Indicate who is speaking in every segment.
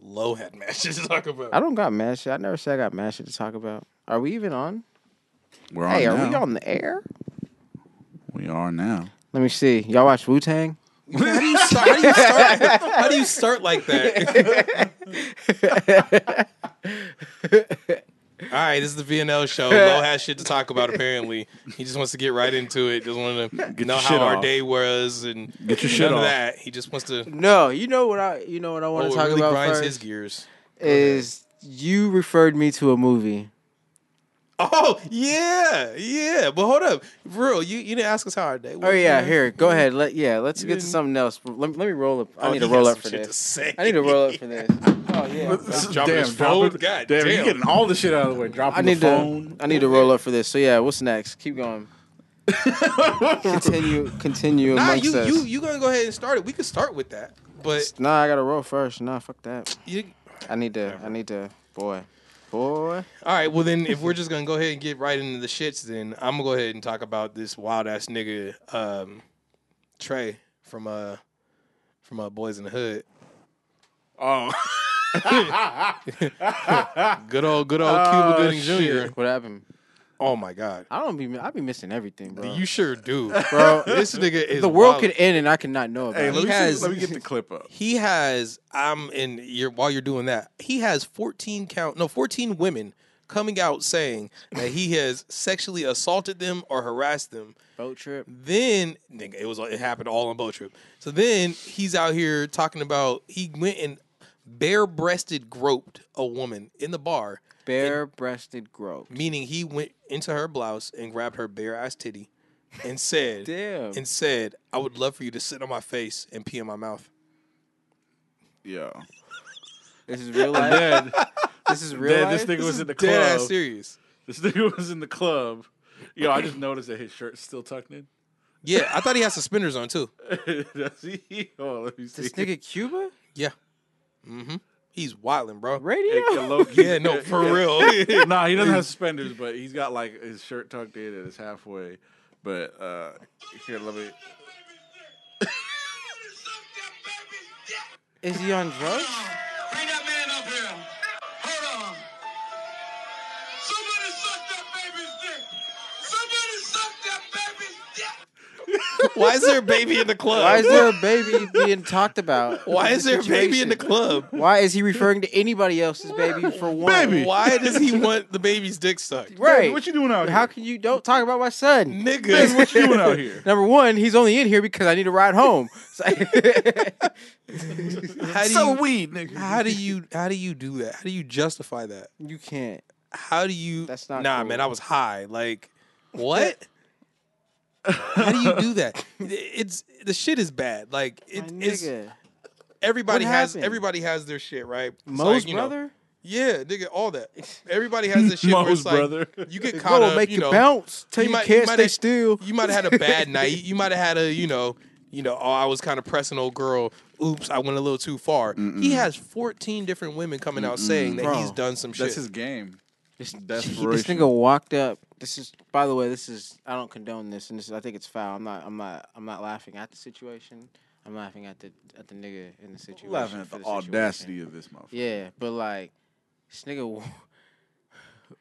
Speaker 1: Low had mad shit to talk about.
Speaker 2: I don't got mad shit. I never said I got mad shit to talk about. Are we even on?
Speaker 3: We're on
Speaker 2: hey, are
Speaker 3: now.
Speaker 2: we on the air?
Speaker 3: We are now.
Speaker 2: Let me see. Y'all watch Wu Tang?
Speaker 1: how, do you start, how do you start? How do you start like that? All right, this is the VNL show. Low has shit to talk about. Apparently, he just wants to get right into it. Just want to
Speaker 3: Get
Speaker 1: know
Speaker 3: your
Speaker 1: how
Speaker 3: shit
Speaker 1: our
Speaker 3: off.
Speaker 1: day was and
Speaker 3: Get your
Speaker 1: none
Speaker 3: shit
Speaker 1: of
Speaker 3: off.
Speaker 1: that. He just wants to.
Speaker 2: No, you know what I you know what I
Speaker 1: Oh,
Speaker 2: want
Speaker 1: it
Speaker 2: to talk
Speaker 1: really
Speaker 2: about
Speaker 1: grinds
Speaker 2: first
Speaker 1: his gears.
Speaker 2: is you referred me to a movie.
Speaker 1: Oh yeah, yeah. But hold up, real. You you didn't ask us how our day. was.
Speaker 2: Oh yeah,
Speaker 1: man.
Speaker 2: here, go ahead. Let yeah, let's get to
Speaker 1: didn't-
Speaker 2: something else. Let me, let me roll up. I
Speaker 1: Oh,
Speaker 2: need
Speaker 1: he
Speaker 2: to roll
Speaker 1: has
Speaker 2: up
Speaker 1: some
Speaker 2: for
Speaker 1: shit to
Speaker 2: this.
Speaker 1: say.
Speaker 2: I need to roll up for this. Oh yeah.
Speaker 1: dropping his phone. God
Speaker 3: damn,
Speaker 1: damn.
Speaker 3: you getting all the shit out of the way. Dropping
Speaker 2: I need
Speaker 3: the phone.
Speaker 2: to I need to roll up for this. So yeah, what's next? Keep going. continue continue
Speaker 1: Nah,
Speaker 2: amongst
Speaker 1: you
Speaker 2: us.
Speaker 1: you you gonna go ahead and start it. We could start with that, but
Speaker 2: Nah, I gotta roll first. Nah, fuck that.
Speaker 1: you.
Speaker 2: I need to I need to boy. Boy.
Speaker 1: All right, well then, if we're just gonna go ahead and get right into the shits, then I'm gonna go ahead and talk about this wild ass nigga um, Trey from uh from uh, Boys in the Hood.
Speaker 3: Oh,
Speaker 1: Good old, good old
Speaker 3: Oh,
Speaker 1: Cuba Gooding
Speaker 3: shit.
Speaker 1: Jr.
Speaker 2: What happened?
Speaker 1: Oh my god,
Speaker 2: I don't be I be missing everything, bro.
Speaker 1: you sure do,
Speaker 2: Bro,
Speaker 1: This nigga is
Speaker 2: the world
Speaker 1: wild.
Speaker 2: could end and I could not know about
Speaker 3: hey,
Speaker 2: it.
Speaker 3: let me,
Speaker 1: has-
Speaker 3: see, let me get the clip up.
Speaker 1: He has I'm in you're while you're doing that, he has 14 count no 14 women coming out saying that he has sexually assaulted them or harassed them.
Speaker 2: Boat trip.
Speaker 1: Then nigga, it was it happened all on boat trip. So then he's out here talking about he went and bare-breasted groped a woman in the bar,
Speaker 2: Bare breasted growth.
Speaker 1: meaning he went into her blouse and grabbed her bare ass titty and said
Speaker 2: Damn.
Speaker 1: and said, "I would love for you to sit on my face and pee in my mouth."
Speaker 3: Yeah.
Speaker 2: This is real life.
Speaker 3: Then,
Speaker 2: This is real
Speaker 3: then
Speaker 2: life.
Speaker 3: this nigga was in the
Speaker 1: Dead ass
Speaker 3: club.
Speaker 1: serious.
Speaker 3: This nigga was in the club. Yo, I just noticed that his shirt's still tucked in.
Speaker 1: Yeah, I thought he had suspenders on too.
Speaker 3: That's he. Hold on, let me see.
Speaker 2: This nigga Cuba?
Speaker 1: Yeah. Mm-hmm. He's wilding, bro.
Speaker 3: Yeah,
Speaker 2: Radio?
Speaker 3: low key.
Speaker 1: Yeah, no, for
Speaker 3: Yeah.
Speaker 1: real.
Speaker 3: nah, he doesn't have suspenders, but he's got like his shirt tucked in and it's halfway. But uh here, let me.
Speaker 2: Is he on drugs?
Speaker 4: Bring that man up here. Hold on. Somebody suck that baby's dick. Somebody suck that baby's dick.
Speaker 1: Why is there a baby in the club?
Speaker 2: Why is there a baby being talked about?
Speaker 1: Why is there a baby in the
Speaker 2: Situation.
Speaker 1: club?
Speaker 2: Why is he referring to anybody else's baby for one?
Speaker 3: Baby.
Speaker 1: Why does he want the baby's dick sucked?
Speaker 2: Right.
Speaker 3: Baby, what you doing out
Speaker 2: How
Speaker 3: here?
Speaker 2: can you don't talk about my son?
Speaker 3: Baby,
Speaker 1: Nigga.
Speaker 3: what you doing out here?
Speaker 2: Number one, he's only in here because I need to ride home. So-
Speaker 1: How do you
Speaker 3: Sell weed, nigga.
Speaker 1: how do you how do you do that? How do you justify that?
Speaker 2: you can't.
Speaker 1: How do you
Speaker 2: That's not
Speaker 1: Nah,
Speaker 2: cool.
Speaker 1: man, I was high. Like what? how do you do that? It's the shit is bad. Like
Speaker 2: My
Speaker 1: it, it's
Speaker 2: nigga.
Speaker 1: everybody
Speaker 2: What
Speaker 1: has
Speaker 2: happened?
Speaker 1: everybody has their shit, right? It's
Speaker 2: Mo's
Speaker 1: like, you know,
Speaker 2: brother?
Speaker 1: Yeah, nigga, all that. Everybody has this shit where
Speaker 3: Mo's
Speaker 1: it's like
Speaker 3: brother.
Speaker 1: you get
Speaker 2: Go
Speaker 1: caught up,
Speaker 2: make
Speaker 1: you
Speaker 2: you
Speaker 1: know.
Speaker 2: bounce. Tell you,
Speaker 1: might-
Speaker 2: can't
Speaker 1: might
Speaker 2: stay
Speaker 1: have-
Speaker 2: still.
Speaker 1: You might have had a bad night. You might have had a, you know, you know, oh, I was kind of pressing old girl. Oops, I went a little too far. He has 14 different women coming out saying that
Speaker 2: Bro,
Speaker 1: he's done some shit.
Speaker 3: That's his game.
Speaker 2: This,
Speaker 3: Desperation.
Speaker 2: this nigga walked up. This is, by the way, this is. I don't condone this, and this is, I think it's foul. I'm not. I'm not. I'm not laughing at the situation. I'm laughing at the at the nigga in the situation.
Speaker 3: Laughing at
Speaker 2: for
Speaker 3: the
Speaker 2: situation.
Speaker 3: audacity of this motherfucker.
Speaker 2: Yeah, but like, this nigga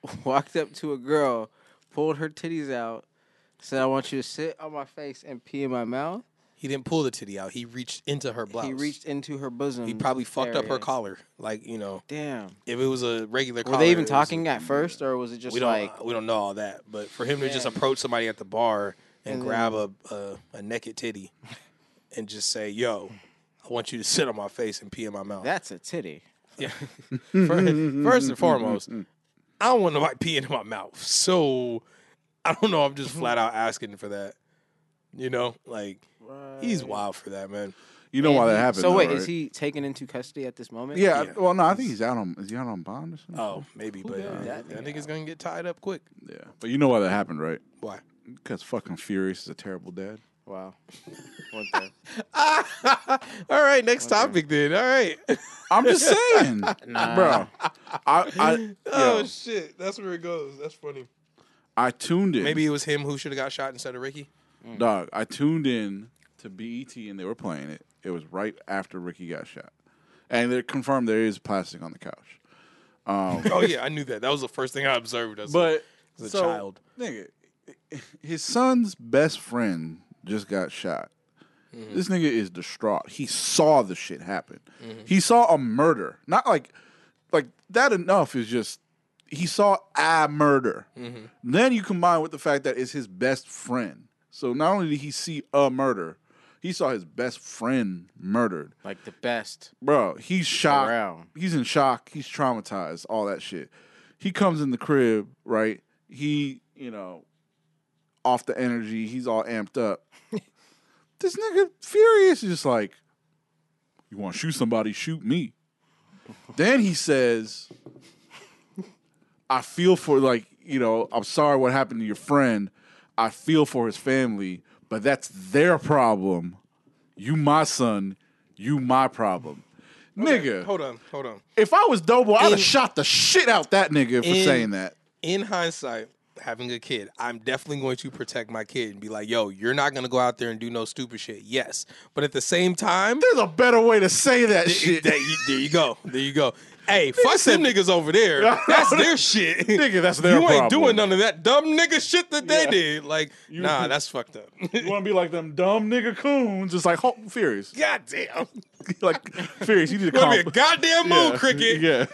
Speaker 2: wa- walked up to a girl, pulled her titties out, said, "I want you to sit on my face and pee in my mouth."
Speaker 1: he didn't pull the titty out. He reached into her blouse.
Speaker 2: He reached Mm, into her bosom.
Speaker 1: He probably fucked up her
Speaker 2: area.
Speaker 1: collar. Like, you know,
Speaker 2: Damn.
Speaker 1: if it was a regular
Speaker 2: Were
Speaker 1: collar.
Speaker 2: they even
Speaker 1: it was-
Speaker 2: talking at first, or was it just
Speaker 1: we don't
Speaker 2: like?
Speaker 1: we don't know all that, but for him to just
Speaker 2: Yeah. Mm.
Speaker 1: approach somebody at the bar and,
Speaker 2: And
Speaker 1: grab a, a a naked titty and just say, "Yo, I want you to sit on my face and pee in my mouth."
Speaker 2: That's a titty.
Speaker 1: yeah. first, first and foremost, I don't want nobody peeing in my mouth, so I don't know. I'm just flat out asking for that. You know, like he's wild for that, man.
Speaker 3: You know why that happened.
Speaker 2: So
Speaker 3: though,
Speaker 2: wait,
Speaker 3: right?
Speaker 2: is he taken into custody at this moment?
Speaker 3: Yeah,
Speaker 1: Yeah.
Speaker 3: Well, no, I think he's out on. Is he out on bond or something?
Speaker 1: Oh, maybe, but
Speaker 2: did
Speaker 1: uh,
Speaker 2: that
Speaker 1: that,
Speaker 2: thing
Speaker 1: nigga's gonna get tied up quick.
Speaker 3: Yeah. But you know why that happened, right?
Speaker 1: Why?
Speaker 3: Because fucking Furious is a terrible dad.
Speaker 2: Wow. What the-
Speaker 1: all right, next topic then. All right.
Speaker 3: I'm just saying,
Speaker 2: Nah.
Speaker 3: bro. I I,
Speaker 1: Oh
Speaker 3: yo,
Speaker 1: shit, that's where it goes. That's funny.
Speaker 3: I tuned in.
Speaker 1: Maybe it was him who should have got shot instead of Ricky.
Speaker 3: Dog, E I tuned in to BET and they were playing it. It was right after Ricky got shot. and they're confirmed there is plastic on the couch. Um,
Speaker 1: Oh yeah, I knew that. That was the first thing I observed. As a,
Speaker 3: but
Speaker 1: as a
Speaker 3: so,
Speaker 1: child,
Speaker 3: nigga, his son's best friend just got shot. This nigga is distraught. He saw the shit happen. He saw a murder. Not like like that enough is just he saw a murder. Then you combine with the fact that it's his best friend. So not only did he see a murder, he saw his best friend murdered.
Speaker 2: Like the best
Speaker 3: Bro, he's shocked.
Speaker 2: around.
Speaker 3: He's in shock. He's traumatized. All that shit. He comes in the crib, right? He, you know, off the energy. He's all amped up. this nigga furious is just like, you want to shoot somebody? Shoot me. then he says, I feel for like you know. I'm sorry what happened to your friend. I feel for his family, but that's their problem. You my son. You my problem. Nigga,
Speaker 1: hold on, hold on.
Speaker 3: if I was Doble, I'd
Speaker 1: In-
Speaker 3: have shot the shit out that nigga for
Speaker 1: In-
Speaker 3: saying that.
Speaker 1: in hindsight, having a kid, I'm definitely going to protect my kid and be like, yo, you're not going to go out there and do no stupid shit. Yes. But at the same time,
Speaker 3: There's a better way to say that shit.
Speaker 1: there you, there you go. There you go. Hey, fuck them niggas over there. That's their shit.
Speaker 3: Nigga, that's their
Speaker 1: You ain't
Speaker 3: problem.
Speaker 1: doing none of that dumb nigga shit that they
Speaker 3: Yeah.
Speaker 1: did. Like, nah, that's fucked up.
Speaker 3: you want to be like them dumb nigga coons? It's like Hulk Furious.
Speaker 1: God damn.
Speaker 3: like Furious, you need to
Speaker 1: Gonna be a
Speaker 3: comp-
Speaker 1: goddamn moon
Speaker 3: Yeah,
Speaker 1: cricket.
Speaker 3: Yeah.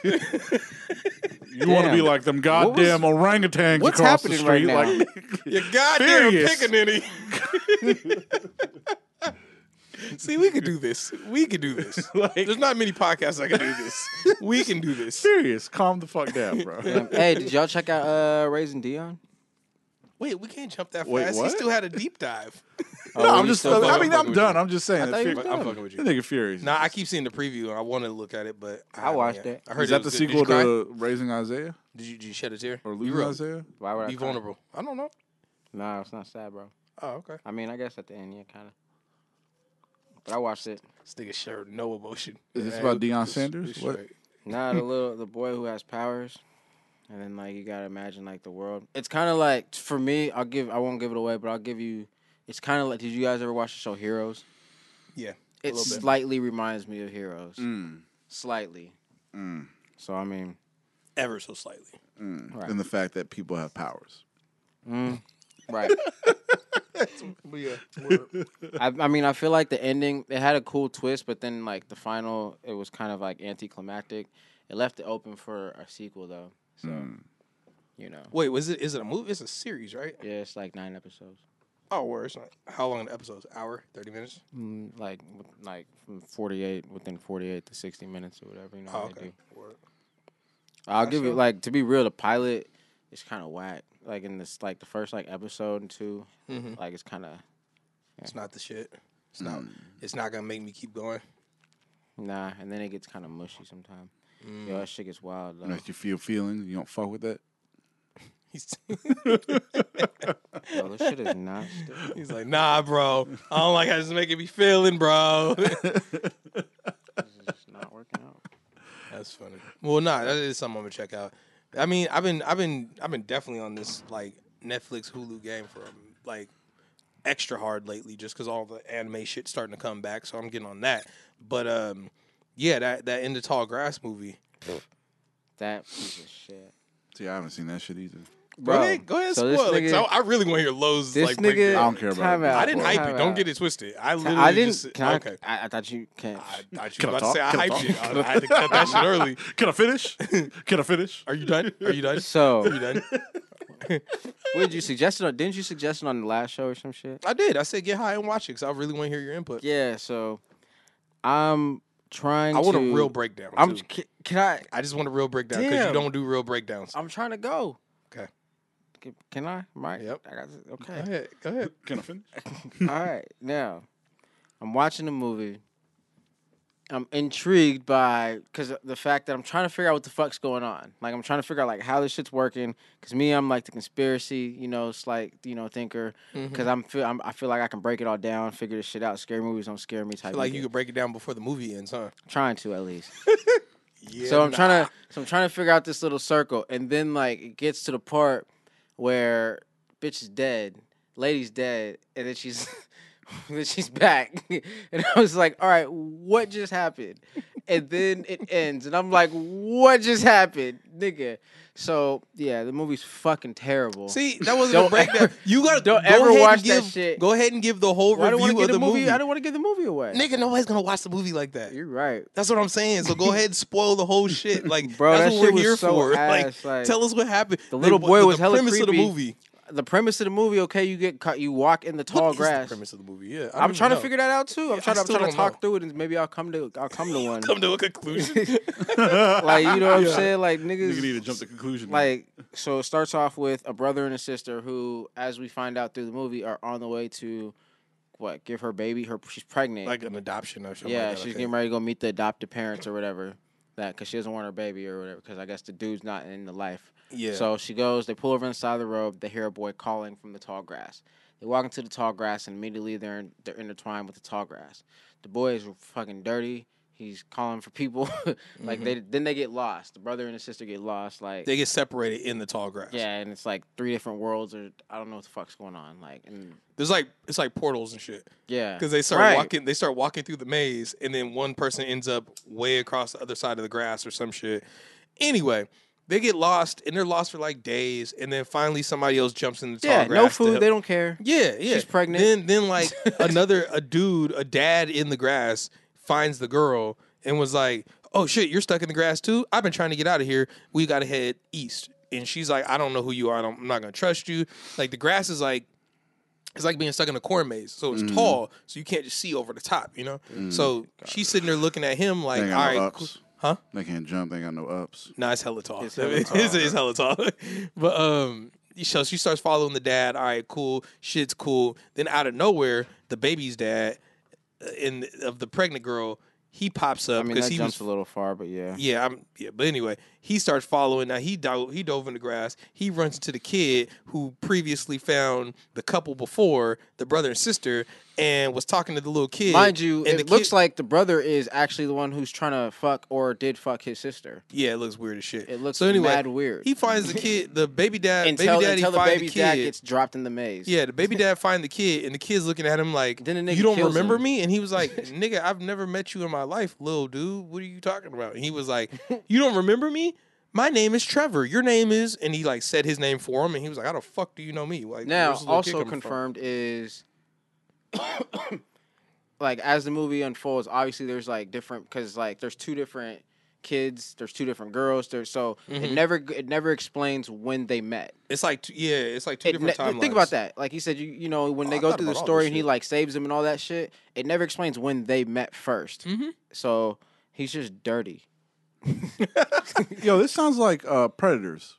Speaker 3: you want to
Speaker 2: Damn.
Speaker 3: be like them goddamn orangutans
Speaker 2: what's
Speaker 3: across the
Speaker 2: happening right
Speaker 3: street?
Speaker 2: now?
Speaker 3: like,
Speaker 1: You goddamn
Speaker 3: Furious.
Speaker 1: pickaninny. See, we could do this. We could do this.
Speaker 3: Like-
Speaker 1: There's not many podcasts I can do this. We can do this.
Speaker 3: serious. Calm the fuck down, bro.
Speaker 2: Um, hey, did y'all check out uh Raising Dion?
Speaker 1: Wait, we can't jump that
Speaker 3: Wait,
Speaker 1: fast. He
Speaker 3: what?
Speaker 1: still had a deep dive.
Speaker 3: no,
Speaker 2: Oh,
Speaker 3: I'm just.
Speaker 1: fucking-
Speaker 3: I mean,
Speaker 1: fucking
Speaker 3: I'm
Speaker 1: with
Speaker 3: done.
Speaker 1: you.
Speaker 3: I'm just saying.
Speaker 2: I thought
Speaker 3: that
Speaker 2: you
Speaker 3: Fu-
Speaker 2: were done.
Speaker 1: I'm fucking with
Speaker 3: That
Speaker 1: you.
Speaker 3: nigga Furious.
Speaker 1: Nah, I keep seeing the preview and I want to look at it, but
Speaker 2: I
Speaker 1: haven't
Speaker 2: watched
Speaker 1: yet.
Speaker 2: it.
Speaker 1: I heard
Speaker 3: is
Speaker 1: it
Speaker 3: that the
Speaker 1: was good.
Speaker 3: sequel
Speaker 1: did you cry?
Speaker 3: to Raising Isaiah
Speaker 1: Did you, did you shed a tear
Speaker 3: or
Speaker 1: You
Speaker 3: Losing
Speaker 1: wrote,
Speaker 3: Isaiah?
Speaker 2: Why would I
Speaker 1: Be
Speaker 2: cry?
Speaker 1: vulnerable. I don't know.
Speaker 2: Nah, it's not sad, bro.
Speaker 1: Oh, okay.
Speaker 2: I mean, I guess at the end, yeah, kind of. But I watched it.
Speaker 1: This nigga shared no emotion.
Speaker 3: Is this
Speaker 1: Hey,
Speaker 3: about
Speaker 1: we-
Speaker 3: Deion
Speaker 1: we-
Speaker 3: Sanders?
Speaker 1: we
Speaker 3: What?
Speaker 1: straight.
Speaker 2: Nah, the little the boy who has powers, and then like you gotta imagine like the world. It's kind of like for me. I'll give. I won't give it away, but I'll give you. It's kind of like. Did you guys ever watch the show Heroes?
Speaker 1: Yeah. a
Speaker 2: It
Speaker 1: little bit.
Speaker 2: slightly reminds me of Heroes.
Speaker 3: Mm,
Speaker 2: Slightly.
Speaker 3: mm.
Speaker 2: So I mean,
Speaker 1: Ever so slightly.
Speaker 3: Mm.
Speaker 2: Right.
Speaker 3: And the fact that people have powers.
Speaker 2: mm, right.
Speaker 1: But yeah.
Speaker 2: I, I mean, I feel like the ending it had a cool twist, but then like the final, it was kind of like anticlimactic. It left it open for a sequel though, so you know,
Speaker 1: Wait, was it is it a movie? It's a series, right?
Speaker 2: yeah, it's like nine episodes,
Speaker 1: Oh, word. It's not. How long an episode? Hour, thirty minutes.
Speaker 2: mm, like w- like from forty eight within forty eight to sixty minutes or whatever. You know,
Speaker 1: Oh,
Speaker 2: how they
Speaker 1: okay.
Speaker 2: do.
Speaker 1: Word.
Speaker 2: I'll give
Speaker 1: show.
Speaker 2: it like to be real. The pilot is kind of whack. Like in this, like the first like episode and 2
Speaker 1: Mhm.
Speaker 2: like it's kind of
Speaker 1: It's not the shit. It's not.
Speaker 2: Mm.
Speaker 1: It's not gonna make me keep going.
Speaker 2: nah, and then it gets kind of mushy sometimes.
Speaker 1: Mm.
Speaker 2: Yo, that shit gets wild. Though.
Speaker 3: Make you feel feelings. You don't fuck with that.
Speaker 1: He's
Speaker 2: Yo, this shit is not. stable.
Speaker 1: he's like, nah, bro. I don't like how this is making me feeling, bro.
Speaker 2: This is not working out.
Speaker 1: That's funny. Well, nah, that is something I'm gonna check out. I mean, I've been, I've been, I've been definitely on this like Netflix, Hulu game for um, like extra hard lately, just because all the anime shit's starting to come back. So I'm getting on that. But um, yeah, that that in the tall grass movie.
Speaker 2: That piece of shit.
Speaker 3: See, I haven't seen that shit either.
Speaker 1: go ahead, go ahead,
Speaker 2: so
Speaker 1: spoil it,
Speaker 2: this
Speaker 1: 'cause
Speaker 2: nigga-
Speaker 1: I, I really want to hear Lowe's
Speaker 2: this
Speaker 1: like
Speaker 2: nigga,
Speaker 3: I
Speaker 1: breakdown.
Speaker 3: don't care about
Speaker 2: time
Speaker 3: it.
Speaker 2: out,
Speaker 1: I didn't hype
Speaker 2: time
Speaker 1: it. Don't
Speaker 2: out.
Speaker 1: get it twisted. I literally
Speaker 2: I didn't.
Speaker 1: Just,
Speaker 2: can I,
Speaker 1: okay.
Speaker 2: I, I thought you can't.
Speaker 1: I thought you
Speaker 3: Can
Speaker 1: were
Speaker 3: I
Speaker 1: about to say I
Speaker 3: talk? Can I
Speaker 1: hyped it.
Speaker 3: talk?
Speaker 1: I had to cut that shit early.
Speaker 3: Can I finish? Can I finish?
Speaker 1: Are you done? Are you done? Are
Speaker 2: so,
Speaker 1: you done?
Speaker 2: what did you suggest it? On, didn't you suggest it on the last show or some shit?
Speaker 1: I did. I said get high and watch it because I really want to hear your input.
Speaker 2: Yeah. So, I'm trying.
Speaker 1: I want
Speaker 2: to,
Speaker 1: a real breakdown.
Speaker 2: I'm.
Speaker 1: too.
Speaker 2: Can, can I?
Speaker 1: I just want a real breakdown because you
Speaker 2: Damn.
Speaker 1: don't do real breakdowns.
Speaker 2: I'm trying to go.
Speaker 1: Okay.
Speaker 2: Can, can I? Mike?
Speaker 1: Yep.
Speaker 2: I got, okay.
Speaker 1: Go ahead. Go ahead.
Speaker 3: Can I finish?
Speaker 2: All right, now I'm watching a movie. I'm intrigued by because the fact that I'm trying to figure out what the fuck's going on. Like I'm trying to figure out like how this shit's working. Because me, I'm like the conspiracy, you know, it's like you know thinker.
Speaker 1: Mm-hmm.
Speaker 2: Because I'm feel I'm, I feel like I can break it all down, figure this shit out. Scary movies don't scare me type.
Speaker 1: feel like
Speaker 2: nigga.
Speaker 1: you could break it down before the movie ends, huh?
Speaker 2: trying to at least.
Speaker 1: Yeah.
Speaker 2: So I'm trying to so I'm trying to figure out this little circle, and then like it gets to the part where bitch is dead, lady's dead, and then she's then she's back, and I was like, all right, what just happened? and then it ends, and I'm like, what just happened, nigga? So yeah, the movie's fucking terrible.
Speaker 1: See, that wasn't
Speaker 2: Don't
Speaker 1: a breakdown.
Speaker 2: ever-
Speaker 1: you gotta
Speaker 2: don't
Speaker 1: go
Speaker 2: ever
Speaker 1: ahead and
Speaker 2: watch that
Speaker 1: give,
Speaker 2: shit.
Speaker 1: Go ahead and give the whole
Speaker 2: Well, I don't want
Speaker 1: review
Speaker 2: to
Speaker 1: of
Speaker 2: give
Speaker 1: the movie.
Speaker 2: I don't want to give the movie away.
Speaker 1: Nigga, nobody's gonna watch the movie like that.
Speaker 2: You're right.
Speaker 1: That's what I'm saying. So go ahead and spoil the whole shit. Like
Speaker 2: Bro,
Speaker 1: that's
Speaker 2: that
Speaker 1: what we're
Speaker 2: shit was
Speaker 1: here
Speaker 2: so
Speaker 1: for.
Speaker 2: ass,
Speaker 1: like,
Speaker 2: like,
Speaker 1: tell us what happened.
Speaker 2: the little boy
Speaker 1: the,
Speaker 2: was hella
Speaker 1: premise of the
Speaker 2: creepy.
Speaker 1: movie.
Speaker 2: The premise of the movie, okay, you get cut, you walk in the tall
Speaker 1: What is
Speaker 2: grass.
Speaker 1: the premise of the movie? Yeah,
Speaker 2: I'm trying to figure that out too. I'm
Speaker 1: I
Speaker 2: trying to, I'm
Speaker 1: still
Speaker 2: trying
Speaker 1: don't
Speaker 2: to talk
Speaker 1: know.
Speaker 2: through it, and maybe I'll come to I'll come to one.
Speaker 1: Come to a conclusion.
Speaker 2: like you know what I'm
Speaker 3: Yeah.
Speaker 2: saying? Like
Speaker 3: You need to
Speaker 2: niggas,
Speaker 3: jump to conclusion.
Speaker 2: like so. It starts off with a brother and a sister who, as we find out through the movie, are on the way to what? Give her baby. Her she's pregnant.
Speaker 1: like an adoption or something. like
Speaker 2: yeah,
Speaker 1: that, I
Speaker 2: she's
Speaker 1: think.
Speaker 2: getting ready to go meet the adopted parents or whatever. That because she doesn't want her baby or whatever. Because I guess the dude's not in the life.
Speaker 1: Yeah.
Speaker 2: So she goes, they pull over on the side of the road, they hear a boy calling from the tall grass. They walk into the tall grass and immediately they're in, they're intertwined with the tall grass. The boy is fucking dirty. He's calling for people. like they then they get lost. The brother and the sister get lost. Like
Speaker 1: Mm-hmm. they get separated in the tall grass.
Speaker 2: yeah, and it's like three different worlds or I don't know what the fuck's going on. Like and
Speaker 1: there's like it's like portals and shit.
Speaker 2: yeah,
Speaker 1: Because they start
Speaker 2: Right.
Speaker 1: walking, they start walking through the maze, and then one person ends up way across the other side of the grass or some shit. Anyway, they get lost, and they're lost for like days, and then finally somebody else jumps in the tall
Speaker 2: Yeah,
Speaker 1: grass.
Speaker 2: no
Speaker 1: to
Speaker 2: food.
Speaker 1: help-
Speaker 2: They don't care.
Speaker 1: yeah, yeah.
Speaker 2: She's pregnant.
Speaker 1: Then, then like another a dude, a dad in the grass finds the girl and was like, "Oh shit, you're stuck in the grass too. I've been trying to get out of here. We got to head east." And she's like, "I don't know who you are. I don't, I'm not gonna trust you." Like the grass is like it's like being stuck in a corn maze. So
Speaker 2: Mm.
Speaker 1: it's tall, so you can't just see over the top, you know? So she's sitting there looking at him like, all
Speaker 3: they ain't got
Speaker 1: right,
Speaker 3: no
Speaker 1: cool.
Speaker 3: ups.
Speaker 1: Huh?
Speaker 3: They can't jump. They ain't got no ups.
Speaker 1: Nah, it's hella tall.
Speaker 2: It's
Speaker 1: It's
Speaker 2: hella
Speaker 1: hella,
Speaker 2: tall.
Speaker 1: it's, hella tall. but um, so she starts following the dad. All right, cool. Shit's cool. Then out of nowhere, the baby's dad uh, in of the pregnant girl, he pops
Speaker 2: I
Speaker 1: up
Speaker 2: mean
Speaker 1: because
Speaker 2: that
Speaker 1: he
Speaker 2: jumps
Speaker 1: was
Speaker 2: a little far, but yeah.
Speaker 1: yeah, I'm yeah. But anyway, he starts following. Now he dove, he dove in the grass. He runs into the kid who previously found the couple before the brother and sister, and was talking to the little kid.
Speaker 2: Mind you,
Speaker 1: and
Speaker 2: it looks like the brother is actually the one who's trying to fuck or did fuck his sister.
Speaker 1: yeah, it looks weird as shit.
Speaker 2: It looks
Speaker 1: so anyway,
Speaker 2: mad weird.
Speaker 1: He finds the kid, the baby dad,
Speaker 2: until
Speaker 1: baby daddy
Speaker 2: until the
Speaker 1: find
Speaker 2: baby
Speaker 1: the kid.
Speaker 2: dad gets dropped in the maze.
Speaker 1: yeah, the baby dad find the kid, and the kid's looking at him like,
Speaker 2: Then the nigga
Speaker 1: "You don't
Speaker 2: kills
Speaker 1: remember
Speaker 2: him.
Speaker 1: me?" And he was like, "Nigga, I've never met you in my life, little dude. What are you talking about?" And he was like, "You don't remember me? My name is Trevor. Your name is..." And he like said his name for him, and he was like, "How the fuck do you know me?" Like
Speaker 2: Now,
Speaker 1: where's this little kid
Speaker 2: also
Speaker 1: coming from?
Speaker 2: confirmed is like as the movie unfolds, obviously there's like different because like there's two different kids, there's two different girls, there's so
Speaker 1: Mm-hmm.
Speaker 2: it never it never explains when they met.
Speaker 1: it's like two, yeah, it's like two
Speaker 2: It
Speaker 1: different
Speaker 2: ne-
Speaker 1: timelines.
Speaker 2: think about that. Like he said, you you know when
Speaker 1: Oh,
Speaker 2: they
Speaker 1: I
Speaker 2: go
Speaker 1: thought
Speaker 2: through the
Speaker 1: about all
Speaker 2: story
Speaker 1: this
Speaker 2: and he
Speaker 1: shit.
Speaker 2: like saves him and all that shit, it never explains when they met 1st
Speaker 1: Mm-hmm.
Speaker 2: So he's just dirty.
Speaker 3: Yo, this sounds like uh, Predators.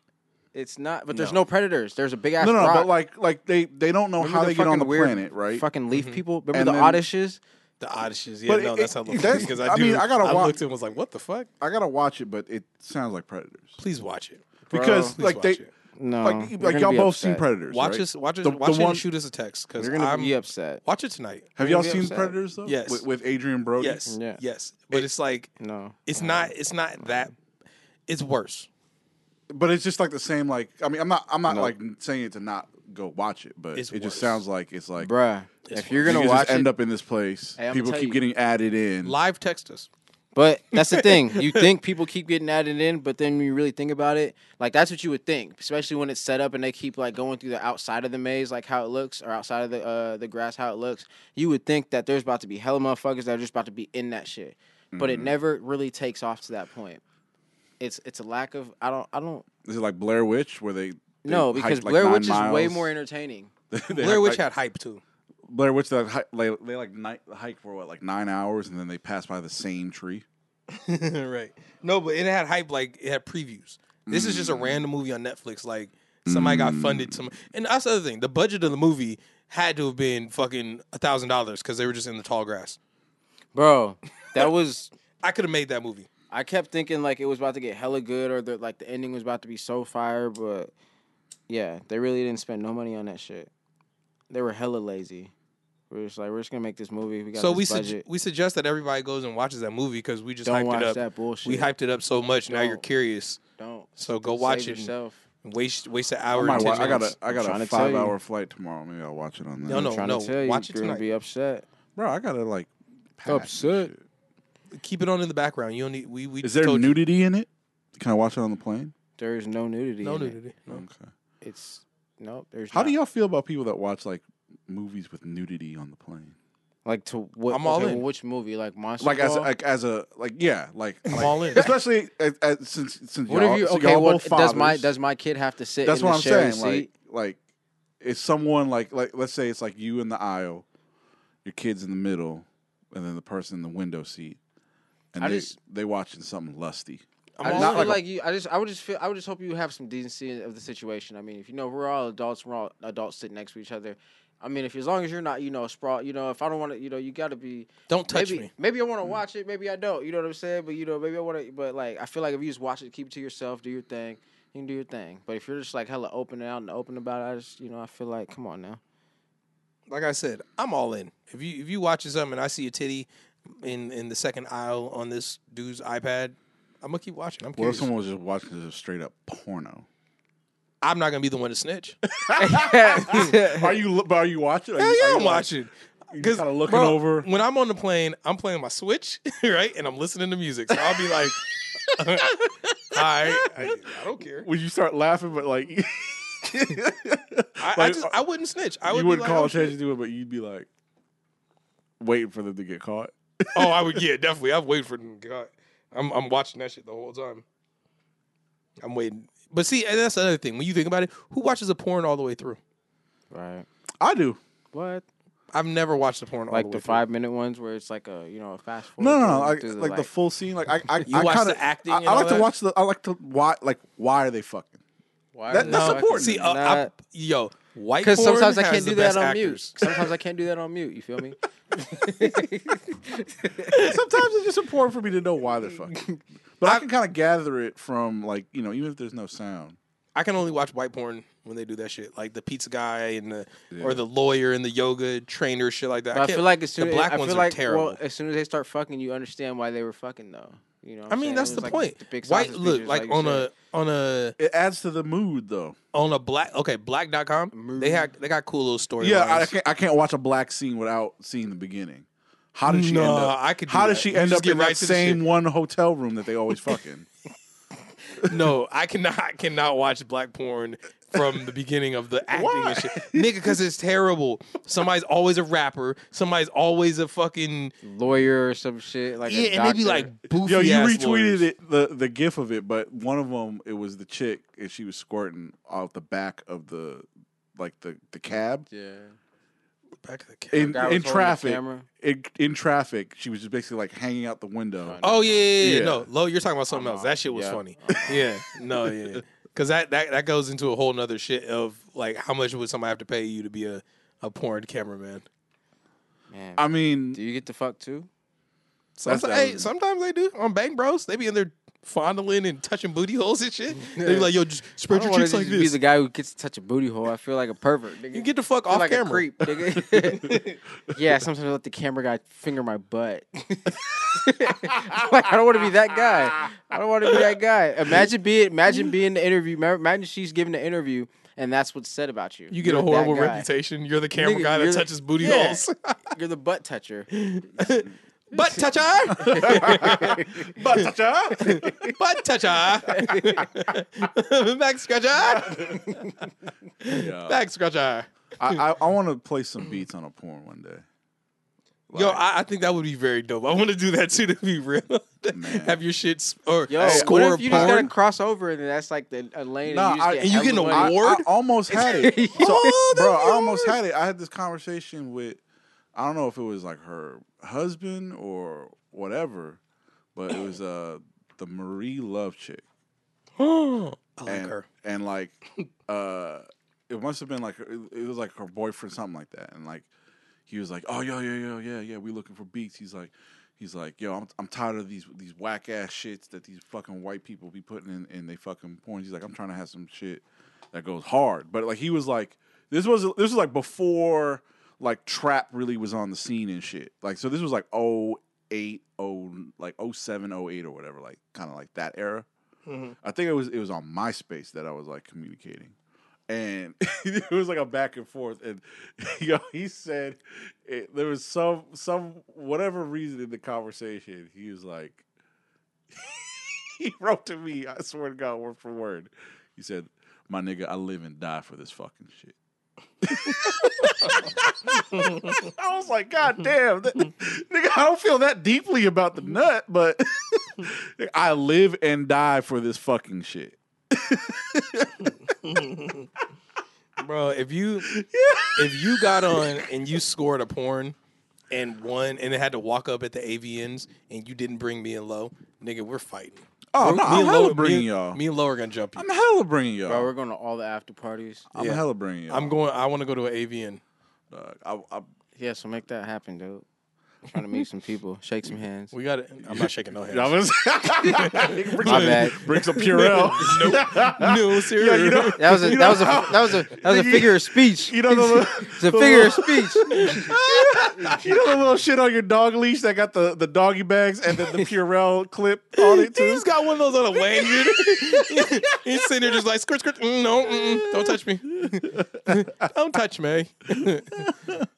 Speaker 2: It's not, but there's no,
Speaker 1: No.
Speaker 2: predators. There's a big ass.
Speaker 3: No, no,
Speaker 2: rock.
Speaker 3: but like, like they they don't know
Speaker 2: Remember
Speaker 3: how
Speaker 2: the
Speaker 3: they get on
Speaker 2: fucking
Speaker 3: the
Speaker 2: weird
Speaker 3: planet, right?
Speaker 2: Fucking
Speaker 1: Mm-hmm.
Speaker 2: leaf people. Remember
Speaker 3: And
Speaker 2: the
Speaker 3: then-
Speaker 2: Oddishes?
Speaker 1: The Oddishes, yeah,
Speaker 3: But
Speaker 1: no,
Speaker 3: it-
Speaker 1: that's how
Speaker 3: it-
Speaker 1: the
Speaker 3: that's-
Speaker 1: because I,
Speaker 3: I
Speaker 1: do,
Speaker 3: mean, I gotta
Speaker 1: I
Speaker 3: watch-
Speaker 1: looked and was like, "What the fuck?"
Speaker 3: I gotta watch it, but it sounds like Predators
Speaker 1: Please watch it.
Speaker 3: because
Speaker 1: please
Speaker 3: like
Speaker 1: watch
Speaker 3: they
Speaker 1: it.
Speaker 2: No,
Speaker 3: like
Speaker 2: Uh, you're
Speaker 3: like
Speaker 2: gonna
Speaker 3: y'all
Speaker 2: be
Speaker 3: both
Speaker 2: upset.
Speaker 3: seen Predators.
Speaker 1: Watch
Speaker 3: right?
Speaker 1: us, watch us,
Speaker 3: The-
Speaker 1: watch
Speaker 3: the
Speaker 1: it
Speaker 3: one-
Speaker 1: and shoot us a text because
Speaker 2: You're gonna
Speaker 1: I'm
Speaker 2: be upset.
Speaker 1: watch it tonight.
Speaker 3: Have
Speaker 2: You're
Speaker 3: y'all
Speaker 2: gonna be
Speaker 3: seen
Speaker 2: upset.
Speaker 3: Predators though?
Speaker 1: Yes.
Speaker 3: With, with Adrian Brody.
Speaker 1: Yes.
Speaker 2: Yeah.
Speaker 1: Yes. But it's like
Speaker 2: No,
Speaker 1: it's not it's not that it's worse.
Speaker 3: But it's just like the same. Like I mean, I'm not I'm not
Speaker 2: No.
Speaker 3: like saying it to not go watch it, but
Speaker 1: It's
Speaker 3: it just
Speaker 1: worse.
Speaker 3: sounds like it's like
Speaker 2: bruh. If you're
Speaker 3: you
Speaker 2: gonna
Speaker 3: just
Speaker 2: watch
Speaker 3: end
Speaker 2: it,
Speaker 3: up in this place.
Speaker 2: Hey, I'ma
Speaker 3: People
Speaker 2: tell
Speaker 3: keep
Speaker 2: you.
Speaker 3: getting added in.
Speaker 1: Live text us.
Speaker 2: but that's the thing. You think people keep getting added in, but then when you really think about it, like that's what you would think, especially when it's set up and they keep like going through the outside of the maze, like how it looks, or outside of the uh, the grass, how it looks. You would think that there's about to be hella motherfuckers that are just about to be in that shit, but
Speaker 3: Mm-hmm.
Speaker 2: it never really takes off to that point. It's it's a lack of I don't I don't
Speaker 3: Is it like Blair Witch where they? they
Speaker 2: no because
Speaker 3: hiked, like,
Speaker 2: Blair
Speaker 3: nine
Speaker 2: Witch is way
Speaker 3: miles?
Speaker 2: more entertaining.
Speaker 3: They
Speaker 1: Blair
Speaker 3: hiked,
Speaker 1: Witch
Speaker 3: like-
Speaker 1: had hype too.
Speaker 3: Blair Witch that hi- they, they like night, hike for what like nine hours and then they pass by the same tree.
Speaker 1: right. No, but it had hype like it had previews. This is just a random movie on Netflix. Like somebody got funded some and that's the other thing. The budget of the movie had to have been fucking a thousand dollars because they were just in the tall grass.
Speaker 2: Bro, that was.
Speaker 1: I could have made that movie.
Speaker 2: I kept thinking like it was about to get hella good, or that like the ending was about to be so fire, but yeah, they really didn't spend no money on that shit. They were hella lazy. We're just like we're just gonna make this movie. We got
Speaker 1: so
Speaker 2: this
Speaker 1: we
Speaker 2: budget.
Speaker 1: sug- we suggest that everybody goes and watches that movie because we just
Speaker 2: Don't
Speaker 1: hyped
Speaker 2: watch
Speaker 1: it up.
Speaker 2: that bullshit.
Speaker 1: We hyped it up so much. Now you're
Speaker 2: Don't.
Speaker 1: curious.
Speaker 2: Don't
Speaker 1: So go watch
Speaker 2: save
Speaker 1: it. and
Speaker 2: yourself.
Speaker 1: Waste waste an
Speaker 3: I,
Speaker 1: hour.
Speaker 3: might
Speaker 1: and 10
Speaker 3: wa- I got a
Speaker 1: minutes.
Speaker 3: I
Speaker 2: trying
Speaker 3: got
Speaker 2: to
Speaker 3: a
Speaker 2: tell you.
Speaker 3: five hour flight tomorrow. Maybe I'll watch it on that.
Speaker 1: No, no,
Speaker 2: Trying
Speaker 1: no.
Speaker 2: to tell you,
Speaker 1: Watch it
Speaker 2: you're gonna
Speaker 1: tonight.
Speaker 2: be upset.
Speaker 3: bro, I gotta like pass and
Speaker 2: Upset.
Speaker 3: shit.
Speaker 1: keep it on in the background. You don't need. We we
Speaker 3: Is there
Speaker 1: told you-
Speaker 3: nudity in it? Can I watch it on the plane?
Speaker 2: There is no nudity.
Speaker 1: No
Speaker 2: in it.
Speaker 1: nudity. No.
Speaker 3: Okay.
Speaker 2: It's no. There's
Speaker 3: How do
Speaker 2: not.
Speaker 3: y'all feel about people that watch like movies with nudity on the plane?
Speaker 2: like to what?
Speaker 1: I'm all
Speaker 2: okay,
Speaker 1: in.
Speaker 2: well, Which movie? Like Monster.
Speaker 3: Like as a,
Speaker 2: Ball?
Speaker 3: like as a like yeah like, like-
Speaker 1: all in.
Speaker 3: Especially as, as, since since
Speaker 2: what
Speaker 3: y'all,
Speaker 2: if you?
Speaker 3: since
Speaker 2: Okay.
Speaker 3: y'all
Speaker 2: Well,
Speaker 3: both
Speaker 2: does my
Speaker 3: fathers.
Speaker 2: does my kid have to sit?
Speaker 3: That's
Speaker 2: in
Speaker 3: what
Speaker 2: the
Speaker 3: I'm
Speaker 2: shared
Speaker 3: saying.
Speaker 2: Seat?
Speaker 3: Like, like, it's someone like, like, let's say it's like you in the aisle, your kids in the middle, and then the person in the window seat, and
Speaker 2: I
Speaker 3: they
Speaker 2: just-
Speaker 3: they watching something lusty.
Speaker 1: I'm
Speaker 2: I
Speaker 1: all
Speaker 2: just
Speaker 1: in.
Speaker 2: feel like, you. I just, I would just feel, I would just hope you have some decency of the situation. I mean, if you know we're all adults, we're all adults sitting next to each other. I mean, if as long as you're not, you know, sprawl, you know, if I don't want to, you know, you got to be.
Speaker 1: Don't touch
Speaker 2: maybe,
Speaker 1: me.
Speaker 2: Maybe I want to watch it. Maybe I don't. You know what I'm saying? But you know, maybe I want to. But like, I feel like if you just watch it, keep it to yourself, do your thing. You can do your thing. But if you're just like hella open out and open about it, I just, you know, I feel like, come on now.
Speaker 1: Like I said, I'm all in. If you if you watching something and I see a titty in in the second aisle on this dude's iPad, I'm gonna keep watching. I'm
Speaker 3: What if
Speaker 1: curious.
Speaker 3: someone was just watching this straight up porno?
Speaker 1: I'm not gonna be the one to snitch.
Speaker 3: are you lo- but are you watching? Are
Speaker 1: Hell
Speaker 3: you,
Speaker 1: yeah,
Speaker 3: are
Speaker 1: I'm
Speaker 3: you, like,
Speaker 1: watching.
Speaker 3: you
Speaker 1: Because
Speaker 3: kinda looking over?
Speaker 1: when I'm on the plane, I'm playing my Switch, right, and I'm listening to music. So I'll be like, I, I, I don't care.
Speaker 3: Would you start laughing? But like,
Speaker 1: I, I
Speaker 3: Like, uh,
Speaker 1: just I wouldn't snitch. I would
Speaker 3: you
Speaker 1: be
Speaker 3: wouldn't
Speaker 1: like,
Speaker 3: call
Speaker 1: oh, shit.
Speaker 3: attention to it, but you'd be like waiting for them to get caught.
Speaker 1: Oh, I would. Yeah, definitely. I've waited for them. God, I'm I'm watching that shit the whole time. I'm waiting. But see, and that's another thing. When you think about it, who watches a porn all the way through?
Speaker 2: Right.
Speaker 3: I do.
Speaker 2: What?
Speaker 1: I've never watched a porn all
Speaker 2: Like
Speaker 1: the
Speaker 2: the
Speaker 1: way
Speaker 2: five minute ones where it's like a, you know, a fast forward.
Speaker 3: No, no, no.
Speaker 2: through-
Speaker 3: Like,
Speaker 2: through
Speaker 3: like the full scene. Like I, I,
Speaker 2: You
Speaker 3: I
Speaker 2: watch
Speaker 3: kinda,
Speaker 2: the acting
Speaker 3: I,
Speaker 2: and
Speaker 3: I
Speaker 2: all
Speaker 3: like to
Speaker 2: that?
Speaker 3: watch the. I like to why. Like why are they fucking?
Speaker 2: Why
Speaker 3: that-
Speaker 2: are
Speaker 3: that's
Speaker 1: through.
Speaker 2: they fucking
Speaker 3: important.
Speaker 1: See, uh, I,
Speaker 2: not-
Speaker 1: yo, white
Speaker 2: Because
Speaker 1: because
Speaker 2: sometimes I can't do that on
Speaker 1: actors.
Speaker 2: mute. Sometimes I can't do that on mute. You feel me?
Speaker 3: Sometimes it's just important for me to know why they're fucking. But I, can kind of gather it from like you know even if there's no sound.
Speaker 1: I can only watch white porn when they do that shit, like the pizza guy and the or the lawyer and the yoga trainer, shit like that.
Speaker 2: But I
Speaker 1: can't-
Speaker 2: feel like as soon
Speaker 1: the black
Speaker 2: I feel
Speaker 1: ones
Speaker 2: like,
Speaker 1: are terrible.
Speaker 2: Well, as soon as they start fucking, you understand why they were fucking though. You know. what
Speaker 1: I
Speaker 2: I'm
Speaker 1: mean,
Speaker 2: saying?
Speaker 1: that's
Speaker 2: It
Speaker 1: the
Speaker 2: was like
Speaker 1: point.
Speaker 2: the big
Speaker 1: white
Speaker 2: sausage
Speaker 1: look
Speaker 2: pictures,
Speaker 1: like
Speaker 2: you
Speaker 1: on
Speaker 2: said.
Speaker 1: a on a
Speaker 3: It adds to the mood though.
Speaker 1: on a black okay black.com they had they got cool little stories.
Speaker 3: Yeah, I can't. I can't watch a black scene without seeing the beginning. How did she end
Speaker 1: Nah,
Speaker 3: up?
Speaker 1: I could do
Speaker 3: How
Speaker 1: that.
Speaker 3: did she
Speaker 1: You
Speaker 3: end
Speaker 1: just
Speaker 3: up
Speaker 1: get
Speaker 3: in
Speaker 1: right
Speaker 3: that
Speaker 1: to the
Speaker 3: same
Speaker 1: shit.
Speaker 3: one hotel room that they always fucking?
Speaker 1: No, I cannot I cannot watch black porn from the beginning of the acting
Speaker 3: Why?
Speaker 1: and shit. Nigga, because it's terrible. Somebody's always a rapper. Somebody's always a fucking
Speaker 2: lawyer or some shit like. a
Speaker 1: yeah, and they be
Speaker 2: doctor.
Speaker 1: like boofy.
Speaker 3: Yo, you
Speaker 1: ass
Speaker 3: retweeted
Speaker 1: lawyers.
Speaker 3: it the the gif of it, but one of them it was the chick and she was squirting out the back of the like the the cab.
Speaker 2: yeah.
Speaker 1: Back of the camera.
Speaker 3: in,
Speaker 2: guy was holding
Speaker 3: in
Speaker 2: the
Speaker 3: traffic.
Speaker 2: camera.
Speaker 3: In, in traffic, she was just basically like hanging out the window.
Speaker 1: Oh yeah, yeah, yeah,
Speaker 3: Yeah.
Speaker 1: no, Lo, you're talking about something else. That shit was
Speaker 2: Uh-huh. yeah.
Speaker 1: funny. Yeah, no, yeah, because that, that that goes into a whole nother shit of like how much would somebody have to pay you to be a a porn cameraman?
Speaker 2: Man,
Speaker 3: I mean,
Speaker 2: do you get to fuck too?
Speaker 1: Sometimes,
Speaker 3: that
Speaker 1: hey,
Speaker 3: was-
Speaker 1: sometimes they do on Bang Bros. They be in there fondling and touching booty holes and shit. They be like, yo, just
Speaker 2: I
Speaker 1: spread
Speaker 2: don't
Speaker 1: your
Speaker 2: want
Speaker 1: cheeks
Speaker 2: to
Speaker 1: like
Speaker 2: just be
Speaker 1: this.
Speaker 2: the guy who gets to touch a booty hole. I feel like a pervert. Nigga.
Speaker 1: You get the fuck
Speaker 2: I feel
Speaker 1: off
Speaker 2: like
Speaker 1: camera.
Speaker 2: a creep. Nigga. yeah, sometimes I let the camera guy finger my butt. like I don't want to be that guy. I don't want to be that guy. Imagine being, imagine being the interview. Imagine she's giving the interview, and that's what's said about you.
Speaker 1: You get
Speaker 2: You're
Speaker 1: a horrible
Speaker 2: that guy.
Speaker 1: reputation. You're the camera
Speaker 2: Nigga,
Speaker 1: guy
Speaker 2: you're
Speaker 1: that
Speaker 2: the-
Speaker 1: touches booty
Speaker 2: Yeah.
Speaker 1: holes.
Speaker 2: You're the butt toucher.
Speaker 1: Butt toucher,
Speaker 3: but Tasha,
Speaker 1: butt toucher, back scratcher,
Speaker 3: yeah.
Speaker 1: back scratcher.
Speaker 3: I, I, I want to play some beats on a porn one day.
Speaker 1: Yo, I, I think that would be very dope. I want to do that too. To be real,
Speaker 3: Man.
Speaker 1: have your shit s- or
Speaker 2: Yo,
Speaker 1: score
Speaker 2: what if you just
Speaker 1: porn.
Speaker 2: gotta cross over and that's like the a lane?
Speaker 3: Nah,
Speaker 2: and you, just
Speaker 3: I-
Speaker 2: get
Speaker 3: and you
Speaker 1: get an
Speaker 2: everyone-
Speaker 3: I,
Speaker 1: Award?
Speaker 3: I almost had it. So,
Speaker 1: Oh, that'd
Speaker 3: bro,
Speaker 1: be
Speaker 3: I almost
Speaker 1: hard.
Speaker 3: had it. I had this conversation with, I don't know if it was like her husband or whatever, but it was uh the Marie Love chick.
Speaker 2: Oh,
Speaker 1: I like
Speaker 3: and,
Speaker 1: her.
Speaker 3: and like uh it must have been like her- it was like her boyfriend something like that and like he was like oh yo yo yo yeah yeah we looking for beats he's like he's like yo i'm, I'm tired of these these whack ass shits that these fucking white people be putting in in they fucking porn he's like i'm trying to have some shit that goes hard but like he was like this was this was like before like trap really was on the scene and shit like so this was like oh eight oh like oh seven oh eight or whatever like kind of like that era I think it was it was on MySpace that I was like communicating, and it was like a back and forth. And you know, he said it, there was some some whatever reason in the conversation. He was like, he wrote to me. I swear to God, word for word. He said, "My nigga, I live and die for this fucking shit." I was like, God damn, that- nigga, I don't feel that deeply about the nut, but I live and die for this fucking shit.
Speaker 1: bro. If you if you got on and you scored a porn and won and it had to walk up at the AVNs and you didn't bring me and low, nigga, we're fighting.
Speaker 3: Oh
Speaker 1: We're-
Speaker 3: no,
Speaker 1: me
Speaker 3: I'm
Speaker 1: and
Speaker 3: hella
Speaker 1: Lo-
Speaker 3: bringing
Speaker 1: me, and-
Speaker 3: y'all.
Speaker 1: Me and Low are gonna jump you.
Speaker 3: I'm hella bringing y'all.
Speaker 2: Bro, we're going to all the after parties.
Speaker 3: I'm
Speaker 1: Yeah.
Speaker 3: hella bringing y'all.
Speaker 1: I'm going. I want to go to an AVN.
Speaker 3: Dog, I, I,
Speaker 2: Yeah, so make that happen, dude. trying to meet some people, shake some hands.
Speaker 1: We got to I'm not shaking no hands.
Speaker 3: I was bring
Speaker 2: My
Speaker 3: some-
Speaker 2: bad.
Speaker 3: Bring some Purell.
Speaker 1: no,
Speaker 3: Yeah, you know,
Speaker 1: seriously.
Speaker 2: That was a that was a that was a that was a
Speaker 3: Nigga,
Speaker 2: figure of speech.
Speaker 3: you know the little-
Speaker 2: it's a figure of speech.
Speaker 3: you know the little shit on your dog leash that got the, the doggy bags and then the Purell clip on it too.
Speaker 1: He's got one of those on a lanyard. He's sitting there just like, skirt, skirt. Mm, no, mm, don't touch me. don't touch me.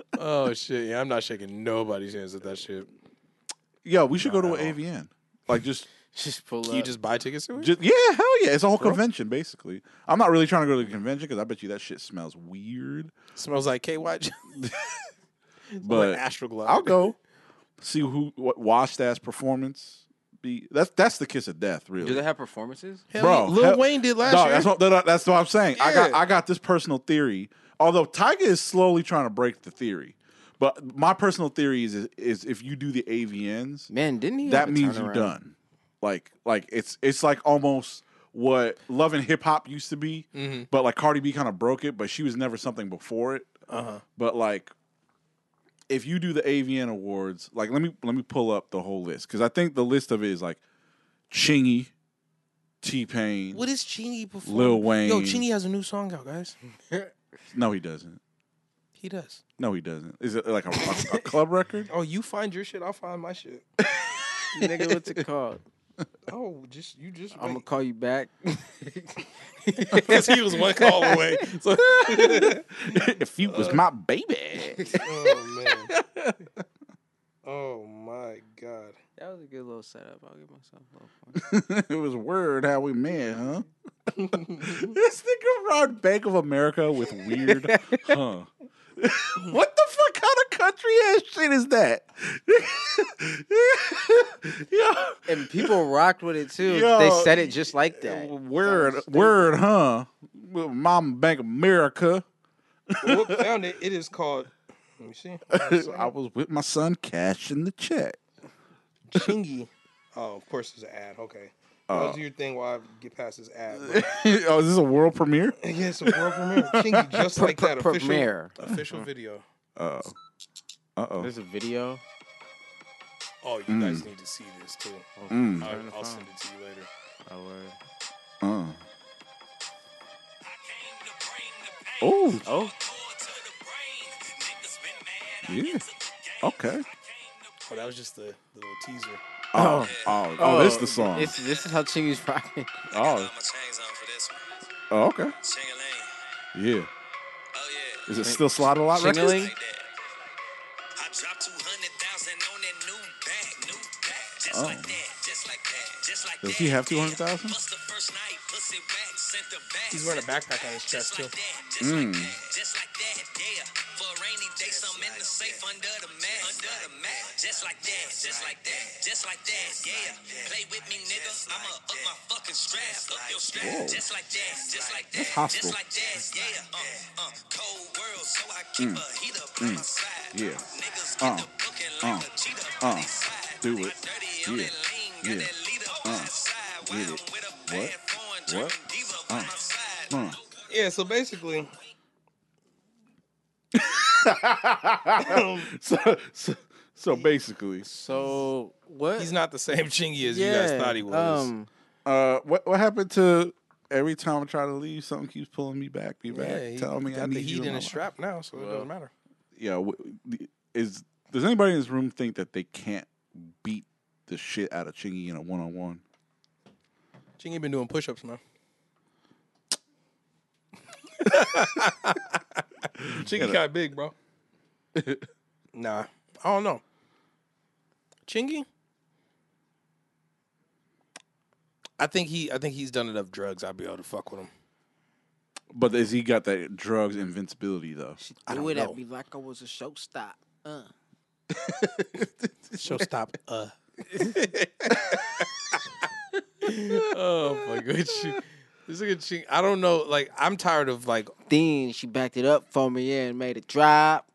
Speaker 1: oh, shit. Yeah, I'm not shaking nobody's hands at that shit.
Speaker 3: Yo, we should go to an AVN. Like just,
Speaker 2: Just pull
Speaker 1: Can
Speaker 2: up.
Speaker 1: you just buy tickets to it?
Speaker 3: just yeah, hell yeah! It's a whole convention basically. I'm not really trying to go to the convention because I bet you that shit smells weird.
Speaker 1: Smells like KY.
Speaker 3: But
Speaker 1: like Astral Glove.
Speaker 3: I'll go see who what washed ass performance be. That's that's the kiss of death, really.
Speaker 2: Do they have performances?
Speaker 1: Hell,
Speaker 3: Bro,
Speaker 1: Lil
Speaker 3: hell-
Speaker 1: Wayne did last
Speaker 3: Dog,
Speaker 1: year.
Speaker 3: that's what that- that's what I'm saying. I got
Speaker 1: Yeah.
Speaker 3: I got this personal theory. Although Tyga is slowly trying to break the theory, but my personal theory is is if you do the AVNs,
Speaker 2: Man, didn't he? have
Speaker 3: that
Speaker 2: a
Speaker 3: means you're
Speaker 2: turnaround?
Speaker 3: done. Like like it's it's like almost what love and hip hop used to be,
Speaker 1: Mm-hmm.
Speaker 3: but like Cardi B kind of broke it, but she was never something before it. Uh-huh. But like if you do the AVN awards, like let me let me pull up the whole list because I think the list of it is like Chingy, T Pain.
Speaker 1: What is Chingy before?
Speaker 3: Lil Wayne.
Speaker 1: Yo, Chingy has a new song out, guys.
Speaker 3: No, he doesn't.
Speaker 1: He does.
Speaker 3: No, he doesn't. Is it like a, a, a club record?
Speaker 1: Oh, you find your shit, I'll find my shit.
Speaker 2: Nigga, what's it called?
Speaker 1: Oh, just you just
Speaker 2: I'm gonna call you back.
Speaker 1: because he was one call away. So,
Speaker 3: if you was my baby,
Speaker 1: oh man. Oh my god.
Speaker 2: That was a good little setup. I'll give myself a little point.
Speaker 3: it was word how we met, huh? this nigga run Bank of America with weird, huh? what the fuck kind of country ass shit is that? yeah.
Speaker 2: And people rocked with it too.
Speaker 3: Yo,
Speaker 2: they said it just like that.
Speaker 3: Word, word, huh? Mom, Bank of America.
Speaker 1: Whoop found it. It is called. Let me see.
Speaker 3: I was with my son cashing the check.
Speaker 1: Chingy. Oh, of course, it's an ad. Okay. I'll
Speaker 3: Uh.
Speaker 1: do your thing while I get past this ad. but-
Speaker 3: oh, is this a world premiere?
Speaker 1: yeah, it's a world premiere. Chingy, just like that.
Speaker 2: Pre-
Speaker 1: Official,
Speaker 2: premiere.
Speaker 1: official video.
Speaker 3: Uh oh.
Speaker 2: There's a video.
Speaker 1: Oh, you guys need to see this too.
Speaker 3: Mm.
Speaker 1: I'll, I'll send it to you later.
Speaker 2: Oh, word.
Speaker 3: Uh.
Speaker 4: Oh.
Speaker 2: Oh,
Speaker 3: Oh. Yeah. Okay.
Speaker 1: Oh, that was just the, the little teaser.
Speaker 3: Oh. Oh. Oh. This is the song.
Speaker 2: This, this is how Chingy's rocking.
Speaker 3: Oh. Oh. Okay. Yeah.
Speaker 4: Oh,
Speaker 3: Is it still slide a lot records?
Speaker 2: Chingaling.
Speaker 4: I dropped 200,000 on that new bag, new bag. Just
Speaker 3: Oh.
Speaker 4: like that, just like that, just like
Speaker 3: Does
Speaker 4: that.
Speaker 3: he have 200,000?
Speaker 4: Bust the first night, pussy back, sent the back.
Speaker 1: He's wearing a
Speaker 4: sent the
Speaker 1: backpack on his chest,
Speaker 4: just like
Speaker 1: too.
Speaker 4: that, just
Speaker 3: Hmm.
Speaker 4: like that, just like that, yeah. For a rainy day, some in the safe under the mat, under the mat. Just like that, just like that, just like that, yeah. Play with me, nigga. I'ma up my fucking strap, up your strap. Just like that, just like that,
Speaker 3: hostile.
Speaker 4: just like that, yeah. Uh, uh, cold world, so I keep a heater by my side.
Speaker 3: Hmm. Yeah.
Speaker 4: Niggas
Speaker 3: Uh,
Speaker 4: get the booking like a cheetah.
Speaker 3: uh,
Speaker 4: they side.
Speaker 3: do
Speaker 4: I
Speaker 3: it.
Speaker 4: dirty
Speaker 3: Yeah,
Speaker 4: on that lean, got
Speaker 3: yeah, Uh.
Speaker 4: that lead up on that side. While
Speaker 3: get
Speaker 4: I'm
Speaker 3: it.
Speaker 4: with a
Speaker 3: What?
Speaker 4: bad foreign
Speaker 3: What?
Speaker 4: German diva by my side.
Speaker 3: Uh.
Speaker 1: Yeah, so basically,
Speaker 3: so, so, so basically,
Speaker 2: So what?
Speaker 1: he's not the same Chingy as you
Speaker 2: yeah,
Speaker 1: guys thought he was.
Speaker 2: Um,
Speaker 3: uh, what what happened to every time I try to leave, something keeps pulling me back, me back,
Speaker 1: yeah, he
Speaker 3: telling me I
Speaker 1: got
Speaker 3: need
Speaker 1: the
Speaker 3: you
Speaker 1: heat
Speaker 3: in
Speaker 1: in
Speaker 3: my
Speaker 1: his
Speaker 3: life.
Speaker 1: strap now, so it doesn't matter.
Speaker 3: Yeah. w- Is does anybody in this room think that they can't beat the shit out of Chingy in a one on one?
Speaker 1: Chingy been doing push-ups, man. Chingy got big, bro. nah, I don't know. Chingy, I think he, I think he's done enough drugs. I'd be able to fuck with him.
Speaker 3: But is he got that drugs invincibility though?
Speaker 1: I
Speaker 2: Do
Speaker 1: don't
Speaker 2: it
Speaker 1: know.
Speaker 2: at me like I was a showstop. Uh.
Speaker 1: Show stop. Uh. oh my god, she, this nigga Ching. I don't know. Like I'm tired of like
Speaker 2: Then she backed it up for me yeah, and made it drop.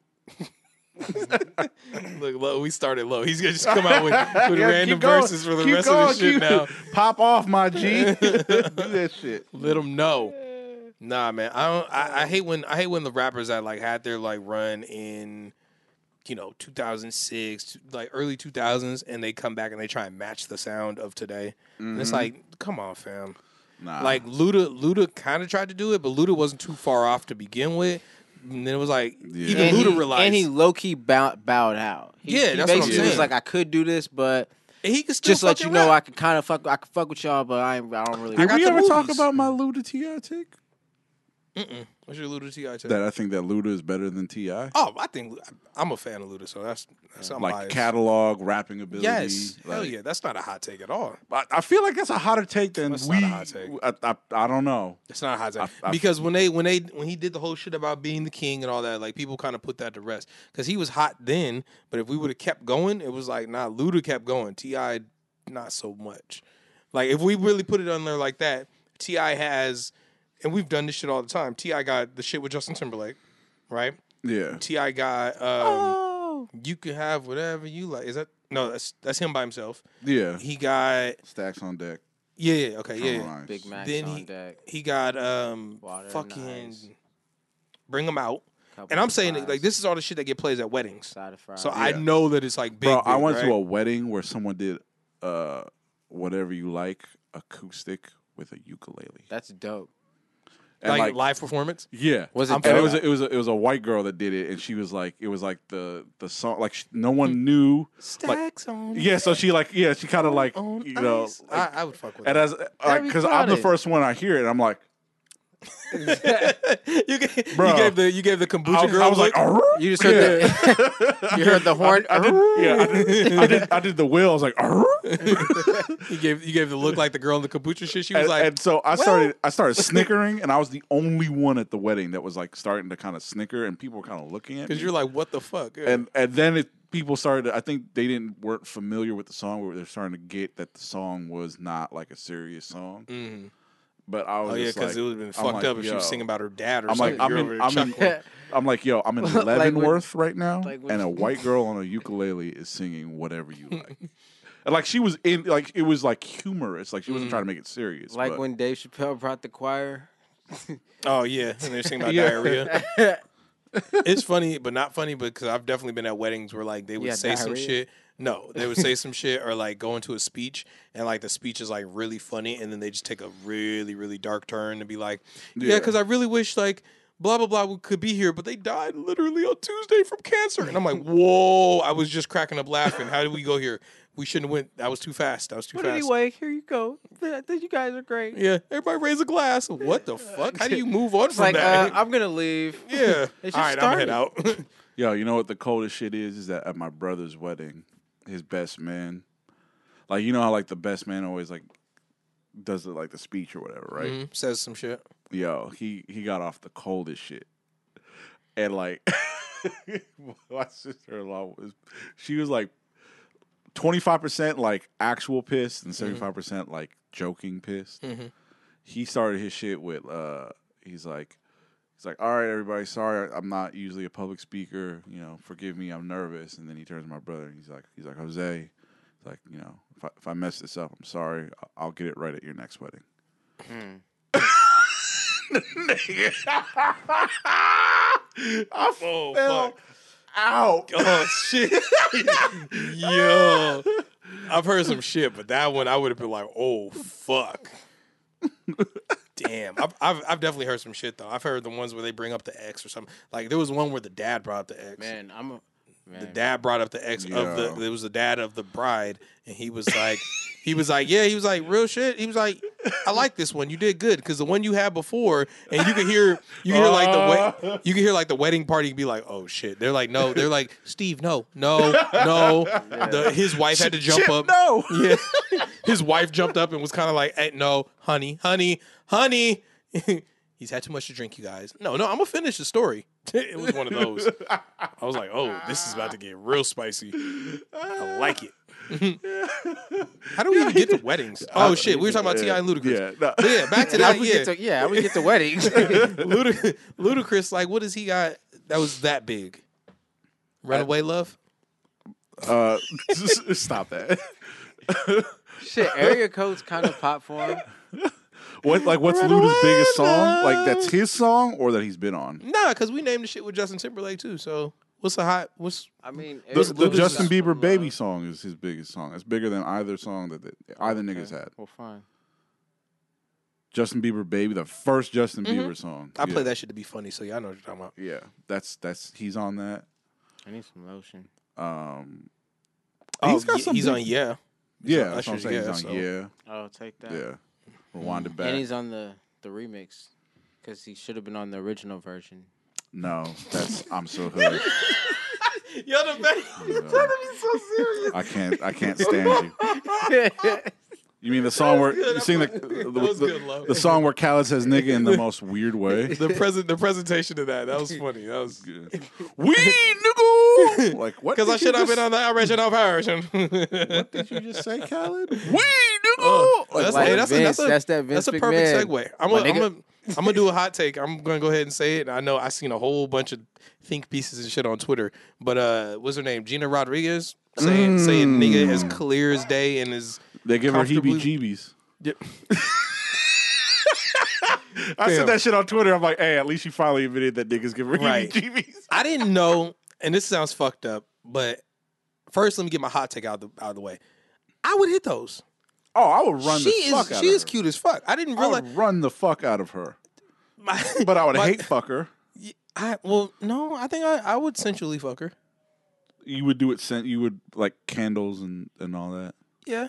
Speaker 1: Look, low, we started low. He's gonna just come out with, with
Speaker 3: Yeah,
Speaker 1: random
Speaker 3: keep going.
Speaker 1: verses for the
Speaker 3: Keep
Speaker 1: rest
Speaker 3: going,
Speaker 1: of this shit
Speaker 3: keep-
Speaker 1: now.
Speaker 3: Pop off, my G. Do that shit.
Speaker 1: Let him know. Nah, man. I don't. I, I hate when I hate when the rappers that like had their like run in, you know, 2006, like early 2000s, and they come back and they try and match the sound of today. And
Speaker 2: Mm-hmm.
Speaker 1: it's like, come on, fam.
Speaker 2: Ah.
Speaker 3: Nah.
Speaker 1: Like Luda, Luda kind of tried to do it, but Luda wasn't too far off to begin with. And then it was like
Speaker 3: Yeah.
Speaker 1: even
Speaker 2: and
Speaker 1: Luda
Speaker 2: he,
Speaker 1: realized
Speaker 2: And he low key bowed, bowed out. He,
Speaker 1: Yeah,
Speaker 2: he
Speaker 1: that's what I'm
Speaker 2: basically was
Speaker 3: saying.
Speaker 2: like, I could do this, but
Speaker 1: he, could still
Speaker 2: just let you
Speaker 1: fucking
Speaker 2: know,
Speaker 1: rap.
Speaker 2: I could kind of fuck. I could fuck with y'all, but I, ain't, I don't really.
Speaker 1: I
Speaker 3: Did
Speaker 1: got
Speaker 3: we
Speaker 1: the
Speaker 3: ever talk
Speaker 1: movies.
Speaker 3: about my Luda Ti take?
Speaker 1: What's your Luda Ti? take?
Speaker 3: That I think that Luda is better than Ti.
Speaker 1: Oh, I think I'm a fan of Luda, so that's that's I'm
Speaker 3: like
Speaker 1: biased.
Speaker 3: catalog, rapping ability.
Speaker 1: Yes,
Speaker 3: like-
Speaker 1: hell yeah, that's not a hot take at all.
Speaker 3: I, I feel like that's a hotter take than
Speaker 1: That's
Speaker 3: we.
Speaker 1: not a hot take.
Speaker 3: I, I, I don't know.
Speaker 1: It's not a hot take
Speaker 3: I-
Speaker 1: because when they when they when he did the whole shit about being the king and all that, like people kind of put that to rest because he was hot then. But if we would have kept going, it was like nah, Luda kept going. Ti not so much. Like if we really put it on there like that, Ti has, and we've done this shit all the time. Ti got the shit with Justin Timberlake, right?
Speaker 3: Yeah.
Speaker 1: Ti guy. Um, You can have whatever you like. Is that no? That's that's him by himself.
Speaker 3: Yeah.
Speaker 1: He got
Speaker 3: Stacks on deck.
Speaker 1: yeah. yeah, Okay, yeah.
Speaker 3: Drum
Speaker 1: yeah.
Speaker 3: lines.
Speaker 2: Big Mac
Speaker 1: Then
Speaker 2: on
Speaker 1: he-
Speaker 2: deck.
Speaker 1: He got um
Speaker 2: Water and
Speaker 1: fucking
Speaker 2: ice.
Speaker 1: bring him out.
Speaker 2: couple
Speaker 1: And I'm
Speaker 2: of
Speaker 1: saying that, like
Speaker 2: fries,
Speaker 1: this is all the shit that get plays at weddings.
Speaker 2: Side of fries.
Speaker 1: So I
Speaker 3: Yeah.
Speaker 1: know that it's like big.
Speaker 3: Bro, I
Speaker 1: big,
Speaker 3: went
Speaker 1: right?
Speaker 3: to a wedding where someone did uh, whatever you like acoustic with a ukulele.
Speaker 2: that's dope.
Speaker 3: And
Speaker 1: like, live performance.
Speaker 3: Yeah,
Speaker 2: Was it
Speaker 3: And it
Speaker 2: dope?
Speaker 3: was a, it was a, it was a white girl that did it, and she was like, it was like the the song, like she, no
Speaker 1: Mm.
Speaker 3: one knew.
Speaker 1: Stacks on.
Speaker 3: Yeah, so she like, yeah, she kind of like,
Speaker 1: on
Speaker 3: you know,
Speaker 1: ice.
Speaker 3: like-
Speaker 1: I, I would fuck with
Speaker 3: and
Speaker 1: that.
Speaker 3: as like,
Speaker 2: be
Speaker 3: because I'm the
Speaker 2: crowded.
Speaker 3: first one I hear it, and I'm like,
Speaker 1: you, gave,
Speaker 3: Bro.
Speaker 1: you gave the you gave the kombucha
Speaker 3: I was,
Speaker 1: girl.
Speaker 3: I was like,
Speaker 1: look.
Speaker 3: "Arr!"
Speaker 2: You just heard
Speaker 3: Yeah.
Speaker 2: the you heard the horn.
Speaker 3: I did, yeah, I did, I did, I did the will. I was like, "Arr!"
Speaker 1: you gave you gave the look like the girl in the kombucha shit. She was
Speaker 3: "Oh." and,
Speaker 1: like,
Speaker 3: and so I started, I started snickering, and I was the only one at the wedding that was like starting to kind of snicker, and people were kind of looking at me.
Speaker 1: because you're like, what the fuck? Yeah.
Speaker 3: and and then it, people started. I think they didn't weren't familiar with the song, but they're starting to get that the song was not like a serious song.
Speaker 1: Mhm.
Speaker 3: But I was
Speaker 1: Oh yeah,
Speaker 3: because
Speaker 1: because it would have been fucked up if she was singing about her dad or
Speaker 3: I'm like,
Speaker 1: something.
Speaker 3: I'm
Speaker 1: You're
Speaker 3: in,
Speaker 1: over
Speaker 3: I'm,
Speaker 1: chuckling.
Speaker 3: in, I'm like, yo, I'm in
Speaker 2: Like when-
Speaker 3: Leavenworth right now,
Speaker 2: like when-
Speaker 3: and a white girl on a ukulele is singing whatever you like. And like she was in, like it was like humorous, like she wasn't trying to make it serious.
Speaker 2: Mm. Like
Speaker 3: but-
Speaker 2: when Dave Chappelle brought the choir.
Speaker 1: Oh yeah, and they're singing about
Speaker 3: Yeah.
Speaker 1: diarrhea. it's funny, but not funny because I've definitely been at weddings where like they would
Speaker 2: Yeah,
Speaker 1: say some
Speaker 2: diarrhea.
Speaker 1: shit. No, they would say some shit or like go into a speech and like the speech is like really funny and then they just take a really really dark turn and be like, yeah,
Speaker 3: Yeah.
Speaker 1: because I really wish like blah blah blah could be here, but they died literally on Tuesday from cancer, and I'm like, whoa, I was just cracking up laughing. How did we go here? We shouldn't have went. That was too fast. That was too
Speaker 2: But
Speaker 1: fast.
Speaker 2: anyway, here you go. Th- th- You guys are great.
Speaker 1: Yeah, everybody raise a glass. What the fuck? How do you move on
Speaker 2: It's
Speaker 1: from
Speaker 2: like uh,
Speaker 1: that?
Speaker 2: I'm gonna leave.
Speaker 1: Yeah.
Speaker 2: They should
Speaker 1: All right, I'm head out.
Speaker 3: Yo, you know what the coldest shit is? Is that at my brother's wedding, his best man, like you know how like the best man always like does it like the speech or whatever, right?
Speaker 2: Mm.
Speaker 1: Mhm, Says some shit.
Speaker 3: Yo, he he got off the coldest shit, and like my sister in law was, she was like twenty five percent like actual pissed and
Speaker 1: Mm-hmm.
Speaker 3: seventy five percent like joking pissed.
Speaker 1: Mhm.
Speaker 3: He started his shit with uh, he's like. He's like, all right, everybody, sorry, I'm not usually a public speaker. You know, forgive me, I'm nervous. And then he turns to my brother and he's like, he's like, Jose, he's like, you know, if I, if I mess this up, I'm sorry. I- I'll get it right at your next wedding.
Speaker 1: Hmm.
Speaker 3: I
Speaker 1: Oh,
Speaker 3: fell out.
Speaker 1: Oh, shit. Yo. I've heard some shit, but that one I would have been like, oh, fuck. Damn. I've, I've, I've definitely heard some shit, though. I've heard the ones where they bring up the ex or something. Like, there was one where the dad brought up the ex.
Speaker 2: Man, I'm a,
Speaker 1: the
Speaker 2: Man.
Speaker 1: dad brought up the ex of the
Speaker 3: Yeah.
Speaker 1: it was the dad of the bride and he was like he was like yeah he was like real shit he was like i like this one you did good because the one you had before and you could hear you could hear like the we- you could hear like the wedding party be like oh shit they're like no they're like steve no no no the, his wife had to jump
Speaker 3: Chip,
Speaker 1: up
Speaker 3: No.
Speaker 1: yeah. His wife jumped up and was kind of like, hey, no, honey, honey, honey. He's had too much to drink, you guys. No, no, I'm going to finish the story. it was one of those. I was like, oh, this is about to get real spicy. I like it. How do we even get to weddings? Oh, shit. We were talking about T.I. and Ludacris.
Speaker 3: Yeah. no.
Speaker 1: But yeah, back to
Speaker 2: I
Speaker 1: that.
Speaker 2: would
Speaker 1: Yeah.
Speaker 2: get to, yeah, I would get the wedding.
Speaker 1: Ludic- Ludacris, like, what does he got that was that big? Runaway Love?
Speaker 3: Uh, stop that.
Speaker 2: Shit, area code's kind of pop for him.
Speaker 3: What like what's Luda's biggest song? Like that's his song or that he's been on?
Speaker 1: Nah, because we named the shit with Justin Timberlake, too. So what's the hot, what's,
Speaker 2: I mean,
Speaker 3: The,
Speaker 2: Area
Speaker 3: the
Speaker 2: Code's
Speaker 3: Justin
Speaker 2: got
Speaker 3: Bieber
Speaker 2: some,
Speaker 3: baby
Speaker 2: uh,
Speaker 3: song is his biggest song. It's bigger than either song that the, either niggas had.
Speaker 2: Well, fine.
Speaker 3: Justin Bieber baby, the first Justin Bieber song.
Speaker 1: Mm-hmm. I play
Speaker 3: Yeah.
Speaker 1: that shit to be funny, so y'all know what you're talking about.
Speaker 3: Yeah, that's that's he's on that.
Speaker 2: I need some lotion.
Speaker 3: Um,
Speaker 1: Oh,
Speaker 3: he's got
Speaker 1: yeah,
Speaker 3: some.
Speaker 1: he's
Speaker 3: big-
Speaker 1: on yeah.
Speaker 3: yeah,
Speaker 1: on
Speaker 3: that's what I'm
Speaker 1: Usher's
Speaker 3: saying.
Speaker 1: Yeah,
Speaker 3: he's on
Speaker 1: so-
Speaker 3: yeah,
Speaker 2: Oh, take that.
Speaker 3: yeah. Rewind it
Speaker 2: And
Speaker 3: back.
Speaker 2: he's on the the remix because he should have been on the original version.
Speaker 3: No, that's I'm so hood.
Speaker 1: Yo, the
Speaker 3: You
Speaker 1: best.
Speaker 3: know, I can't I can't stand you.
Speaker 2: yeah,
Speaker 3: You mean the song where
Speaker 1: good.
Speaker 3: you sing the
Speaker 1: That
Speaker 3: the,
Speaker 1: was
Speaker 3: the-
Speaker 1: good, love.
Speaker 3: the song where Khaled says nigga in the most weird way?
Speaker 1: the present the presentation of that that was funny. That was
Speaker 3: we nigga like what?
Speaker 1: because I
Speaker 3: did you
Speaker 1: should have
Speaker 3: just-
Speaker 1: been on the original version.
Speaker 3: What did you just say, Khaled? We nigga.
Speaker 1: Oh, that's,
Speaker 2: Like
Speaker 1: hey, that's, a-
Speaker 2: Vince,
Speaker 1: that's, a,
Speaker 2: that's that Vince
Speaker 1: a perfect
Speaker 2: McMahon.
Speaker 1: segue. I'm
Speaker 2: My
Speaker 1: gonna I'm
Speaker 2: nigga.
Speaker 1: gonna I'm gonna do a hot take. I'm gonna go ahead and say it. And I know I seen a whole bunch of think pieces and shit on Twitter, but uh, what's her name? Gina Rodriguez saying saying nigga
Speaker 2: Mm.
Speaker 1: as clear as day and as
Speaker 3: They give her
Speaker 1: Comfortably-
Speaker 3: heebie-jeebies.
Speaker 1: Yep.
Speaker 3: I
Speaker 1: Damn.
Speaker 3: said that shit on Twitter. I'm like, hey, at least you finally admitted that niggas give her
Speaker 1: Right.
Speaker 3: heebie-jeebies.
Speaker 1: I didn't know, and this sounds fucked up, but first let me get my hot take out of the, out of the way. I would hit those.
Speaker 3: Oh, I would run
Speaker 1: she
Speaker 3: the fuck
Speaker 1: is
Speaker 3: out
Speaker 1: she
Speaker 3: of
Speaker 1: is
Speaker 3: her.
Speaker 1: cute as fuck. I didn't
Speaker 3: I
Speaker 1: realize.
Speaker 3: would run the fuck out of her.
Speaker 1: my,
Speaker 3: But I would
Speaker 1: my-
Speaker 3: hate fuck her.
Speaker 1: I well, no, I think I, I would sensually fuck her.
Speaker 3: You would do it sent you would like candles and, and all that.
Speaker 1: Yeah,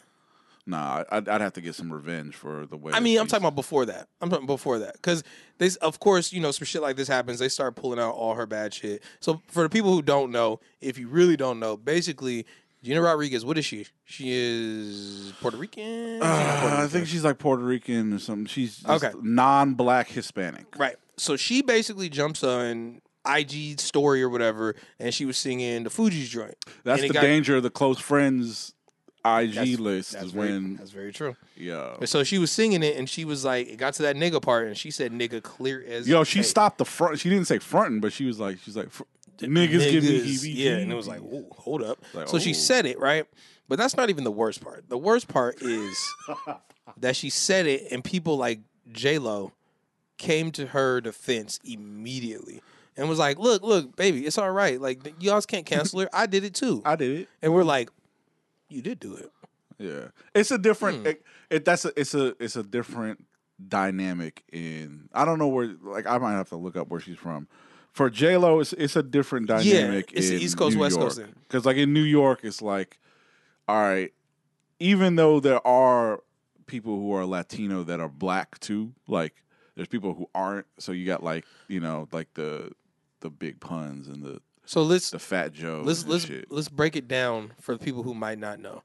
Speaker 3: Nah, I'd, I'd have to get some revenge for the way.
Speaker 1: I
Speaker 3: that
Speaker 1: mean, I'm
Speaker 3: she's-
Speaker 1: talking about before that. I'm talking before that because they, of course, you know, some shit like this happens. They start pulling out all her bad shit. So for the people who don't know, if you really don't know, basically, Gina Rodriguez, what is she? She is Puerto Rican.
Speaker 3: Uh,
Speaker 1: Puerto
Speaker 3: I think she's like Puerto Rican or something. She's just
Speaker 1: Okay.
Speaker 3: non-black Hispanic.
Speaker 1: Right. So she basically jumps on IG story or whatever, and she was singing the Fuji's joint.
Speaker 3: That's
Speaker 1: And it
Speaker 3: the
Speaker 1: got-
Speaker 3: danger of the close friends IG list
Speaker 1: That's
Speaker 3: is
Speaker 1: very,
Speaker 3: when
Speaker 1: that's very true.
Speaker 3: yo
Speaker 1: And so she was singing it, and she was like, it got to that nigga part, and she said nigga clear as
Speaker 3: yo she
Speaker 1: day.
Speaker 3: stopped the front. She didn't say fronting, but she was like she's like "Fr- niggas, give me E heebie.
Speaker 1: yeah, and it was like, Ooh, hold up.
Speaker 3: Like,
Speaker 1: so she
Speaker 3: ooh.
Speaker 1: said it right, but that's not even the worst part. The worst part is that she said it, and people like J Lo came to her defense immediately and was like, "Look, look, baby, it's all right. Like y'all can't cancel her. I did it too."
Speaker 3: I did it.
Speaker 1: and we're like, "You did do it."
Speaker 3: Yeah, it's a different.
Speaker 1: Hmm.
Speaker 3: It, it that's a it's a it's a different dynamic in. I don't know where. Like I might have to look up where she's from. For J Lo, it's it's a different dynamic.
Speaker 1: it's the
Speaker 3: in
Speaker 1: East Coast,
Speaker 3: New
Speaker 1: West
Speaker 3: York.
Speaker 1: Coast thing.
Speaker 3: Because like in New York, it's like, all right, even though there are people who are Latino that are black too, like there's people who aren't. So you got like you know like the the big puns and the
Speaker 1: So let's
Speaker 3: the fat Joe.
Speaker 1: let's
Speaker 3: and
Speaker 1: let's
Speaker 3: shit.
Speaker 1: let's break it down for the people who might not know.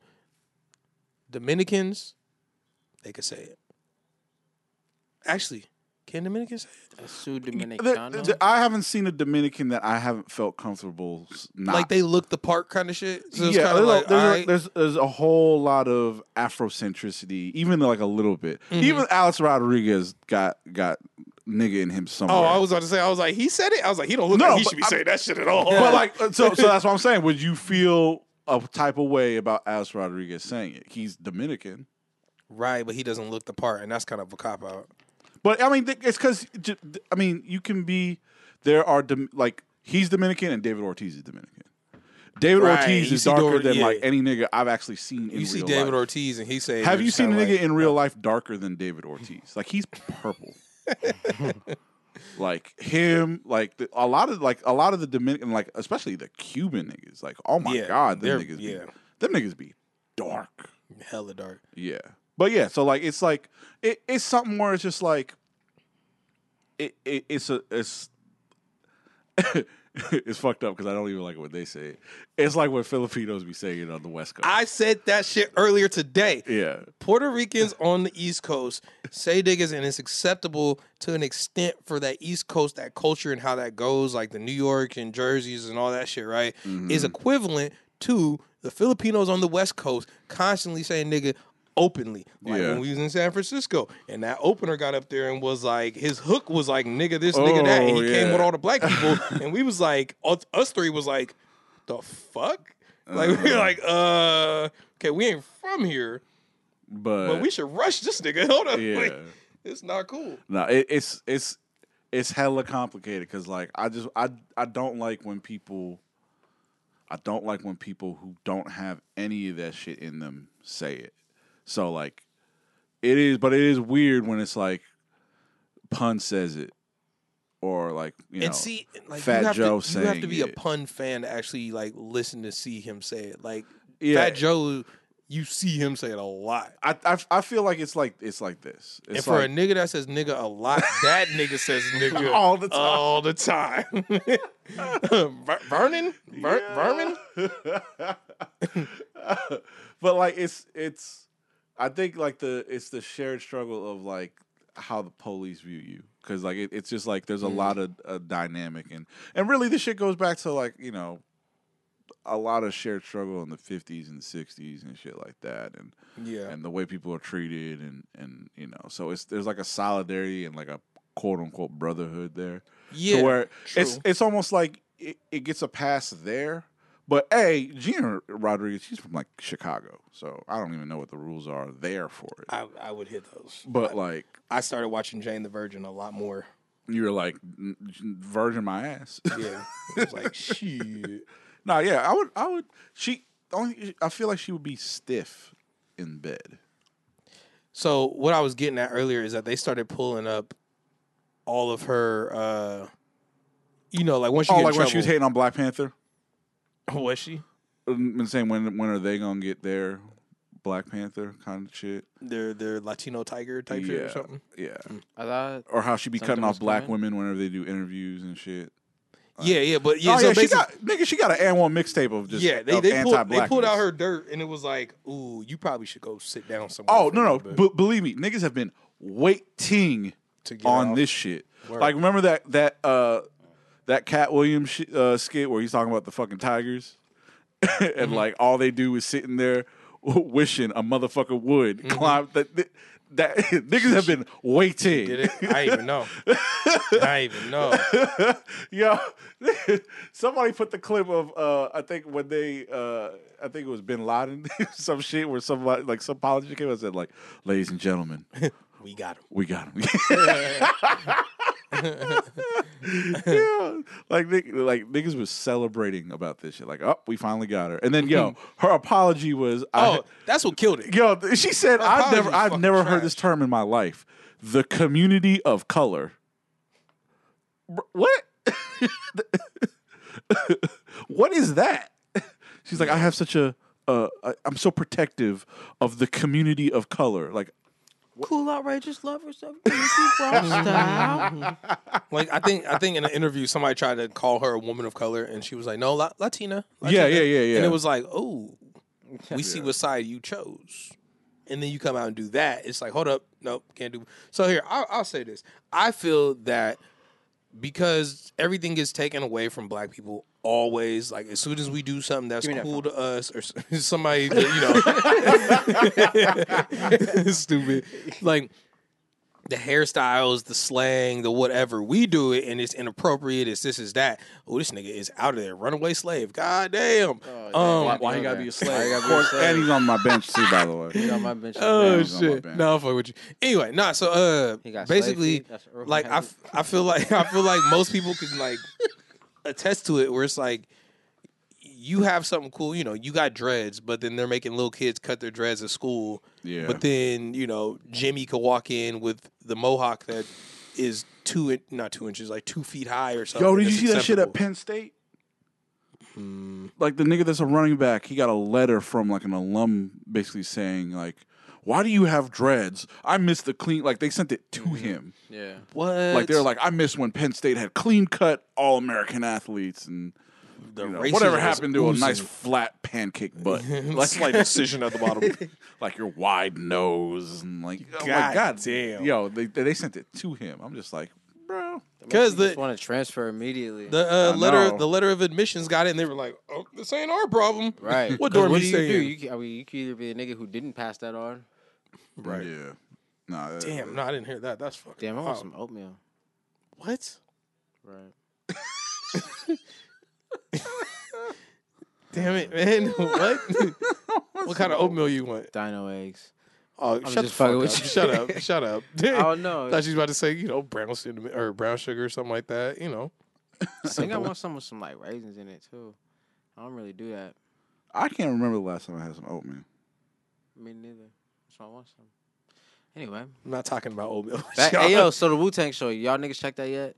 Speaker 1: Dominicans, they could say it. Actually, can Dominicans say it?
Speaker 2: Sue
Speaker 3: The-
Speaker 2: Dominicano.
Speaker 3: the- I haven't seen a Dominican that I haven't felt comfortable s- not.
Speaker 1: Like they look the part kind of shit. So it's
Speaker 3: yeah,
Speaker 1: kind of like
Speaker 3: there's, a, there's, a-
Speaker 1: all right.
Speaker 3: there's there's a whole lot of Afrocentricity, even like a little bit.
Speaker 1: Mm-hmm.
Speaker 3: Even Alex Rodriguez got got nigga in him somewhere.
Speaker 1: Oh, I was about to say. I was like, he said it. I was like, he don't look
Speaker 3: No,
Speaker 1: like he
Speaker 3: but
Speaker 1: should be
Speaker 3: I-
Speaker 1: saying that shit at all.
Speaker 3: but like, so so that's what I'm saying. Would you feel a type of way about Alex Rodriguez saying it? He's Dominican,
Speaker 1: right, but he doesn't look the part, and that's kind of a cop out.
Speaker 3: but I mean, th- it's because I mean, you can be. There are Dom- like he's Dominican and David Ortiz is Dominican. David
Speaker 1: Right,
Speaker 3: Ortiz
Speaker 1: you
Speaker 3: is
Speaker 1: see
Speaker 3: darker
Speaker 1: Dor-
Speaker 3: than
Speaker 1: yeah.
Speaker 3: like any nigga I've actually seen. In
Speaker 1: You see
Speaker 3: real
Speaker 1: David
Speaker 3: life.
Speaker 1: Ortiz, and he say,
Speaker 3: Have you
Speaker 1: it's
Speaker 3: seen a
Speaker 1: kinda
Speaker 3: nigga
Speaker 1: like-
Speaker 3: in real life darker than David Ortiz? Like he's purple. like him, like the, a lot of like a lot of the Dominican, like especially the Cuban niggas. Like, oh my
Speaker 1: Yeah,
Speaker 3: god, them
Speaker 1: they're-
Speaker 3: niggas,
Speaker 1: yeah.
Speaker 3: be, them niggas be dark.
Speaker 1: Hella dark.
Speaker 3: Yeah. But yeah, so like it's like it, it's something where it's just like it, it it's a it's it's fucked up because I don't even like what they say. It's like what Filipinos be saying on the West Coast.
Speaker 1: I said that shit earlier today.
Speaker 3: yeah.
Speaker 1: Puerto Ricans on the East Coast say niggas, and it's acceptable to an extent for that East Coast, that culture, and how that goes, like the New York and Jerseys and all that shit, right?
Speaker 3: Mm-hmm.
Speaker 1: Is equivalent to the Filipinos on the West Coast constantly saying nigga openly. Like
Speaker 3: Yeah.
Speaker 1: when we was in San Francisco, and that opener got up there and was like, his hook was like nigga this, nigga that, and
Speaker 3: Oh,
Speaker 1: he
Speaker 3: yeah.
Speaker 1: came with all the black people, and we was like, us us three was like, the fuck. Like
Speaker 3: Uh-huh.
Speaker 1: we were like, uh, okay, we ain't from here,
Speaker 3: But,
Speaker 1: but we should rush this nigga. Hold up.
Speaker 3: yeah.
Speaker 1: Like, it's not cool.
Speaker 3: No, it, it's it's it's hella complicated because like I just I I don't like when people I don't like when people who don't have any of that shit in them say it. So like it is, but it is weird when it's like pun says it or like you know
Speaker 1: and see, like
Speaker 3: Fat
Speaker 1: you have
Speaker 3: Joe
Speaker 1: to, you have to
Speaker 3: saying
Speaker 1: be
Speaker 3: it.
Speaker 1: a pun fan to actually like listen to see him say it. Like
Speaker 3: Yeah.
Speaker 1: Fat Joe, you see him say it a lot.
Speaker 3: I, I I feel like it's like it's like this. It's
Speaker 1: and for
Speaker 3: like,
Speaker 1: a nigga that says nigga a lot, that nigga says nigga oh,
Speaker 3: All the time.
Speaker 1: All the time. Ver- Vernon, Ver- Vermin.
Speaker 3: but like it's it's I think like the it's the shared struggle of like how the police view you because like it, it's just like there's a
Speaker 1: Mm-hmm.
Speaker 3: lot of uh, dynamic and and really this shit goes back to like you know a lot of shared struggle in the 50s and 60s and shit like that and
Speaker 1: Yeah,
Speaker 3: and the way people are treated and and you know so it's there's like a solidarity and like a quote unquote brotherhood there
Speaker 1: yeah.
Speaker 3: to where it's
Speaker 1: true.
Speaker 3: it's almost like it, it gets a pass there. But a Gina Rodriguez, she's from like Chicago, so I don't even know what the rules are there for it.
Speaker 1: I, I would hit those.
Speaker 3: but like
Speaker 1: I started watching Jane the Virgin a lot more.
Speaker 3: you were like "N- virgin my ass.
Speaker 1: Yeah, I was like shit.
Speaker 3: no, yeah, I would, I would. She only, I feel like she would be stiff in bed.
Speaker 1: So what I was getting at earlier is that they started pulling up all of her, uh you know, like once she
Speaker 3: Oh,
Speaker 1: get
Speaker 3: like
Speaker 1: in
Speaker 3: when
Speaker 1: trouble,
Speaker 3: she was hating on Black Panther,
Speaker 1: was she?
Speaker 3: and saying when when are they gonna get their Black Panther kind of shit.
Speaker 1: They're they're Latino tiger type shit or
Speaker 3: Yeah,
Speaker 1: something.
Speaker 3: yeah.
Speaker 2: I thought
Speaker 3: Or how she be
Speaker 2: Something
Speaker 3: cutting
Speaker 2: was
Speaker 3: off black
Speaker 2: coming?
Speaker 3: women whenever they do interviews and shit.
Speaker 1: yeah, yeah, but yeah,
Speaker 3: oh,
Speaker 1: so
Speaker 3: yeah, she
Speaker 1: basically,
Speaker 3: got nigga. She got an and one mixtape of just
Speaker 1: yeah, they
Speaker 3: of
Speaker 1: they pulled, they
Speaker 3: anti-blackness.
Speaker 1: pulled out her dirt, and it was like, ooh, you probably should go sit down somewhere.
Speaker 3: Oh
Speaker 1: for
Speaker 3: no
Speaker 1: a
Speaker 3: no,
Speaker 1: little bit
Speaker 3: b- believe me, niggas have been waiting
Speaker 1: to get
Speaker 3: on
Speaker 1: off."
Speaker 3: this shit.
Speaker 1: Word.
Speaker 3: Like remember that that uh that Cat Williams sh- uh, skit where he's talking about the fucking tigers, and
Speaker 1: Mm-hmm.
Speaker 3: like all they do is sitting there wishing a motherfucker would
Speaker 1: Mm-hmm.
Speaker 3: climb that. that that niggas have been waiting.
Speaker 1: Did it? I didn't even know. I didn't even know.
Speaker 3: Yo, somebody put the clip of uh, I think when they uh, I think it was Bin Laden some shit where somebody like some politician came and said like, "Ladies and gentlemen,
Speaker 1: We got him.
Speaker 3: we got him." yeah, like nig- like niggas was celebrating about this shit. Like, oh, we finally got her. And then yo, her apology was, I,
Speaker 1: Oh, that's what killed it.
Speaker 3: yo, th- she said, "I've
Speaker 1: apology
Speaker 3: never
Speaker 1: is
Speaker 3: I've
Speaker 1: fucking
Speaker 3: never
Speaker 1: trash.
Speaker 3: heard this term in my life." The community of color. Br- What? what is that? She's like, I have such a, uh, I- I'm so protective of the community of color. Like,
Speaker 2: cool, outrageous lovers of Greasy Style.
Speaker 1: Like I think I think in an interview somebody tried to call her a woman of color and she was like, "No, La- Latina,
Speaker 3: Yeah,
Speaker 1: Latina."
Speaker 3: yeah, yeah,
Speaker 1: And
Speaker 3: yeah.
Speaker 1: it was like, "Oh, we see what side you chose," and then you come out and do that. It's like, hold up, nope, can't do. So here, I'll, I'll say this: I feel that because everything is taken away from black people always like as soon as we do something that's
Speaker 2: Give me that
Speaker 1: cool to us or s- somebody that, you know stupid like the hairstyles, the slang, the whatever. We do it and it's inappropriate. It's this is that. Oh, this nigga is out of there. Runaway slave. God damn.
Speaker 2: Oh,
Speaker 1: um,
Speaker 2: damn. Why he gotta be a slave? Why he gotta
Speaker 3: Of
Speaker 2: be a
Speaker 3: course,
Speaker 2: slave?
Speaker 3: and he's on my bench too, by the way.
Speaker 2: on my bench.
Speaker 1: oh
Speaker 3: Yeah,
Speaker 2: now.
Speaker 3: he's on my
Speaker 1: shit.
Speaker 3: band.
Speaker 1: No, I fuck with you. Anyway, nah. So
Speaker 2: He
Speaker 1: uh,
Speaker 2: got slave
Speaker 1: basically,
Speaker 2: feet? That's Earl
Speaker 1: like I,
Speaker 2: Hazard.
Speaker 1: f- I feel like I feel like most people can like attest to it, where it's like you have something cool. You know, you got dreads, but then they're making little kids cut their dreads at school.
Speaker 3: Yeah.
Speaker 1: But then you know Jimmy could walk in with the mohawk that is two in, not two inches, like two feet high or something.
Speaker 3: Yo, did you
Speaker 1: It's
Speaker 3: see that shit at
Speaker 1: acceptable.
Speaker 3: Penn State? Like the nigga that's a running back, he got a letter from like an alum basically saying like, "Why do you have dreads? I missed the clean." Like they sent it
Speaker 1: Mm-hmm.
Speaker 3: to him.
Speaker 2: Yeah.
Speaker 1: What?
Speaker 3: Like they're like, "I miss when Penn State had clean cut All American athletes and
Speaker 1: The
Speaker 3: you know,
Speaker 1: racism
Speaker 3: whatever
Speaker 1: is
Speaker 3: happened to a nice
Speaker 1: oozing.
Speaker 3: flat pancake butt,
Speaker 1: like slight incision at the bottom.
Speaker 3: like your wide nose and like oh my
Speaker 1: God
Speaker 3: god
Speaker 1: damn.
Speaker 3: yo they they sent it to him. I'm just like, bro,
Speaker 1: Because
Speaker 2: just
Speaker 1: the
Speaker 2: want to transfer immediately.
Speaker 1: the uh,
Speaker 3: I
Speaker 1: letter
Speaker 3: know.
Speaker 1: the letter of admissions got it, and they were like, "Oh, this ain't our problem."
Speaker 2: right.
Speaker 1: What
Speaker 2: 'Cause
Speaker 1: dorm
Speaker 2: what
Speaker 1: you
Speaker 2: do you do?
Speaker 1: staying in?
Speaker 2: You can, I mean, you could either be a nigga who didn't pass that on.
Speaker 1: Right.
Speaker 3: Yeah, nah, that-
Speaker 1: Damn, no, I didn't hear that. That's fucking
Speaker 2: Damn, I want
Speaker 1: wild.
Speaker 2: some oatmeal.
Speaker 1: What?
Speaker 2: Right.
Speaker 1: Damn it, man. what? what kind of oatmeal you want?
Speaker 2: Dino eggs.
Speaker 1: Oh, shut the
Speaker 2: just
Speaker 1: fuck
Speaker 2: fucking
Speaker 1: up.
Speaker 2: with you.
Speaker 1: Shut up. Shut up.
Speaker 2: Oh no.
Speaker 1: Thought she was about to say, you know, brown cinnamon or brown sugar or something like that. You know,
Speaker 2: I think I want some with some like raisins in it too. I don't really do that.
Speaker 3: I can't remember the last time I had some oatmeal.
Speaker 2: Me neither. So I want some. Anyway,
Speaker 1: I'm not talking about oatmeal.
Speaker 2: that,
Speaker 1: Y'all-
Speaker 2: hey, yo, so the Wu Tang show, y'all niggas check that yet?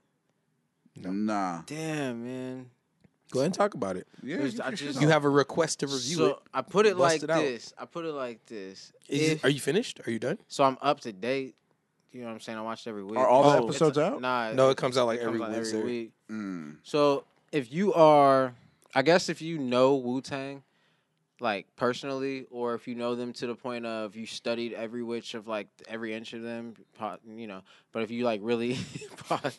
Speaker 3: Nah,
Speaker 2: Damn, man.
Speaker 1: Go ahead and talk about it.
Speaker 3: yeah,
Speaker 2: There's-
Speaker 3: get
Speaker 2: I
Speaker 3: your shit
Speaker 2: just-
Speaker 3: off.
Speaker 1: You have a request to review
Speaker 2: So I put it
Speaker 1: Bust
Speaker 2: like
Speaker 1: it out.
Speaker 2: this. I put it like this.
Speaker 1: it. Is
Speaker 2: If-
Speaker 1: it. Are you finished? Are you done?
Speaker 2: so I'm up to date. You know what I'm saying? I watched every week.
Speaker 3: Are all the
Speaker 1: Oh.
Speaker 3: episodes out?
Speaker 2: Nah,
Speaker 1: No, it comes out like
Speaker 2: comes
Speaker 1: every
Speaker 2: out
Speaker 1: Wednesday.
Speaker 2: week.
Speaker 3: Mm.
Speaker 2: So if you are, I guess if you know Wu Tang, like personally, or if you know them to the point of you studied every which of like every inch of them, po- you know. But if you like really, pause.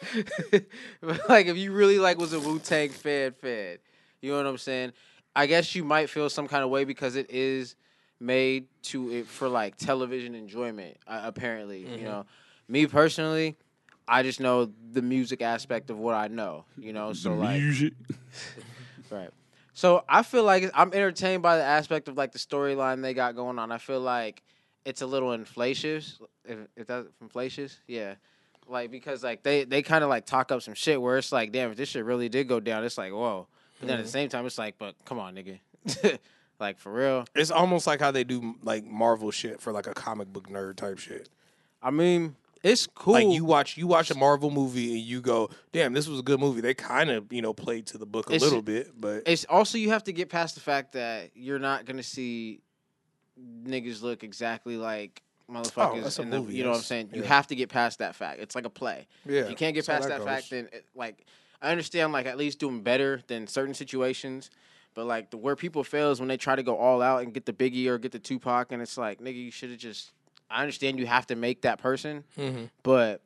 Speaker 2: like if you really like was a Wu Tang fan, fan, you know what I'm saying? I guess you might feel some kind of way because it is made to it for like television enjoyment. Uh, apparently, you know. Me personally, I just know the music aspect of what I know. You know, so like
Speaker 3: Music.
Speaker 2: Right. So I feel like I'm entertained by the aspect of like the storyline they got going on. I feel like it's a little inflatious. If, if that's inflatious, yeah. Like because like they they kind of like talk up some shit where it's like, damn, if this shit really did go down, it's like, whoa. But
Speaker 1: Mm-hmm.
Speaker 2: then at the same time, it's like, but come on, nigga. like for real.
Speaker 1: It's almost like how they do like Marvel shit for like a comic book nerd type shit.
Speaker 2: I mean, it's cool.
Speaker 1: Like you watch you watch a Marvel movie and you go, "Damn, this was a good movie." They kind of you know played to the book a
Speaker 2: It's-
Speaker 1: little bit, but
Speaker 2: it's also you have to get past the fact that you're not gonna see niggas look exactly like motherfuckers.
Speaker 1: Oh, that's a
Speaker 2: in the-
Speaker 1: movie,
Speaker 2: you know what I'm
Speaker 1: that's-
Speaker 2: saying? You
Speaker 1: yeah.
Speaker 2: have to get past that fact. It's like a play.
Speaker 1: yeah,
Speaker 2: If you can't get
Speaker 1: that's how
Speaker 2: past that,
Speaker 1: goes.
Speaker 2: fact, then it, like I understand, like at least doing better than certain situations. But like the where people fail is when they try to go all out and get the Biggie or get the Tupac, and it's like nigga, you should have just. I understand you have to make that person,
Speaker 1: Mhm.
Speaker 2: but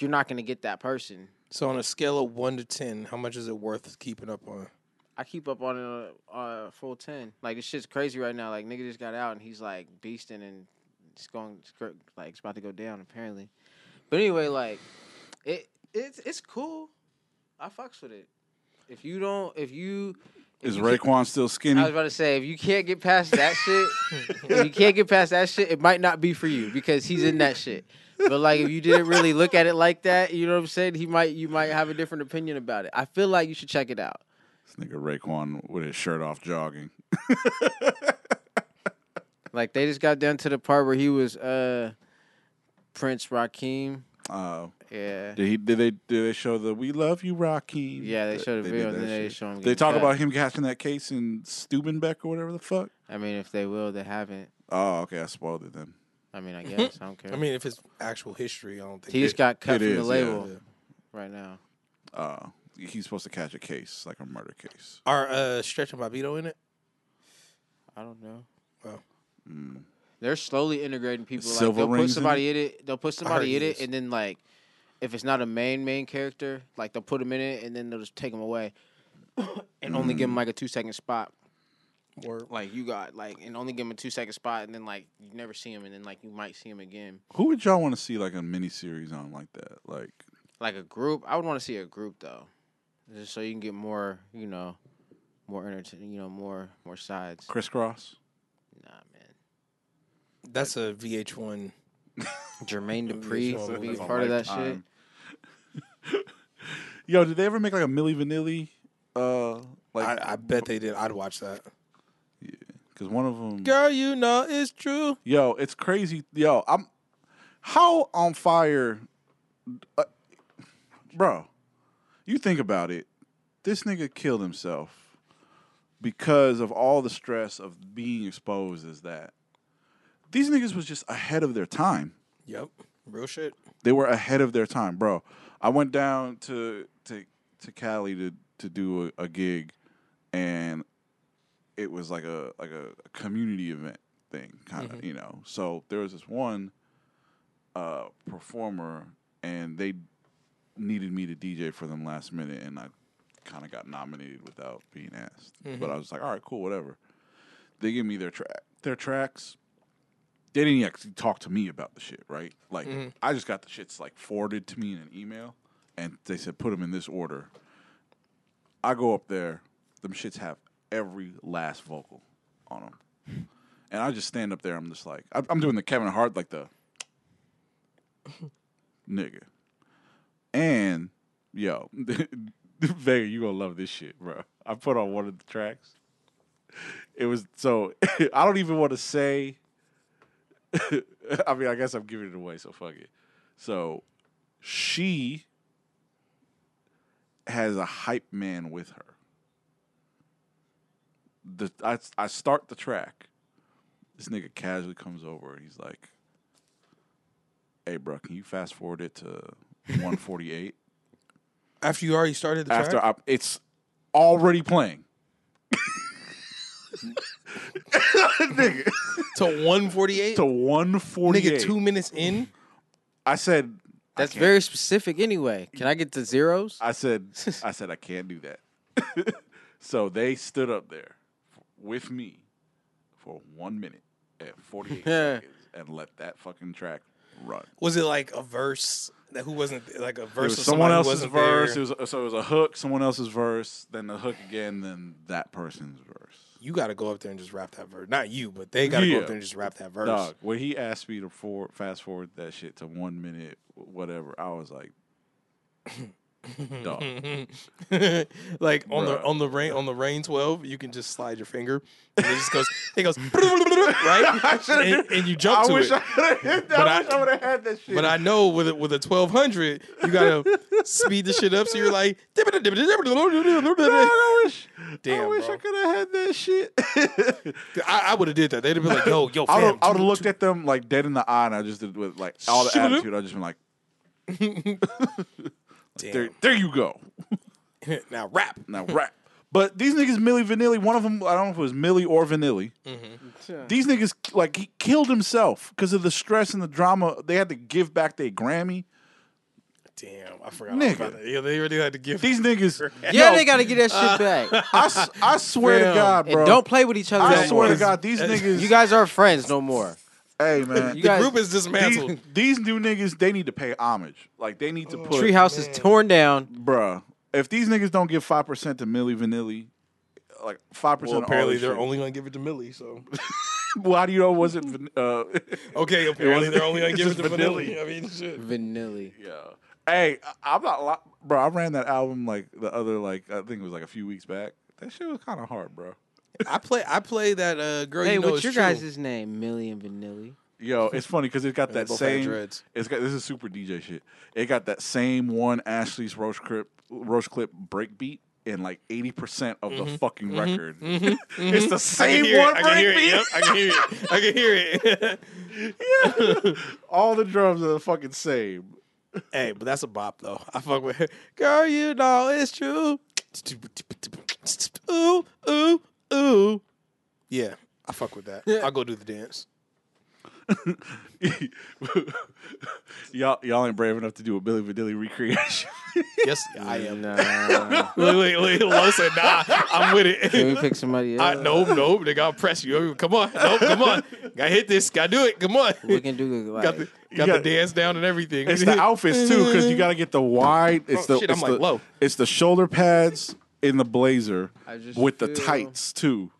Speaker 2: you're not gonna get that person.
Speaker 1: So on a scale of one to ten, how much is it worth keeping up on?
Speaker 2: I keep up on it on a full ten. Like this shit's crazy right now. Like nigga just got out and he's like beasting and it's going it's gr- like it's about to go down apparently. But anyway, like it it's it's cool. I fucks with it. If you don't, if you if
Speaker 3: Is
Speaker 2: you can't-
Speaker 3: Raekwon still skinny?
Speaker 2: I was about to say if you can't get past that shit, if you can't get past that shit, it might not be for you because he's in that shit. But like if you didn't really look at it like that, you know what I'm saying? He might you might have a different opinion about it. I feel like you should check it out.
Speaker 3: This nigga Raekwon with his shirt off jogging.
Speaker 2: Like they just got down to the part where he was uh Prince Rakim.
Speaker 3: Uh,
Speaker 2: Yeah.
Speaker 3: did he? Did they? Did they show the "We Love You, Rocky"?
Speaker 2: Yeah, they showed a video and
Speaker 3: that
Speaker 2: then they
Speaker 3: shit.
Speaker 2: show him
Speaker 3: They
Speaker 2: getting
Speaker 3: talk
Speaker 2: cut.
Speaker 3: about him catching that case in Steubenbeck or whatever the fuck.
Speaker 2: I mean if they will, they haven't.
Speaker 3: Oh, okay, I spoiled it then.
Speaker 2: I mean I guess. I don't care.
Speaker 1: I mean, if it's actual history, I don't think
Speaker 2: he just got cut
Speaker 3: it
Speaker 2: from the
Speaker 3: is, yeah.
Speaker 2: label right now.
Speaker 3: Uh, he's supposed to catch a case, like a murder case.
Speaker 1: Are uh, Stretch and Bobito in it?
Speaker 2: I don't know.
Speaker 1: Well.
Speaker 3: Mm.
Speaker 2: They're slowly integrating people. Like
Speaker 3: silver
Speaker 2: they'll put
Speaker 3: rings in
Speaker 2: somebody in it. They'll put somebody in
Speaker 1: heard
Speaker 2: it,
Speaker 1: this.
Speaker 2: and then like, if it's not a main main character, like they'll put him in it, and then they'll just take him away, and only
Speaker 3: Mm.
Speaker 2: give him like a two second spot.
Speaker 1: Or
Speaker 2: Like you got like, and only give him a two second spot, and then like you never see him, and then like you might see him again.
Speaker 3: Who would y'all want to see like a mini series on like that? Like,
Speaker 2: like a group. I would want to see a group though, just so you can get more, you know, more entertain, you know, more more sides.
Speaker 3: crisscross.
Speaker 2: Nah, man.
Speaker 1: that's a VH1.
Speaker 2: Jermaine
Speaker 1: Dupree
Speaker 2: Dupri
Speaker 1: that's
Speaker 2: would be
Speaker 1: on
Speaker 2: a part of that shit.
Speaker 3: Yo, did they ever make like a Milli Vanilli? Uh, like,
Speaker 1: I, I bet they did. I'd watch that.
Speaker 3: because one of them.
Speaker 1: Girl, you know it's true.
Speaker 3: Yo, it's crazy. Yo, I'm how on fire uh, bro, you think about it. This nigga killed himself because of all the stress of being exposed as that. These niggas was just ahead of their time.
Speaker 1: Yep. Real shit.
Speaker 3: They were ahead of their time, bro. I went down to to to Cali to to do a, a gig, and it was like a like a, a community event thing, kind of you know. So there was this one uh, performer, and they needed me to DJ for them last minute, and I kind of got nominated without being asked. But I was like, all right, cool, whatever. They give me their track, their tracks. They didn't actually talk to me about the shit, right? Like, I just got the shits like forwarded to me in an email, and they said put them in this order. I go up there, them shits have every last vocal on them, and I just stand up there. I'm just like, I'm, I'm doing the Kevin Hart, like the nigga. And yo, Vega, you gonna love this shit, bro. I put on one of the tracks. It was so I don't even want to say. I mean, I guess I'm giving it away, so fuck it. So she has a hype man with her. The I, I start the track. This nigga casually comes over and he's like, "Hey, bro, can you fast forward it to 148?"
Speaker 1: After you already started the
Speaker 3: after
Speaker 1: track?
Speaker 3: I, it's already playing. nigga,
Speaker 1: to 148?
Speaker 3: to 148.
Speaker 1: Nigga, two minutes in?
Speaker 3: I said I
Speaker 2: That's
Speaker 3: can't-
Speaker 2: very specific anyway. Can I get the zeros?
Speaker 3: I said I said I can't do that. so they stood up there with me for 1 minute and 48 seconds and let that fucking track run.
Speaker 1: Was it like a verse that who wasn't like a
Speaker 3: It
Speaker 1: verse
Speaker 3: was
Speaker 1: of
Speaker 3: someone
Speaker 1: somebody who
Speaker 3: else's
Speaker 1: wasn't
Speaker 3: verse.
Speaker 1: there?
Speaker 3: It was, so it was a hook, someone else's verse, then the hook again, then that person's verse.
Speaker 1: You got to go up there and just rap that verse. Not you, but they got to
Speaker 3: Yeah.
Speaker 1: go up there and just rap that verse.
Speaker 3: Dog, when he asked me to for, fast forward that shit to one minute, whatever, I was like, dog.
Speaker 1: like on the
Speaker 3: Bruh.
Speaker 1: on the rain on the rain twelve, you can just slide your finger and it just goes. It goes right, and, and you jump
Speaker 3: I
Speaker 1: to
Speaker 3: wish
Speaker 1: it.
Speaker 3: I, coulda hit that.
Speaker 1: But
Speaker 3: I wish
Speaker 1: I-
Speaker 3: I would have had that shit.
Speaker 1: but I know with a, with a twelve hundred, you gotta speed the shit up. So you're like,
Speaker 3: Man,
Speaker 1: I,
Speaker 3: I wish, I
Speaker 1: Damn,
Speaker 3: wish
Speaker 1: bro.
Speaker 3: I could have had that shit.
Speaker 1: I would have did that. They'd have been like, yo, yo,
Speaker 3: I
Speaker 1: fam,
Speaker 3: would have looked at them like dead in the eye, and I just did with like all the
Speaker 1: Shoot.
Speaker 3: attitude. I just been like, there,
Speaker 1: damn.
Speaker 3: there you go.
Speaker 1: now rap.
Speaker 3: Now rap. But these niggas, Millie Vanilli, one of them, I don't know if it was Millie or Vanilli.
Speaker 2: Mm-hmm.
Speaker 3: These niggas, like, he killed himself because of the stress and the drama. They had to give back their Grammy.
Speaker 1: Damn, I forgot all about
Speaker 3: Nigga.
Speaker 1: that. Yeah, they really had to give.
Speaker 3: These niggas,
Speaker 2: yeah,
Speaker 3: yo,
Speaker 2: they gotta get that shit back.
Speaker 3: I, s- I swear
Speaker 1: Fam.
Speaker 3: to God, bro.
Speaker 2: And don't play with each other.
Speaker 3: I
Speaker 2: no
Speaker 3: swear to
Speaker 2: more.
Speaker 3: God, these niggas.
Speaker 2: you guys are friends no more.
Speaker 3: hey man,
Speaker 2: You
Speaker 1: the
Speaker 2: guys,
Speaker 1: group is dismantled.
Speaker 3: these, these new niggas, they need to pay homage. Like they need to put,
Speaker 2: Oh, Treehouse is torn down.
Speaker 3: bruh. If these niggas don't give five percent to Millie Vanilli, like five percent.
Speaker 1: Well, apparently they're
Speaker 3: shit.
Speaker 1: only gonna give it to Millie. So
Speaker 3: Well, how do you know it wasn't? Van- Uh,
Speaker 1: okay, apparently
Speaker 3: was-
Speaker 1: they're only gonna
Speaker 3: it's
Speaker 1: give it
Speaker 3: just
Speaker 1: to
Speaker 3: Vanilli.
Speaker 1: Vanilli. I mean, shit.
Speaker 2: Vanilli.
Speaker 3: yeah. Hey, I- I'm not, li- bro. I ran that album like the other, like I think it was like a few weeks back. That shit was kind of hard, bro.
Speaker 1: I play. I play that uh, girl.
Speaker 2: Hey,
Speaker 1: you know
Speaker 2: what's
Speaker 1: it's
Speaker 2: your
Speaker 1: true.
Speaker 2: guys' name? Millie and Vanilli.
Speaker 3: Yo, it's funny because it got that
Speaker 1: both had
Speaker 3: same.
Speaker 1: dreads.
Speaker 3: It's got this is super DJ shit. It got that same one Ashley's Roach Clip Roach Clip breakbeat in like eighty percent of the fucking record.
Speaker 2: Mm-hmm,
Speaker 3: it's
Speaker 1: Mm-hmm.
Speaker 3: the
Speaker 1: I can
Speaker 3: same
Speaker 1: hear
Speaker 3: one
Speaker 1: it. I can hear it.
Speaker 3: breakbeat.
Speaker 1: Yep, I can hear it. I can hear it.
Speaker 3: All the drums are the fucking same.
Speaker 1: hey, but that's a bop though. I fuck with girl. You know it's true. Ooh ooh ooh. Yeah, I fuck with that. I'll go do the dance.
Speaker 3: y'all y'all ain't brave enough to do a Billy Vanilli recreation.
Speaker 1: Yes, I am.
Speaker 2: Nah.
Speaker 1: Look, look, look, Lo said, nah, I'm with
Speaker 2: Can we
Speaker 1: it.
Speaker 2: pick somebody
Speaker 1: I,
Speaker 2: else?
Speaker 1: nope, nope. They gotta press you. Come on, nope, come on. Gotta hit this. Gotta do it. Come on.
Speaker 2: We can do like
Speaker 1: Got the got
Speaker 3: gotta-
Speaker 1: the dance down and everything.
Speaker 3: It's the outfits too, because you got to get the wide. It's
Speaker 1: Oh,
Speaker 3: the
Speaker 1: shit, I'm
Speaker 3: it's
Speaker 1: like,
Speaker 3: the-
Speaker 1: low.
Speaker 3: It's the shoulder pads in the blazer
Speaker 2: I just
Speaker 3: with the
Speaker 2: feel-
Speaker 3: tights too,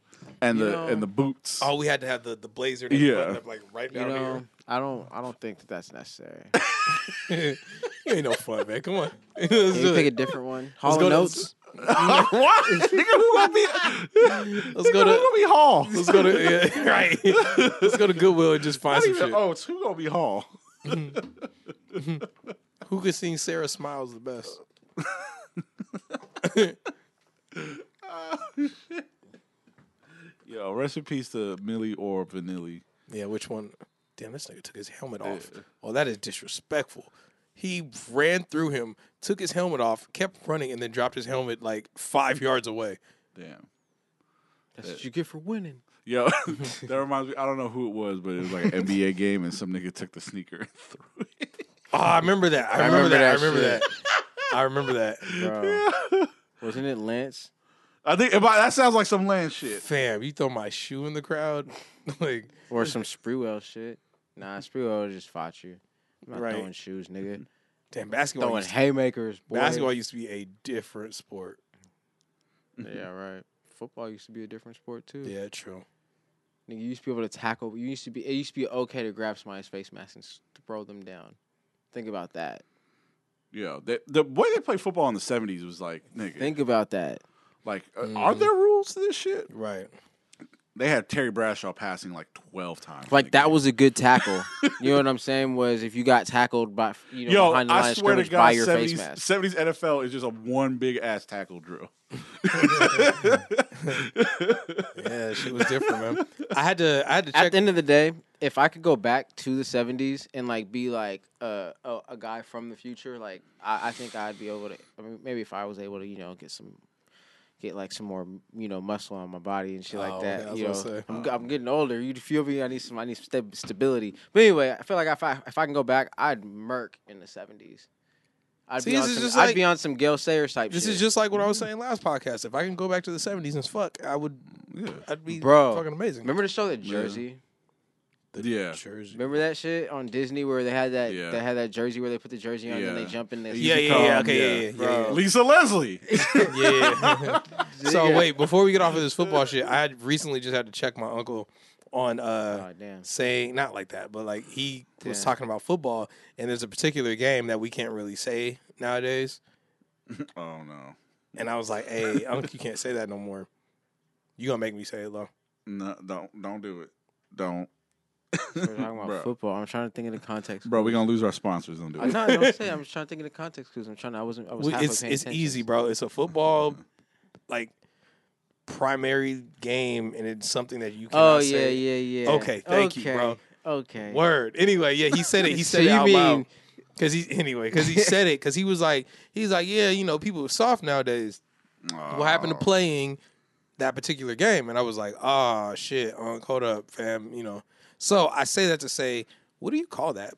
Speaker 3: and the
Speaker 2: know-
Speaker 3: and the boots.
Speaker 1: Oh, we had to have the, the blazer that
Speaker 3: Yeah.
Speaker 1: yeah. button up like right
Speaker 2: you
Speaker 1: down
Speaker 2: know. I don't. I don't think that that's necessary.
Speaker 1: here. you ain't no fun, man. Come on. Let's
Speaker 2: Can
Speaker 1: do
Speaker 2: we pick a
Speaker 1: it.
Speaker 2: different one? Hall
Speaker 1: go
Speaker 2: and
Speaker 1: to-
Speaker 2: Oates.
Speaker 3: what? Nigga, who gonna be?
Speaker 1: Let's
Speaker 3: nigga,
Speaker 1: go
Speaker 3: who
Speaker 1: to
Speaker 3: gonna be Hall?
Speaker 1: let's go to yeah, right. Let's go to Goodwill and just find
Speaker 3: Not
Speaker 1: some
Speaker 3: even
Speaker 1: shit.
Speaker 3: Oates. Who gonna be Hall?
Speaker 1: Who could sing Sarah Smiles the best?
Speaker 3: Yo, rest in peace to Millie or Vanilli.
Speaker 1: Yeah, which one? Damn, this nigga took his helmet off. Oh, that is disrespectful. He ran through him, took his helmet off, kept running, and then dropped his helmet like five yards away.
Speaker 3: Damn.
Speaker 2: That's what you get for winning.
Speaker 3: Yo, that reminds me. I don't know who it was, but it was like an NBA game, and some nigga took the sneaker and threw it.
Speaker 1: Oh, I remember that. I remember,
Speaker 2: remember
Speaker 1: that. I
Speaker 2: that
Speaker 1: remember
Speaker 2: shit.
Speaker 1: that. I remember that.
Speaker 2: Bro. Wasn't it Lance?
Speaker 3: I think about that sounds like some land shit.
Speaker 1: Fam, you throw my shoe in the crowd, like
Speaker 2: Or some Spreewell shit. Nah, Spreewell just fought you. I'm not
Speaker 1: Right. Mm-hmm.
Speaker 2: throwing shoes, nigga.
Speaker 1: damn basketball.
Speaker 2: Throwing
Speaker 1: Used to,
Speaker 2: haymakers, boy.
Speaker 1: basketball used to be a different sport.
Speaker 2: Yeah, right. Football used to be a different sport too.
Speaker 1: Yeah, true.
Speaker 2: Nigga, you used to be able to tackle. You used to be. It used to be okay to grab somebody's face mask and s- throw them down. Think about that.
Speaker 3: Yo, they, the way they played football in the seventies was like, nigga,
Speaker 2: Think Mm-hmm. about that.
Speaker 3: like, uh, are there rules to this shit?
Speaker 1: Right.
Speaker 3: They had Terry Bradshaw passing like twelve times. in
Speaker 2: Like
Speaker 3: the
Speaker 2: that
Speaker 3: game.
Speaker 2: was a good tackle. you know what I'm saying? Was if you got tackled by you know
Speaker 3: Yo,
Speaker 2: behind the line
Speaker 3: I
Speaker 2: of
Speaker 3: swear to
Speaker 2: scrimmage by
Speaker 3: God,
Speaker 2: your face
Speaker 3: seventies
Speaker 2: mask.
Speaker 3: seventies NFL is just a one big ass tackle drill.
Speaker 1: Yeah, shit was different, man. I had to. I had to
Speaker 2: At
Speaker 1: check.
Speaker 2: the end of the day, if I could go back to the '70s and like be like a a, a guy from the future, like I, I think I'd be able to. I mean, maybe if I was able to, you know, get some. Get like some more, you know, muscle on my body and shit
Speaker 1: Oh,
Speaker 2: like
Speaker 1: okay,
Speaker 2: that.
Speaker 1: I was
Speaker 2: you know,
Speaker 1: gonna say.
Speaker 2: I'm, I'm getting older. You feel me? I need some. I need sta- stability. But anyway, I feel like if I if I can go back, I'd murk in the '70s. I'd
Speaker 1: See,
Speaker 2: be
Speaker 1: this
Speaker 2: on
Speaker 1: is
Speaker 2: some,
Speaker 1: just
Speaker 2: I'd
Speaker 1: like-
Speaker 2: be on some Gail Sayers type.
Speaker 1: this
Speaker 2: shit.
Speaker 1: is just like what I was saying last podcast. If I can go back to the seventies and fuck, I would. I'd be
Speaker 2: Bro.
Speaker 1: fucking amazing.
Speaker 2: Remember the show that Jersey?
Speaker 3: yeah,
Speaker 1: Jersey.
Speaker 2: Remember that shit on Disney where they had that
Speaker 3: Yeah.
Speaker 2: they had that jersey where they put the jersey on and
Speaker 3: Yeah.
Speaker 2: they jump in the
Speaker 1: Yeah,
Speaker 3: Easy
Speaker 1: yeah, yeah.
Speaker 3: come,
Speaker 1: Okay, yeah, yeah,
Speaker 2: uh,
Speaker 1: yeah,
Speaker 3: Lisa Leslie.
Speaker 1: yeah. so
Speaker 2: Yeah.
Speaker 1: wait, before we get off of this football shit, I had recently just had to check my uncle on uh
Speaker 2: Oh, damn.
Speaker 1: saying not like that, but like he was
Speaker 2: Damn.
Speaker 1: talking about football, and there's a particular game that we can't really say nowadays.
Speaker 3: oh no,
Speaker 1: And I was like, "Hey, uncle, you can't say that no more. You gonna make me say it though."
Speaker 3: no, don't don't do it, don't,
Speaker 2: We're talking about
Speaker 3: Bro.
Speaker 2: football. I'm trying to think of the context.
Speaker 3: bro. We're gonna lose our sponsors. Don't do
Speaker 2: I'm
Speaker 3: it.
Speaker 2: not don't say. I'm just trying to think of the context because I'm trying. To, I wasn't. I was.
Speaker 1: Well,
Speaker 2: halfway
Speaker 1: it's
Speaker 2: paying
Speaker 1: it's
Speaker 2: attention.
Speaker 1: easy, bro. It's a football like primary game, and it's something that you cannot
Speaker 2: Oh yeah,
Speaker 1: say.
Speaker 2: yeah, yeah.
Speaker 1: Okay, thank you, bro.
Speaker 2: Okay.
Speaker 1: Word. Anyway, yeah, he said it. He
Speaker 2: So
Speaker 1: said it
Speaker 2: you
Speaker 1: out loud.
Speaker 2: mean-
Speaker 1: Cause he anyway, cause he said it. Cause he was like, he's like, yeah, you know, people are soft nowadays. What happened to
Speaker 3: Uh,
Speaker 1: playing that particular game? And I was like, ah, shit, Unc, hold up, fam. You know. So I say that to say, what do you call that?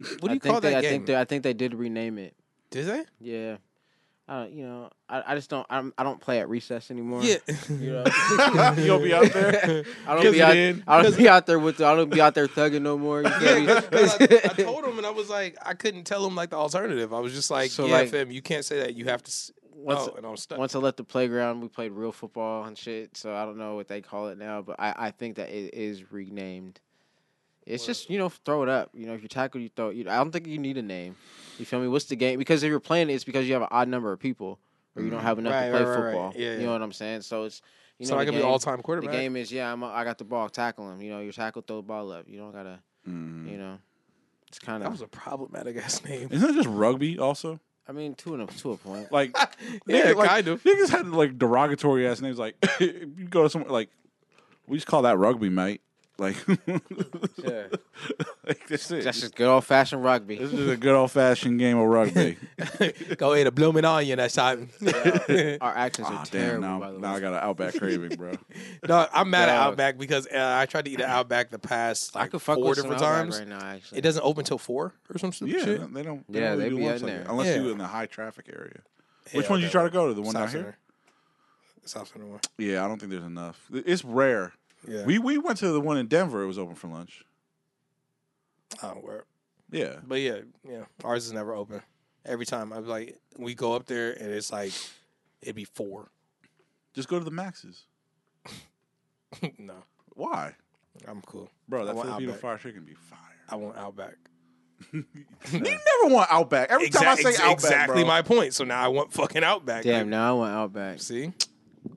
Speaker 1: What do
Speaker 2: I
Speaker 1: you call
Speaker 2: think they,
Speaker 1: that
Speaker 2: I
Speaker 1: game?
Speaker 2: think they. I think they did rename it.
Speaker 1: Did they?
Speaker 2: Yeah. I don't. You know. I, I just don't. I'm, I don't play at recess anymore.
Speaker 1: Yeah.
Speaker 2: You know?
Speaker 3: You'll be out there.
Speaker 2: I
Speaker 3: Yes,
Speaker 2: don't
Speaker 3: it
Speaker 2: be out.
Speaker 3: did.
Speaker 2: I don't be out there with. I don't be out there thugging no more. You feel me?
Speaker 1: Yeah, 'cause I, I told him, and I was like, I couldn't tell him like the alternative. I was just like,
Speaker 2: So,
Speaker 1: yeah,
Speaker 2: like,
Speaker 1: fam, you can't say that. You have to. s-
Speaker 2: once-
Speaker 1: oh, and I'm stuck.
Speaker 2: Once I left the playground, we played real football and shit. So I don't know what they call it now, but I, I think that it is renamed. It's just you know throw it up. You know if you tackle, you throw it. You, I don't think you need a name. You feel me? What's the game? Because if you're playing it, it's because you have an odd number of people, or you don't have enough
Speaker 1: Mm-hmm. Right,
Speaker 2: to play
Speaker 1: right, right, right.
Speaker 2: football.
Speaker 1: Yeah,
Speaker 2: you
Speaker 1: yeah.
Speaker 2: know what I'm saying? So it's you know
Speaker 1: so I
Speaker 2: the
Speaker 1: could be
Speaker 2: game-
Speaker 1: all time quarterback.
Speaker 2: The game is yeah. I'm a, I got the ball. Tackle him. You know your tackle. Throw the ball up. You don't gotta.
Speaker 3: Mm.
Speaker 2: You know. It's kind
Speaker 1: That was
Speaker 2: of.
Speaker 1: a problematic ass name.
Speaker 3: Oh. Isn't it just rugby also?
Speaker 2: I mean, to an to a point.
Speaker 3: Like,
Speaker 1: Yeah,
Speaker 3: niggas, like,
Speaker 1: kind of.
Speaker 3: Niggas had like derogatory ass names. Like, you go to somewhere like, we just call that rugby, mate. Like,
Speaker 2: Yeah.
Speaker 3: like that's it.
Speaker 2: That's just good old fashioned rugby.
Speaker 3: this is a good old fashioned game of rugby.
Speaker 1: Go eat a blooming onion that time.
Speaker 2: Our accents
Speaker 3: Ah,
Speaker 2: are
Speaker 3: damn,
Speaker 2: terrible.
Speaker 3: now,
Speaker 2: by the way.
Speaker 3: now I got an Outback craving, bro.
Speaker 1: no, I'm mad at
Speaker 2: Dog.
Speaker 1: Outback because uh, I tried to eat an Outback the past like,
Speaker 2: I could fuck
Speaker 1: four
Speaker 2: with
Speaker 1: different
Speaker 2: some Outback
Speaker 1: times.
Speaker 2: right now. Actually,
Speaker 1: it doesn't open till four or some stupid
Speaker 3: Yeah,
Speaker 1: shit.
Speaker 3: they don't.
Speaker 2: Yeah,
Speaker 3: don't
Speaker 2: they
Speaker 3: do
Speaker 2: be
Speaker 3: lunch
Speaker 2: out
Speaker 3: like
Speaker 2: there.
Speaker 3: that, unless
Speaker 1: Yeah.
Speaker 3: you in the high traffic area. Which
Speaker 1: Yeah,
Speaker 3: one you
Speaker 1: that
Speaker 3: try to go to? The one
Speaker 1: South
Speaker 3: out here?
Speaker 1: Center. South Center one.
Speaker 3: Yeah, I don't think there's enough. It's rare.
Speaker 1: Yeah.
Speaker 3: We we went to the one in Denver. It was open for lunch.
Speaker 1: I don't wear it.
Speaker 3: Yeah,
Speaker 1: But yeah, yeah, ours is never open. Every time I'm like, we go up there and it's like, it'd be four.
Speaker 3: just go to the Max's.
Speaker 1: no,
Speaker 3: Why,
Speaker 1: I'm cool.
Speaker 3: bro?
Speaker 1: I
Speaker 3: That
Speaker 1: want
Speaker 3: Filipino
Speaker 1: Outback.
Speaker 3: fried chicken be fire.
Speaker 1: I want Outback.
Speaker 3: You never want Outback. Every time I
Speaker 1: Exact-
Speaker 3: say
Speaker 1: ex-
Speaker 3: Outback,
Speaker 1: exactly
Speaker 3: bro.
Speaker 1: my point. So now I want fucking Outback.
Speaker 2: damn.
Speaker 1: Like,
Speaker 2: Now I went Outback.
Speaker 1: See,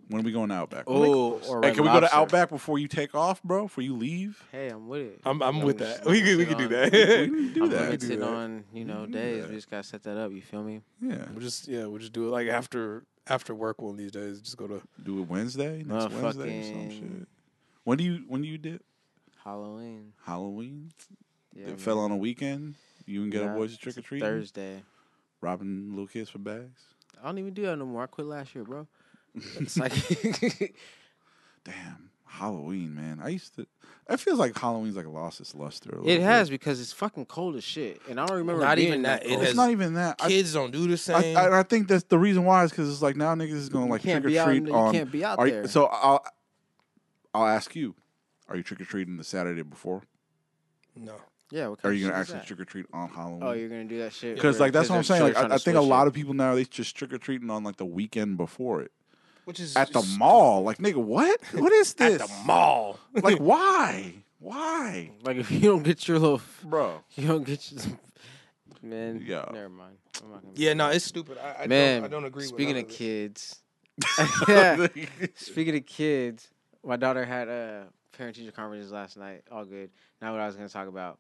Speaker 3: When are we going to Outback?
Speaker 2: Oh, or
Speaker 3: hey,
Speaker 2: Red
Speaker 3: can we go to
Speaker 2: Lobster.
Speaker 3: Outback before you take off, bro? Before you leave?
Speaker 2: Hey, I'm with it.
Speaker 1: I'm I'm
Speaker 2: Yeah,
Speaker 1: with
Speaker 2: we
Speaker 1: that.
Speaker 2: just
Speaker 1: We could we
Speaker 2: sit
Speaker 1: could do
Speaker 2: on-
Speaker 1: that.
Speaker 3: do
Speaker 2: I'm
Speaker 3: that.
Speaker 1: do
Speaker 2: limited
Speaker 1: that.
Speaker 2: on you know days. We just gotta set that up. You feel me?
Speaker 3: Yeah.
Speaker 1: We'll just yeah, we'll just do it like after after work one of these days. Just go to
Speaker 3: Do it Wednesday, next Wednesday or some
Speaker 2: Motherfucking-
Speaker 3: shit. When do you when do you dip?
Speaker 2: Halloween.
Speaker 3: Halloween?
Speaker 2: Yeah,
Speaker 3: it
Speaker 2: man.
Speaker 3: fell on a weekend. You and get
Speaker 2: Nah,
Speaker 3: a boys
Speaker 2: it's
Speaker 3: trick
Speaker 2: a
Speaker 3: or treating.
Speaker 2: Thursday.
Speaker 3: Robbing little kids for bags.
Speaker 2: I don't even do that no more. I quit last year, bro. It's like
Speaker 3: Damn. Halloween, man. I used to it feels like Halloween's like lost its luster. a little
Speaker 2: It
Speaker 3: bit.
Speaker 2: has because it's fucking cold as shit, and I don't remember.
Speaker 1: Not
Speaker 2: being
Speaker 1: even that, it
Speaker 2: cold.
Speaker 3: It's
Speaker 1: has-
Speaker 3: not even that. I,
Speaker 1: kids don't do the
Speaker 3: I,
Speaker 1: same.
Speaker 3: I, I think that's the reason why is because it's like now niggas is gonna like trick
Speaker 2: can't
Speaker 3: or
Speaker 2: be out in
Speaker 3: treat
Speaker 2: the- you
Speaker 3: on.
Speaker 2: can't be out
Speaker 3: are you-
Speaker 2: there.
Speaker 3: So I'll I'll ask you, are you trick or treating the Saturday before?
Speaker 1: no.
Speaker 2: yeah. What
Speaker 3: Or
Speaker 2: kind
Speaker 3: are
Speaker 2: of
Speaker 3: you
Speaker 2: shit
Speaker 3: gonna
Speaker 2: is
Speaker 3: actually
Speaker 2: that?
Speaker 3: trick or treat on Halloween?
Speaker 2: Oh, you're gonna do that shit
Speaker 3: Because
Speaker 2: where
Speaker 3: like that's
Speaker 2: kids
Speaker 3: what
Speaker 2: are
Speaker 3: I'm saying.
Speaker 2: still
Speaker 3: Like
Speaker 2: trying
Speaker 3: I,
Speaker 2: to
Speaker 3: I think a
Speaker 2: switch
Speaker 3: lot
Speaker 2: it.
Speaker 3: of people now they just trick or treating on like the weekend before it
Speaker 1: Which is
Speaker 3: at the
Speaker 1: just-
Speaker 3: mall. Like nigga, what? What is
Speaker 1: At
Speaker 3: this?
Speaker 1: the mall.
Speaker 3: Like why? Why,
Speaker 2: like if you don't get your little,
Speaker 3: bro?
Speaker 2: you don't get your man.
Speaker 3: Yeah.
Speaker 2: never mind. I'm not gonna
Speaker 1: Yeah, no, it's stupid. I, I
Speaker 2: man.
Speaker 1: don't, I don't agree.
Speaker 2: Speaking
Speaker 1: with
Speaker 2: of
Speaker 1: none it.
Speaker 2: kids, yeah. Speaking of kids, my daughter had a parent teacher conferences last night. All good. Not what I was gonna talk about.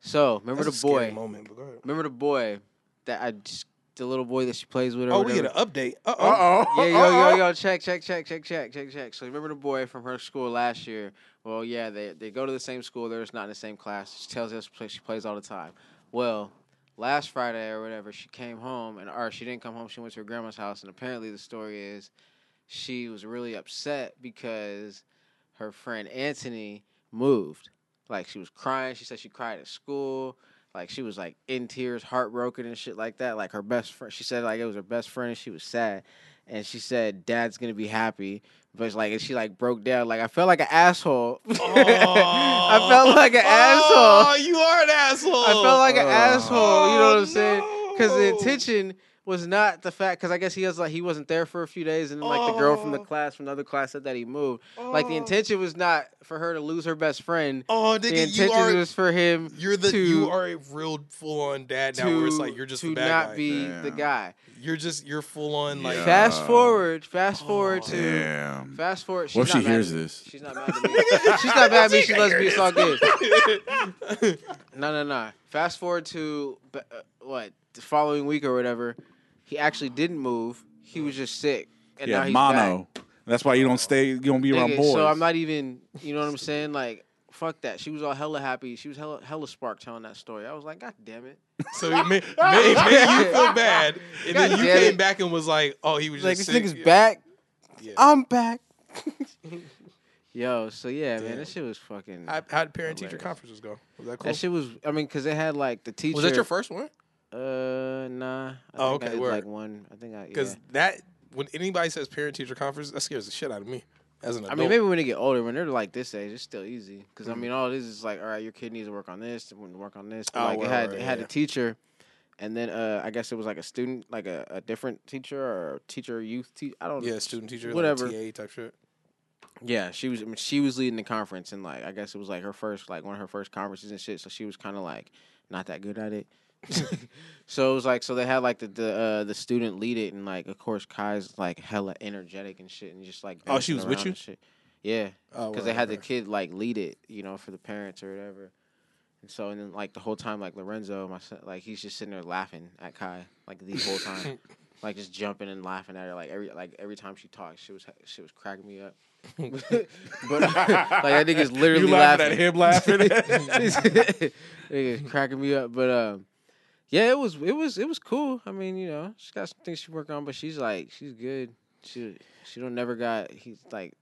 Speaker 2: So remember
Speaker 1: That's a
Speaker 2: the
Speaker 1: scary
Speaker 2: boy.
Speaker 1: moment. But go ahead.
Speaker 2: Remember the boy that I just the little boy that she plays with. Or
Speaker 1: Oh, we
Speaker 2: whatever?
Speaker 1: get an update. Uh
Speaker 3: Uh
Speaker 1: oh.
Speaker 3: oh.
Speaker 2: Yeah, yo, yo, yo, check, check, check, check, check, check, check. So remember the boy from her school last year? Well, yeah, they they go to the same school. They're just not in the same class. She tells us play- she plays all the time. Well, last Friday or whatever, she came home and or she didn't come home. She went to her grandma's house, and apparently the story is she was really upset because her friend Anthony moved. Like she was crying. She said she cried at school. Like she was like in tears, heartbroken and shit like that. Like her best friend, she said like it was her best friend and she was sad. And she said dad's gonna be happy, but like and she like broke down. Like I felt like an asshole. I felt like an
Speaker 1: Oh,
Speaker 2: asshole.
Speaker 1: you are an asshole.
Speaker 2: I felt like an
Speaker 3: Oh.
Speaker 2: asshole. You know what I'm
Speaker 1: Oh,
Speaker 2: saying? Because the
Speaker 1: no.
Speaker 2: intention was not the fact. Because I guess he was like he wasn't there for a few days, and then, like the girl from the
Speaker 1: Oh.
Speaker 2: class from the other class said that he moved. Like the
Speaker 1: Oh.
Speaker 2: intention was not for her to lose her best friend.
Speaker 1: Oh,
Speaker 2: The
Speaker 1: nigga, you
Speaker 2: intention
Speaker 1: are.
Speaker 2: was for him.
Speaker 1: You're the
Speaker 2: to,
Speaker 1: you are a real full on dad now. where it's like you're just
Speaker 2: to
Speaker 1: the bad
Speaker 2: not
Speaker 1: guy.
Speaker 2: be the
Speaker 3: Damn.
Speaker 2: guy.
Speaker 1: You're just you're full on like.
Speaker 3: Yeah.
Speaker 2: Fast
Speaker 3: Uh,
Speaker 2: forward, fast forward
Speaker 1: oh.
Speaker 2: to
Speaker 3: Damn.
Speaker 2: fast forward. She's
Speaker 3: What if
Speaker 2: not
Speaker 3: she
Speaker 2: mad
Speaker 3: hears
Speaker 2: at me.
Speaker 3: this?
Speaker 2: She's not mad at me. she's not mad at me. She loves me. It's all good. No, no, no. Fast forward to b- uh, what the following week or whatever. He actually didn't move. He was just sick, and now
Speaker 3: Yeah,
Speaker 2: he's
Speaker 3: mono.
Speaker 2: back.
Speaker 3: That's why you don't stay. You don't be around
Speaker 2: Nigga,
Speaker 3: boys.
Speaker 2: so I'm not even. You know what I'm saying? Like, fuck that. She was all hella happy. She was hella, hella spark telling that story. I was like, God damn it.
Speaker 1: so it made, made, made you feel bad, and then
Speaker 2: God
Speaker 1: you
Speaker 2: damn
Speaker 1: came
Speaker 2: it.
Speaker 1: back and was like, "Oh, he was
Speaker 2: like
Speaker 1: just
Speaker 2: this
Speaker 1: sick.
Speaker 2: nigga's
Speaker 1: Yeah.
Speaker 2: back.
Speaker 1: Yeah.
Speaker 2: I'm back. Yo, so yeah, man,
Speaker 1: Damn.
Speaker 2: that shit was fucking.
Speaker 1: How how'd parent teacher
Speaker 2: Hilarious.
Speaker 1: conferences go? Was that cool?
Speaker 2: That shit was. I mean, cause they had like the teacher.
Speaker 1: was that your first one?
Speaker 2: Uh, nah. I
Speaker 1: Oh,
Speaker 2: think I
Speaker 1: okay,
Speaker 2: did,
Speaker 1: word.
Speaker 2: like one. I think I. Yeah.
Speaker 1: Because that when anybody says parent teacher conference, that scares the shit out of me as an
Speaker 2: I
Speaker 1: adult. Mm.
Speaker 2: mean, maybe when they get older, when they're like this age, it's still easy. Because I mean, all it is is like, all right, your kid needs to work on this, to work on this. But,
Speaker 1: Oh,
Speaker 2: like
Speaker 1: right,
Speaker 2: it had
Speaker 1: right,
Speaker 2: it had
Speaker 1: yeah.
Speaker 2: a teacher, and then uh, I guess it was like a student, like a, a different teacher or teacher youth. Te- I don't.
Speaker 1: yeah, student teacher,
Speaker 2: Whatever.
Speaker 1: like TA type shit.
Speaker 2: Yeah, she was I mean, she was leading the conference, and like I guess it was like her first like one of her first conferences and shit. So she was kind of like not that good at it. so it was like so they had like the the uh, the student lead it, and like of course Kai's like hella energetic and shit, and just like
Speaker 1: Oh, she
Speaker 2: bouncing
Speaker 1: was with
Speaker 2: around
Speaker 1: you?
Speaker 2: and shit. Yeah,
Speaker 1: Oh,
Speaker 2: because
Speaker 1: word,
Speaker 2: they had the
Speaker 1: okay.
Speaker 2: kid like lead it, you know, for the parents or whatever. And so and then like the whole time like Lorenzo, my son, like he's just sitting there laughing at Kai like the whole time, like just jumping and laughing at her like every like every time she talks, she was she was cracking me up. but like that nigga's literally
Speaker 3: you laughing,
Speaker 2: laughing.
Speaker 3: at him laughing.
Speaker 2: Nigga's cracking me up, but um. Yeah, it was it was it was cool. I mean, you know, she got some things she work on, but she's like she's good. She she don't never got he's like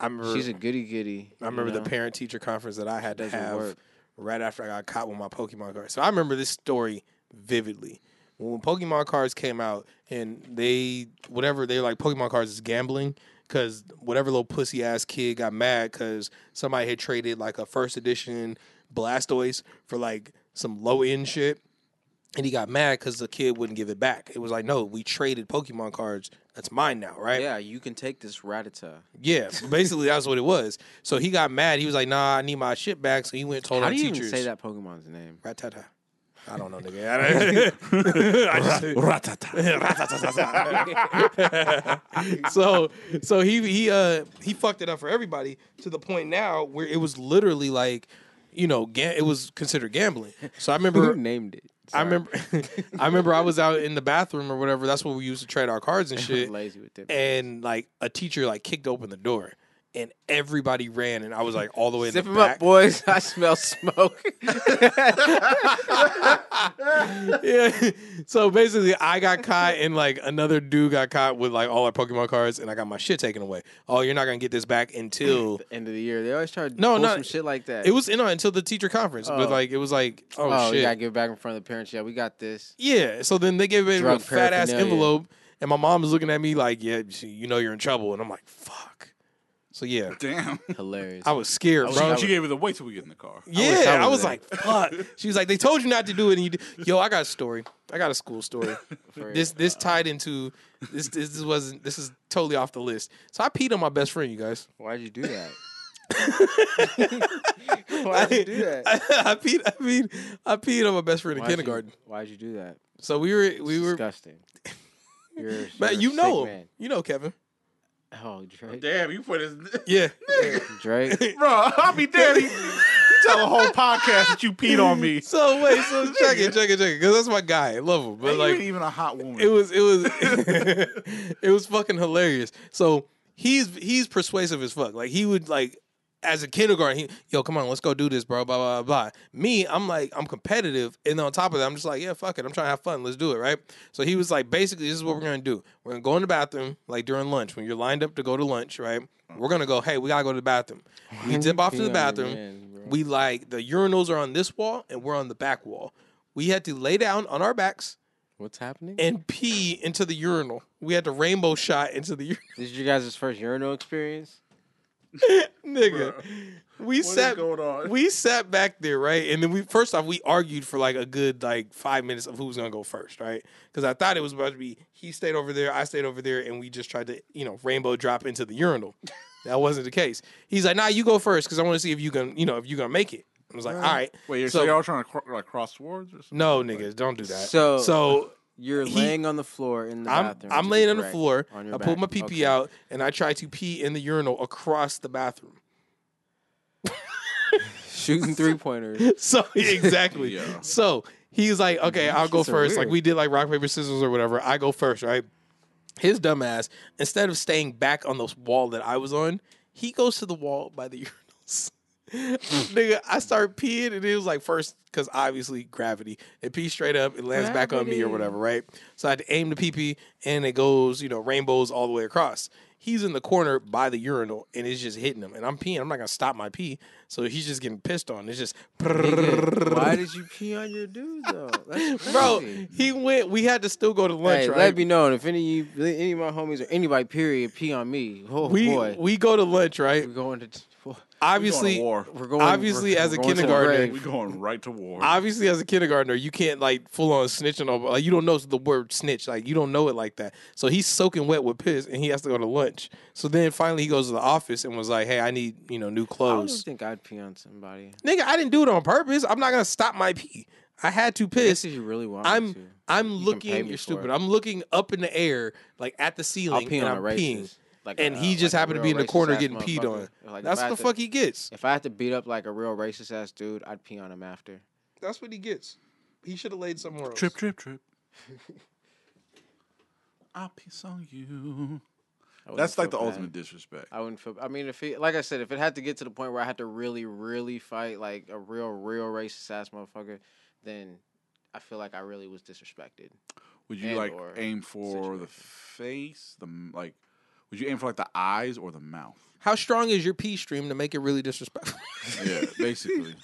Speaker 1: I remember.
Speaker 2: she's a goody goody.
Speaker 1: I remember the parent teacher conference that I had to
Speaker 2: doesn't
Speaker 1: have
Speaker 2: work.
Speaker 1: right after I got caught with my Pokemon cards. So I remember this story vividly. When Pokemon cards came out and they whatever they were like Pokemon cards is gambling because whatever little pussy ass kid got mad because somebody had traded like a first edition Blastoise for like some low end shit. And he got mad because the kid wouldn't give it back. It was like, no, we traded Pokemon cards. That's mine now, right?
Speaker 2: Yeah, you can take this ratata.
Speaker 1: Yeah, basically that's what it was. So he got mad. He was like, "Nah, I need my shit back." So he went and told
Speaker 2: How
Speaker 1: our
Speaker 2: do you
Speaker 1: teachers.
Speaker 2: even say that Pokemon's name?
Speaker 1: Ratata. I don't know, nigga. I, don't- I just- Ra-ta-ta-ta. so so he he uh he fucked it up for everybody to the point now where it was literally like you know ga- it was considered gambling. So I
Speaker 2: Who
Speaker 1: remember
Speaker 2: named it?
Speaker 1: I remember I remember I was out in the bathroom or whatever. That's where we used to trade our cards and
Speaker 2: Sorry.
Speaker 1: shit.
Speaker 2: lazy with it.
Speaker 1: And like a teacher like kicked open the door and everybody ran and I was like all the way in
Speaker 2: Zip
Speaker 1: the
Speaker 2: him
Speaker 1: back.
Speaker 2: up, boys. I smell smoke.
Speaker 1: yeah. So basically, I got caught, and like another dude got caught with like all our Pokemon cards, and I got my shit taken away. Oh, you're not gonna get this back until
Speaker 2: End of the year. They always try to
Speaker 1: No,
Speaker 2: pull
Speaker 1: no,
Speaker 2: some shit like that.
Speaker 1: it was you know until the teacher conference, but
Speaker 2: Oh.
Speaker 1: like it was like oh,
Speaker 2: oh, you
Speaker 1: shit,
Speaker 2: gotta give it back in front of the parents. Yeah, we got this.
Speaker 1: yeah. So then they gave me a
Speaker 2: Drug
Speaker 1: fat ass
Speaker 2: paraphernalia.
Speaker 1: envelope, and my mom was looking at me like, yeah, she- you know you're in trouble, and I'm like, fuck. So yeah,
Speaker 3: Damn.
Speaker 2: Hilarious.
Speaker 1: I was scared, bro.
Speaker 5: she gave it away till we get in the car.
Speaker 1: Yeah,
Speaker 2: wish I
Speaker 1: I was,
Speaker 2: was
Speaker 1: like, fuck. She was like, they told you not to do it. And you did. Yo, I got a story. I got a school story. this this tied into this, this this wasn't this is totally off the list. So I peed on my best friend, you guys.
Speaker 2: Why'd you do that? Why'd you do that?
Speaker 1: I, peed I peed I peed on my best friend in
Speaker 2: Why'd you-
Speaker 1: kindergarten.
Speaker 2: why'd you do that?
Speaker 1: So we were we
Speaker 2: It's
Speaker 1: were
Speaker 2: disgusting. You're,
Speaker 1: Matt, you
Speaker 2: you're a
Speaker 1: know
Speaker 2: sick
Speaker 1: him. You know Kevin.
Speaker 2: man. Oh, Drake.
Speaker 5: Damn, you put his.
Speaker 1: Yeah.
Speaker 2: Drake.
Speaker 5: Bro, I'll be damned. You, you tell the whole podcast that you peed on me.
Speaker 1: So wait, so check it, check it, check it. Cause that's my guy. I love him. But
Speaker 3: you
Speaker 1: like
Speaker 3: ain't even a hot woman.
Speaker 1: it was it was it was fucking hilarious. So he's he's persuasive as fuck. Like he would like as a kindergarten, he, yo, come on, let's go do this, bro. Blah blah blah. blah. Me, I'm like I'm competitive, and on top of that, I'm just like, yeah, fuck it, I'm trying to have fun. Let's do it, right? So he was like, basically, this is what we're gonna do. We're gonna go in the bathroom like during lunch when you're lined up to go to lunch, right? We're gonna go. Hey, we gotta go to the bathroom. We dip off to the
Speaker 2: Young
Speaker 1: bathroom.
Speaker 2: man, bro.
Speaker 1: We like the urinals are on this wall and we're on the back wall. We had to lay down on our backs
Speaker 2: What's happening?
Speaker 1: and pee into the urinal. We had the rainbow shot into the
Speaker 2: This is your guys' first urinal experience?
Speaker 1: urinal. Nigga, we
Speaker 3: What is
Speaker 1: sat
Speaker 3: going on?
Speaker 1: we sat back there, right? And then we first off we argued for like a good like five minutes of who was gonna go first, right? Because I thought it was about to be he stayed over there, I stayed over there, and we just tried to you know rainbow drop into the urinal. that wasn't the case. He's like, nah, you go first because I want to see if you can you know if you gonna make it. I was like, all right,
Speaker 3: Wait, you're,
Speaker 1: So-
Speaker 3: so y'all trying to cro- like cross swords or something?
Speaker 1: no, niggas, don't do that.
Speaker 2: So-
Speaker 1: so
Speaker 2: You're
Speaker 1: He-
Speaker 2: laying on the floor in the
Speaker 1: I'm
Speaker 2: bathroom. to
Speaker 1: I'm
Speaker 2: be
Speaker 1: laying on the
Speaker 2: correct,
Speaker 1: floor.
Speaker 2: on your
Speaker 1: I pulled
Speaker 2: back.
Speaker 1: my pee pee
Speaker 2: Okay.
Speaker 1: out and I tried to pee in the urinal across the bathroom.
Speaker 2: Shooting three pointers.
Speaker 1: So exactly.
Speaker 3: Yeah.
Speaker 1: So he's like, okay, I'll go
Speaker 2: Shits are
Speaker 1: first. Like
Speaker 2: weird.
Speaker 1: we did like rock paper scissors or whatever. I go first, right? His dumbass instead of staying back on the wall that I was on, he goes to the wall by the urinals. Nigga, I start peeing and it was like first because obviously gravity. It pee straight up, it lands back on me or whatever, right? So I had to aim the pee pee and it goes, you know, rainbows all the way across. He's in the corner by the urinal and it's just hitting him. And I'm peeing. I'm not gonna stop my pee. So he's just getting pissed on. It's just
Speaker 2: Nigga, Why did you pee on your dude though? That's crazy.
Speaker 1: Bro, he went. We had to still go to lunch,
Speaker 2: hey,
Speaker 1: right?
Speaker 2: let me know and if any of you, any of my homies or anybody period pee on me. Oh
Speaker 1: we
Speaker 2: boy,
Speaker 1: we go to lunch, right?
Speaker 2: we're going to we're
Speaker 1: Obviously,
Speaker 5: war.
Speaker 2: going.
Speaker 1: Obviously,
Speaker 2: we're-
Speaker 1: as
Speaker 2: we're
Speaker 1: a
Speaker 2: going to the
Speaker 1: kindergartner,
Speaker 2: grave.
Speaker 5: We going right to war.
Speaker 1: obviously, as a kindergartner, you can't like full on snitch on. Like you don't know the word snitch. Like you don't know it like that. So he's soaking wet with piss, and he has to go to lunch. So then finally, he goes to the office and was like, "Hey, I need you know new
Speaker 2: I don't
Speaker 1: clothes,
Speaker 2: think I'd pee on somebody.
Speaker 1: nigga. I didn't do it on purpose. I'm not gonna stop my pee. I had to
Speaker 2: This
Speaker 1: piss."
Speaker 2: is you really want. me
Speaker 1: I'm
Speaker 2: to.
Speaker 1: I'm
Speaker 2: You can pay
Speaker 1: looking.
Speaker 2: me
Speaker 1: You're
Speaker 2: for
Speaker 1: stupid.
Speaker 2: it.
Speaker 1: I'm looking up in the air, like at the
Speaker 2: I'll
Speaker 1: ceiling,
Speaker 2: pee
Speaker 1: and
Speaker 2: on
Speaker 1: I'm
Speaker 2: a racist.
Speaker 1: peeing.
Speaker 2: Like
Speaker 1: and
Speaker 2: a-
Speaker 1: he
Speaker 2: like
Speaker 1: just
Speaker 2: a
Speaker 1: happened to
Speaker 2: real
Speaker 1: be in the
Speaker 2: racist
Speaker 1: corner
Speaker 2: ass
Speaker 1: getting peed
Speaker 2: motherfucker.
Speaker 1: on.
Speaker 2: Like, if
Speaker 1: That's
Speaker 2: I
Speaker 1: what
Speaker 2: had
Speaker 1: the
Speaker 2: to-
Speaker 1: fuck he gets.
Speaker 2: If I had to beat up like a real racist ass dude, I'd pee on him after.
Speaker 1: That's what he gets. He should have laid somewhere else.
Speaker 5: Trip, trip, trip. I'll piss on you.
Speaker 2: I wouldn't
Speaker 3: Oh, That's like the
Speaker 2: feel bad.
Speaker 3: ultimate disrespect.
Speaker 2: I wouldn't feel. I mean, if he, like I said, if it had to get to the point where I had to really, really fight like a real, real racist ass motherfucker, then I feel like I really was disrespected.
Speaker 3: Would you
Speaker 2: and
Speaker 3: like
Speaker 2: or
Speaker 3: aim for the face? The m- like, would you aim for like the eyes or the mouth?
Speaker 1: How strong is your pee stream to make it really disrespectful?
Speaker 3: Yeah, basically.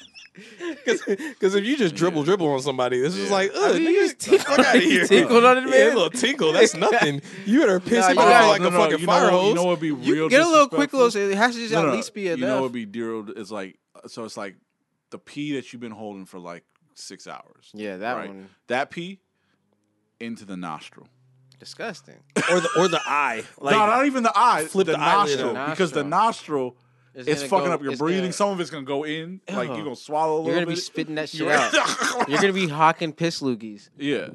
Speaker 1: Because if you just dribble dribble on somebody, this is
Speaker 3: Yeah.
Speaker 1: like, ugh,
Speaker 2: mean,
Speaker 1: nigga,
Speaker 2: you
Speaker 1: just fuck out of here.
Speaker 2: tinkled on it,
Speaker 1: Yeah, a
Speaker 2: man.
Speaker 1: little tinkle. That's nothing. You better piss him
Speaker 2: you
Speaker 1: off
Speaker 2: gotta-
Speaker 1: like a fucking
Speaker 3: Oh, you know
Speaker 1: fire
Speaker 3: what-
Speaker 1: hose.
Speaker 3: You know what would be real?
Speaker 2: get a little quick
Speaker 3: disrespectful?
Speaker 2: little. It has to just
Speaker 3: No,
Speaker 2: at
Speaker 3: no,
Speaker 2: least be enough.
Speaker 3: You know what would be dear is like uh, so it's like the pee that you've been holding for like six hours.
Speaker 2: yeah, that
Speaker 3: right?
Speaker 2: one
Speaker 3: That pee into the nostril.
Speaker 2: disgusting.
Speaker 1: or the or the eye. Like,
Speaker 3: no, not even the eye.
Speaker 1: flip
Speaker 3: the,
Speaker 1: the eyelid
Speaker 3: nostril
Speaker 2: up.
Speaker 3: because the nostril
Speaker 2: It's
Speaker 3: It's,
Speaker 2: gonna
Speaker 3: fucking
Speaker 2: go-
Speaker 3: up your
Speaker 2: it's
Speaker 3: breathing.
Speaker 2: gonna-
Speaker 3: Some of it's gonna go in, like
Speaker 2: Ugh.
Speaker 3: you're gonna swallow a little
Speaker 2: You're gonna be
Speaker 3: bit.
Speaker 2: spitting that shit
Speaker 3: You're-
Speaker 2: out. You're gonna be hawking piss loogies.
Speaker 3: yeah.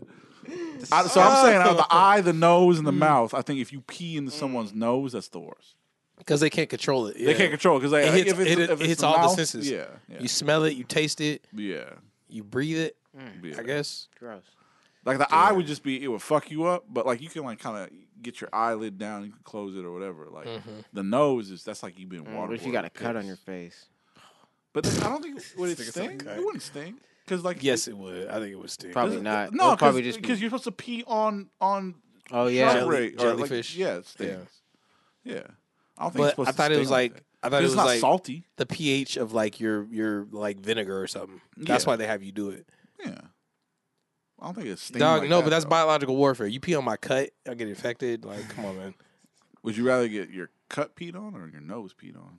Speaker 3: I- so I'm saying out of the eye, the nose, and the mouth. I think if you pee into someone's nose, that's the worst.
Speaker 1: because they can't control it.
Speaker 3: They can't control because
Speaker 1: It hits,
Speaker 3: if it's,
Speaker 1: it,
Speaker 3: if
Speaker 1: it
Speaker 3: it's
Speaker 1: hits
Speaker 3: the
Speaker 1: all
Speaker 3: mouth,
Speaker 1: the senses.
Speaker 3: Yeah, yeah,
Speaker 1: you smell it, you taste it,
Speaker 3: yeah,
Speaker 1: you breathe it.
Speaker 3: yeah.
Speaker 1: I guess.
Speaker 2: Gross.
Speaker 3: Like the eye would just be it would fuck you up, but like you can like kind of get your eyelid down, you can close it or whatever. Like
Speaker 1: Mm-hmm.
Speaker 3: the nose is that's like you've been
Speaker 2: What
Speaker 3: water.
Speaker 2: Mm, if you got a cut on your face?
Speaker 3: But then I don't think would it
Speaker 1: Stick it to the
Speaker 3: sting.
Speaker 1: cut.
Speaker 3: It wouldn't sting because like
Speaker 1: Yes, it would. I think it would stick.
Speaker 2: Probably
Speaker 3: it-
Speaker 2: not.
Speaker 3: No,
Speaker 2: It'll probably
Speaker 3: because
Speaker 2: just be-
Speaker 3: you're supposed to pee on on
Speaker 2: Oh yeah.
Speaker 3: yeah
Speaker 1: Jelly-
Speaker 3: or
Speaker 1: jellyfish.
Speaker 3: Like, yeah, it
Speaker 1: Yeah.
Speaker 3: stings. Yeah. I don't think it's
Speaker 1: But
Speaker 3: supposed
Speaker 1: I
Speaker 3: to
Speaker 1: thought it
Speaker 3: sting
Speaker 1: was like
Speaker 3: that.
Speaker 1: I thought it
Speaker 3: it's
Speaker 1: was
Speaker 3: not
Speaker 1: like
Speaker 3: salty.
Speaker 1: the pH of like your your like vinegar or something. That's
Speaker 3: Yeah.
Speaker 1: why they have you do it.
Speaker 3: Yeah. I don't think it's sting.
Speaker 1: Dog,
Speaker 3: like
Speaker 1: no,
Speaker 3: that,
Speaker 1: but that's
Speaker 3: though.
Speaker 1: biological warfare. You pee on my cut, I get infected. Like, come on, man.
Speaker 3: Would you rather get your cut peed on or your nose peed on?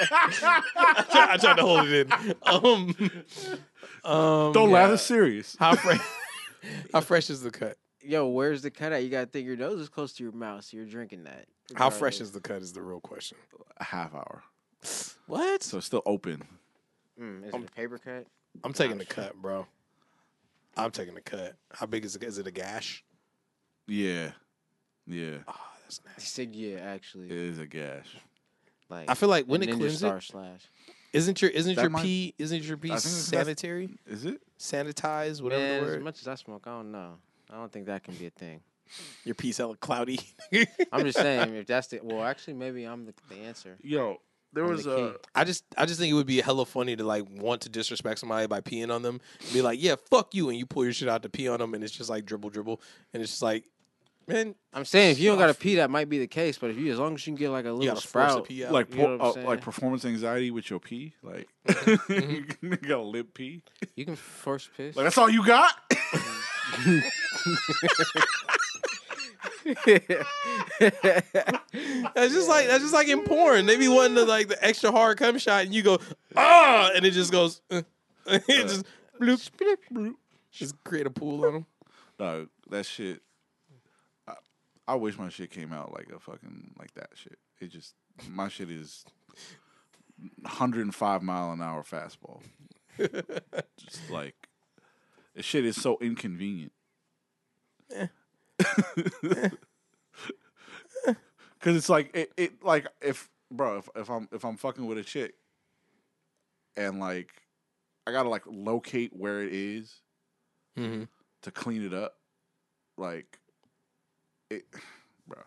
Speaker 1: I tried to hold it in. Um, um,
Speaker 3: Don't laugh.
Speaker 1: yeah.
Speaker 3: It's serious.
Speaker 1: How fresh? how fresh is the cut?
Speaker 2: Yo, where's the cut at? You gotta think your nose is close to your mouth, so you're drinking that.
Speaker 1: How fresh is the cut? Is the real question.
Speaker 3: A half hour.
Speaker 1: What?
Speaker 3: So it's still open.
Speaker 2: Mm, is it a paper cut?
Speaker 1: I'm taking the cut, bro. I'm taking the cut. How big is it? Is it a gash?
Speaker 3: Yeah. Yeah.
Speaker 1: Oh, that's
Speaker 2: I
Speaker 1: nasty.
Speaker 2: said yeah, actually.
Speaker 3: It is a gash.
Speaker 2: Like
Speaker 1: I feel like when
Speaker 2: ninja
Speaker 1: it cleanses,
Speaker 2: star slash.
Speaker 1: isn't your isn't
Speaker 3: That
Speaker 1: your
Speaker 3: might-
Speaker 1: pee isn't your
Speaker 3: I
Speaker 1: pee
Speaker 3: think that's- that's-
Speaker 1: sanitary,
Speaker 3: Is it?
Speaker 1: sanitized, whatever
Speaker 2: Man,
Speaker 1: the
Speaker 2: as
Speaker 1: word.
Speaker 2: much as I smoke, I don't know. I don't think that can be a thing.
Speaker 1: Your pee's hella cloudy.
Speaker 2: I'm just saying, if that's the well, actually, maybe I'm the, the answer.
Speaker 3: Yo, there
Speaker 2: I'm
Speaker 3: was
Speaker 2: the
Speaker 3: a.
Speaker 2: king.
Speaker 1: I just I just think it would be hella funny to like want to disrespect somebody by peeing on them. Be like, yeah, fuck you, and you pull your shit out to pee on them, and it's just like dribble dribble, and it's just like, man,
Speaker 2: I'm saying if you don't got a pee, that might be the case. But if you, as long as you can get like a little
Speaker 1: gotta force a
Speaker 2: sprout,
Speaker 1: pee out.
Speaker 3: Like
Speaker 2: You
Speaker 3: por-
Speaker 2: know what I'm
Speaker 3: uh,
Speaker 2: saying?
Speaker 3: like performance anxiety with your pee, like you got a lip pee.
Speaker 2: you can force piss.
Speaker 3: Like that's all you got.
Speaker 1: that's just like that's just like in porn. They be wanting to like the extra hard cum shot, and you go ah, and it just goes, uh, it just bloop, bloop, bloop. just create a pool on them.
Speaker 3: No, that shit. I, I wish my shit came out like a fucking like that shit. It just my shit is 105 mile an hour fastball. just like the shit is so inconvenient. Cause it's like it, it like if bro if, if I'm if I'm fucking with a chick and like I gotta like locate where it is
Speaker 1: Mm-hmm.
Speaker 3: to clean it up. Like it, bro.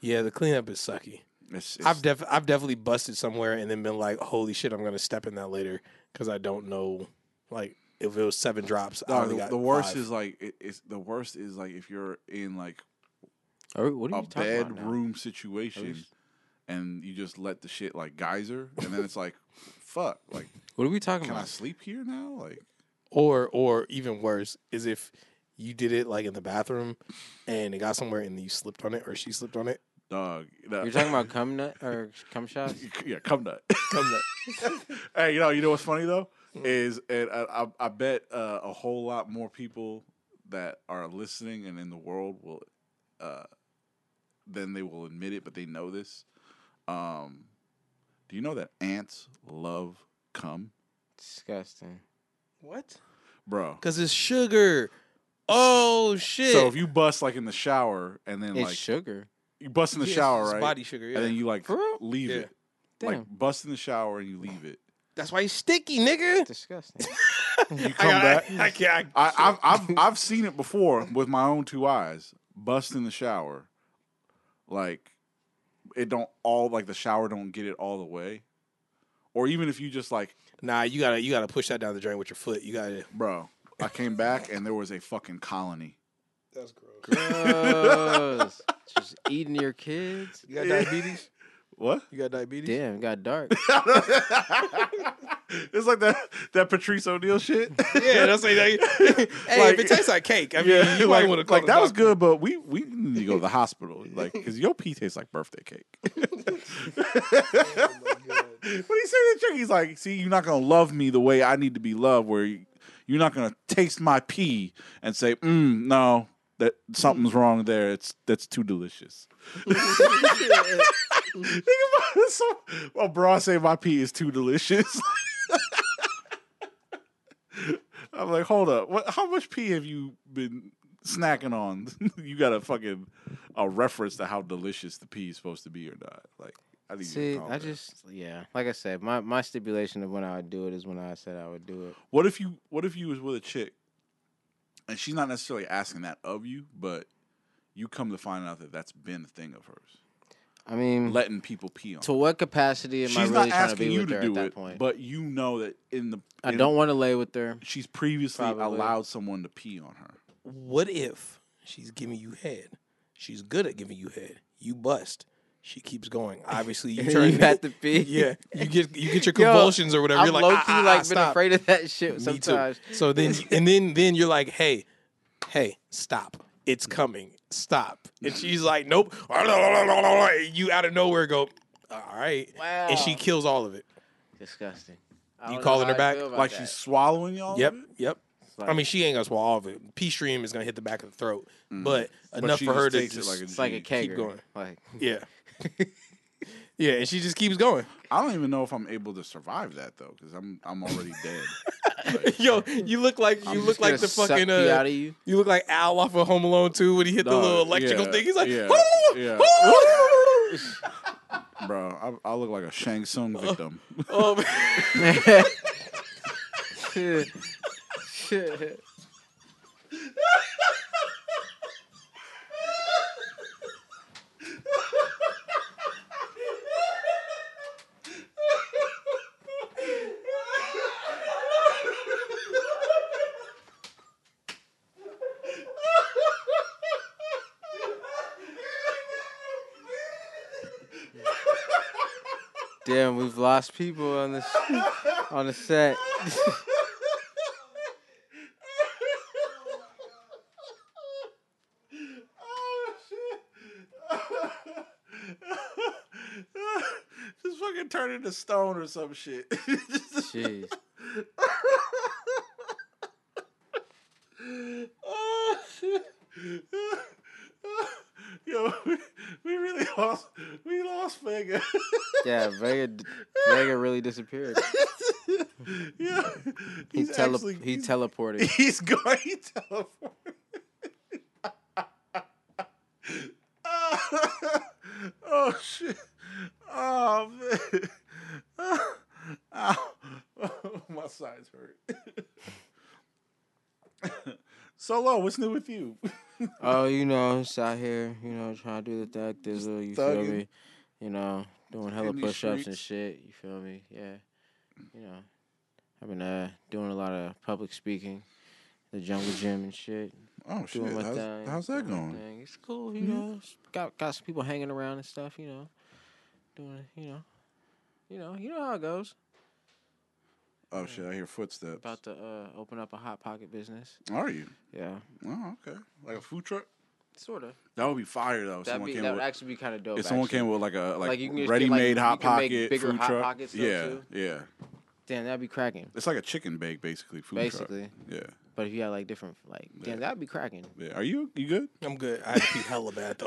Speaker 1: Yeah, the cleanup is sucky.
Speaker 3: It's, it's
Speaker 1: I've def I've definitely busted somewhere and then been like, holy shit, I'm gonna step in that later because I don't know, like if it was seven drops. I
Speaker 3: dog,
Speaker 1: only
Speaker 3: the,
Speaker 1: got
Speaker 3: the worst
Speaker 1: five.
Speaker 3: is like it, it's the worst is like if you're in like
Speaker 2: Are we- what are
Speaker 3: a
Speaker 2: you talking about? now?
Speaker 3: bedroom situation and you just let the shit like geyser and then it's like fuck like
Speaker 2: What are we talking
Speaker 3: can I
Speaker 2: about?
Speaker 3: sleep here now like
Speaker 1: or or even worse is if you did it like in the bathroom and it got somewhere and you slipped on it or she slipped on it.
Speaker 3: dog
Speaker 2: You're talking about cum nut or cum shots?
Speaker 3: yeah come nut
Speaker 1: Come back.
Speaker 3: hey you know you know what's funny though is and I I, I bet uh, a whole lot more people that are listening and in the world will uh, then they will admit it, but they know this. Um, do you know that ants love cum,
Speaker 2: Disgusting.
Speaker 1: What?
Speaker 3: bro?
Speaker 1: Because it's sugar. Oh shit!
Speaker 3: So if you bust like in the shower and then
Speaker 2: It's
Speaker 3: like
Speaker 2: sugar.
Speaker 3: you bust in the
Speaker 1: Yes,
Speaker 3: shower,
Speaker 1: it's
Speaker 3: right?
Speaker 1: Body sugar. Yeah.
Speaker 3: And then you like
Speaker 2: For real?
Speaker 3: leave
Speaker 1: Yeah.
Speaker 3: it,
Speaker 2: Damn.
Speaker 3: like bust in the shower and you leave it.
Speaker 1: That's why you sticky, nigga.
Speaker 2: Disgusting.
Speaker 3: You come back.
Speaker 1: I, can't.
Speaker 3: I, I've I've I've seen it before with my own two eyes. Bust in the shower, like it don't all like the shower don't get it all the way, or even if you just like,
Speaker 1: Nah, you gotta you gotta push that down the drain with your foot. You gotta.
Speaker 3: bro, I came back and there was a fucking colony.
Speaker 1: That's gross.
Speaker 2: Gross. Just eating your kids.
Speaker 1: You got
Speaker 3: Yeah.
Speaker 1: diabetes?
Speaker 3: What?
Speaker 1: You got diabetes?
Speaker 2: Damn, it got dark.
Speaker 3: it's like that that Patrice O'Neal shit.
Speaker 1: Yeah, that's like, like hey, if it
Speaker 3: Like-
Speaker 1: tastes like cake, I mean,
Speaker 3: Yeah,
Speaker 1: you
Speaker 3: like,
Speaker 1: might want to call
Speaker 3: like
Speaker 1: the
Speaker 3: that was
Speaker 1: doctor.
Speaker 3: good, but we we need to go to the hospital, like because your pee tastes like birthday cake. When he said that trick, he's like, "See, you're not gonna love me the way I need to be loved. Where you, you're not gonna taste my pee and say, mm, no, that something's wrong there. It's that's too delicious. Think about it. So, a bra say my pee is too delicious. I'm like, hold up. What? How much pee have you been snacking on? you got a fucking a reference to how delicious the pee is supposed to be or not? Like, I need you
Speaker 2: See,
Speaker 3: to calm
Speaker 2: I
Speaker 3: down.
Speaker 2: just yeah. Like I said, my, my stipulation of when I would do it is when I said I would do it.
Speaker 3: What if you what if you was with a chick and she's not necessarily asking that of you, but you come to find out that that's been a thing of hers.
Speaker 2: I mean,
Speaker 3: Letting people pee on.
Speaker 2: to
Speaker 3: her.
Speaker 2: what capacity Mm. am
Speaker 3: she's
Speaker 2: I really
Speaker 3: not
Speaker 2: trying to be
Speaker 3: asking you
Speaker 2: with
Speaker 3: to
Speaker 2: her
Speaker 3: do
Speaker 2: at that
Speaker 3: it,
Speaker 2: point?
Speaker 3: but you know that in the
Speaker 2: I
Speaker 3: in-
Speaker 2: don't want to lay with her.
Speaker 3: she's previously
Speaker 2: Probably.
Speaker 3: allowed someone to pee on her.
Speaker 1: What if she's giving you head? She's good at giving you head. You bust. She keeps going. Obviously, you
Speaker 2: And
Speaker 1: turn.
Speaker 2: you have to pee.
Speaker 1: Yeah, you get you get your
Speaker 2: Yo,
Speaker 1: convulsions or whatever.
Speaker 2: I've
Speaker 1: you're like,
Speaker 2: low
Speaker 1: "Ah,
Speaker 2: key
Speaker 1: ah,
Speaker 2: like
Speaker 1: ah,
Speaker 2: been
Speaker 1: stop.
Speaker 2: afraid of that shit
Speaker 1: Me too.
Speaker 2: sometimes.
Speaker 1: So then, and then, then you're like, hey, hey, stop. It's coming. Stop. And she's like, nope. You out of nowhere go, all right. And she
Speaker 2: Wow.
Speaker 1: kills all of it.
Speaker 2: Disgusting. I
Speaker 1: You
Speaker 2: don't know
Speaker 1: calling
Speaker 2: how
Speaker 1: her
Speaker 2: I
Speaker 1: back?
Speaker 2: feel about
Speaker 3: Like
Speaker 2: that.
Speaker 3: she's swallowing y'all.
Speaker 1: Yep.
Speaker 3: of it?
Speaker 1: Yep. I
Speaker 2: like-
Speaker 1: mean, she ain't gonna swallow all of it. P stream is gonna hit the back of the throat, but
Speaker 3: Mm. But
Speaker 1: enough
Speaker 3: she
Speaker 1: for her
Speaker 3: just
Speaker 1: to
Speaker 3: takes it
Speaker 1: just
Speaker 3: like a
Speaker 2: it's like a
Speaker 3: Keep
Speaker 2: kegger.
Speaker 1: going.
Speaker 2: Like
Speaker 1: yeah, yeah. And she just keeps going.
Speaker 3: I don't even know if I'm able to survive that though, because I'm I'm already dead.
Speaker 1: Yo, you look like you
Speaker 2: I'm
Speaker 1: look
Speaker 2: just
Speaker 1: like
Speaker 2: gonna
Speaker 1: the
Speaker 2: suck
Speaker 1: fucking
Speaker 2: pee
Speaker 1: uh,
Speaker 2: out of you.
Speaker 1: You look like Al off of Home Alone 2 when he hit the
Speaker 3: Dog,
Speaker 1: little electrical
Speaker 3: yeah,
Speaker 1: thing. He's like,
Speaker 3: yeah,
Speaker 1: "Woo!"
Speaker 3: yeah. Bro, I, I look like a Shang Tsung victim.
Speaker 1: Oh, man.
Speaker 2: Shit. Shit. Damn, we've lost people on this on the set.
Speaker 3: Oh, Just fucking turn into stone or some shit.
Speaker 2: Jeez.
Speaker 3: oh shit. Yo, we, we really lost. We lost Vega.
Speaker 2: Yeah, Vega, d- Vega really disappeared.
Speaker 3: yeah,
Speaker 2: He,
Speaker 3: he's
Speaker 2: tele-
Speaker 3: actually-
Speaker 2: he
Speaker 3: he's-
Speaker 2: teleported.
Speaker 3: He's going he teleported. oh shit. Oh man. Ow. My sides hurt. Solo, what's new with you?
Speaker 2: Oh, you know, it's out here, you know, trying to do the thug thizzle, you feel
Speaker 3: thugging.
Speaker 2: me? You know, doing hella
Speaker 3: In these
Speaker 2: push ups and
Speaker 3: streets.
Speaker 2: shit, you feel me? Yeah. You know, I've been uh, doing a lot of public speaking, the jungle gym and shit.
Speaker 3: Oh shit.
Speaker 2: Doing my
Speaker 3: How's,
Speaker 2: thing.
Speaker 3: how's that
Speaker 2: doing my
Speaker 3: going?
Speaker 2: thing. It's cool, you know. it's Got got some people hanging around and stuff, you know. Doing, you know, you know, you know how it goes.
Speaker 3: Oh shit, I hear footsteps.
Speaker 2: About to uh, open up a hot pocket business.
Speaker 3: Are you?
Speaker 2: Yeah,
Speaker 3: Oh, okay. Like a food truck?
Speaker 2: sort of.
Speaker 3: That would be fire though. if
Speaker 2: That'd
Speaker 3: someone
Speaker 2: be,
Speaker 3: came
Speaker 2: that
Speaker 3: with,
Speaker 2: would actually be kind of dope.
Speaker 3: if someone
Speaker 2: actually.
Speaker 3: came with like a like,
Speaker 2: Like, you can just get, like,
Speaker 3: ready-made hot
Speaker 2: you can make
Speaker 3: pocket
Speaker 2: bigger
Speaker 3: food
Speaker 2: Hot
Speaker 3: truck.
Speaker 2: Pockets, though,
Speaker 3: yeah,
Speaker 2: too.
Speaker 3: yeah.
Speaker 2: damn, that'd be cracking.
Speaker 3: It's like a chicken bake, basically. Food
Speaker 2: Basically.
Speaker 3: Truck. Yeah,
Speaker 2: But if you had like different, like, damn, that'd be cracking.
Speaker 3: yeah. Are you you good?
Speaker 1: I'm good. I had to pee hella bad though.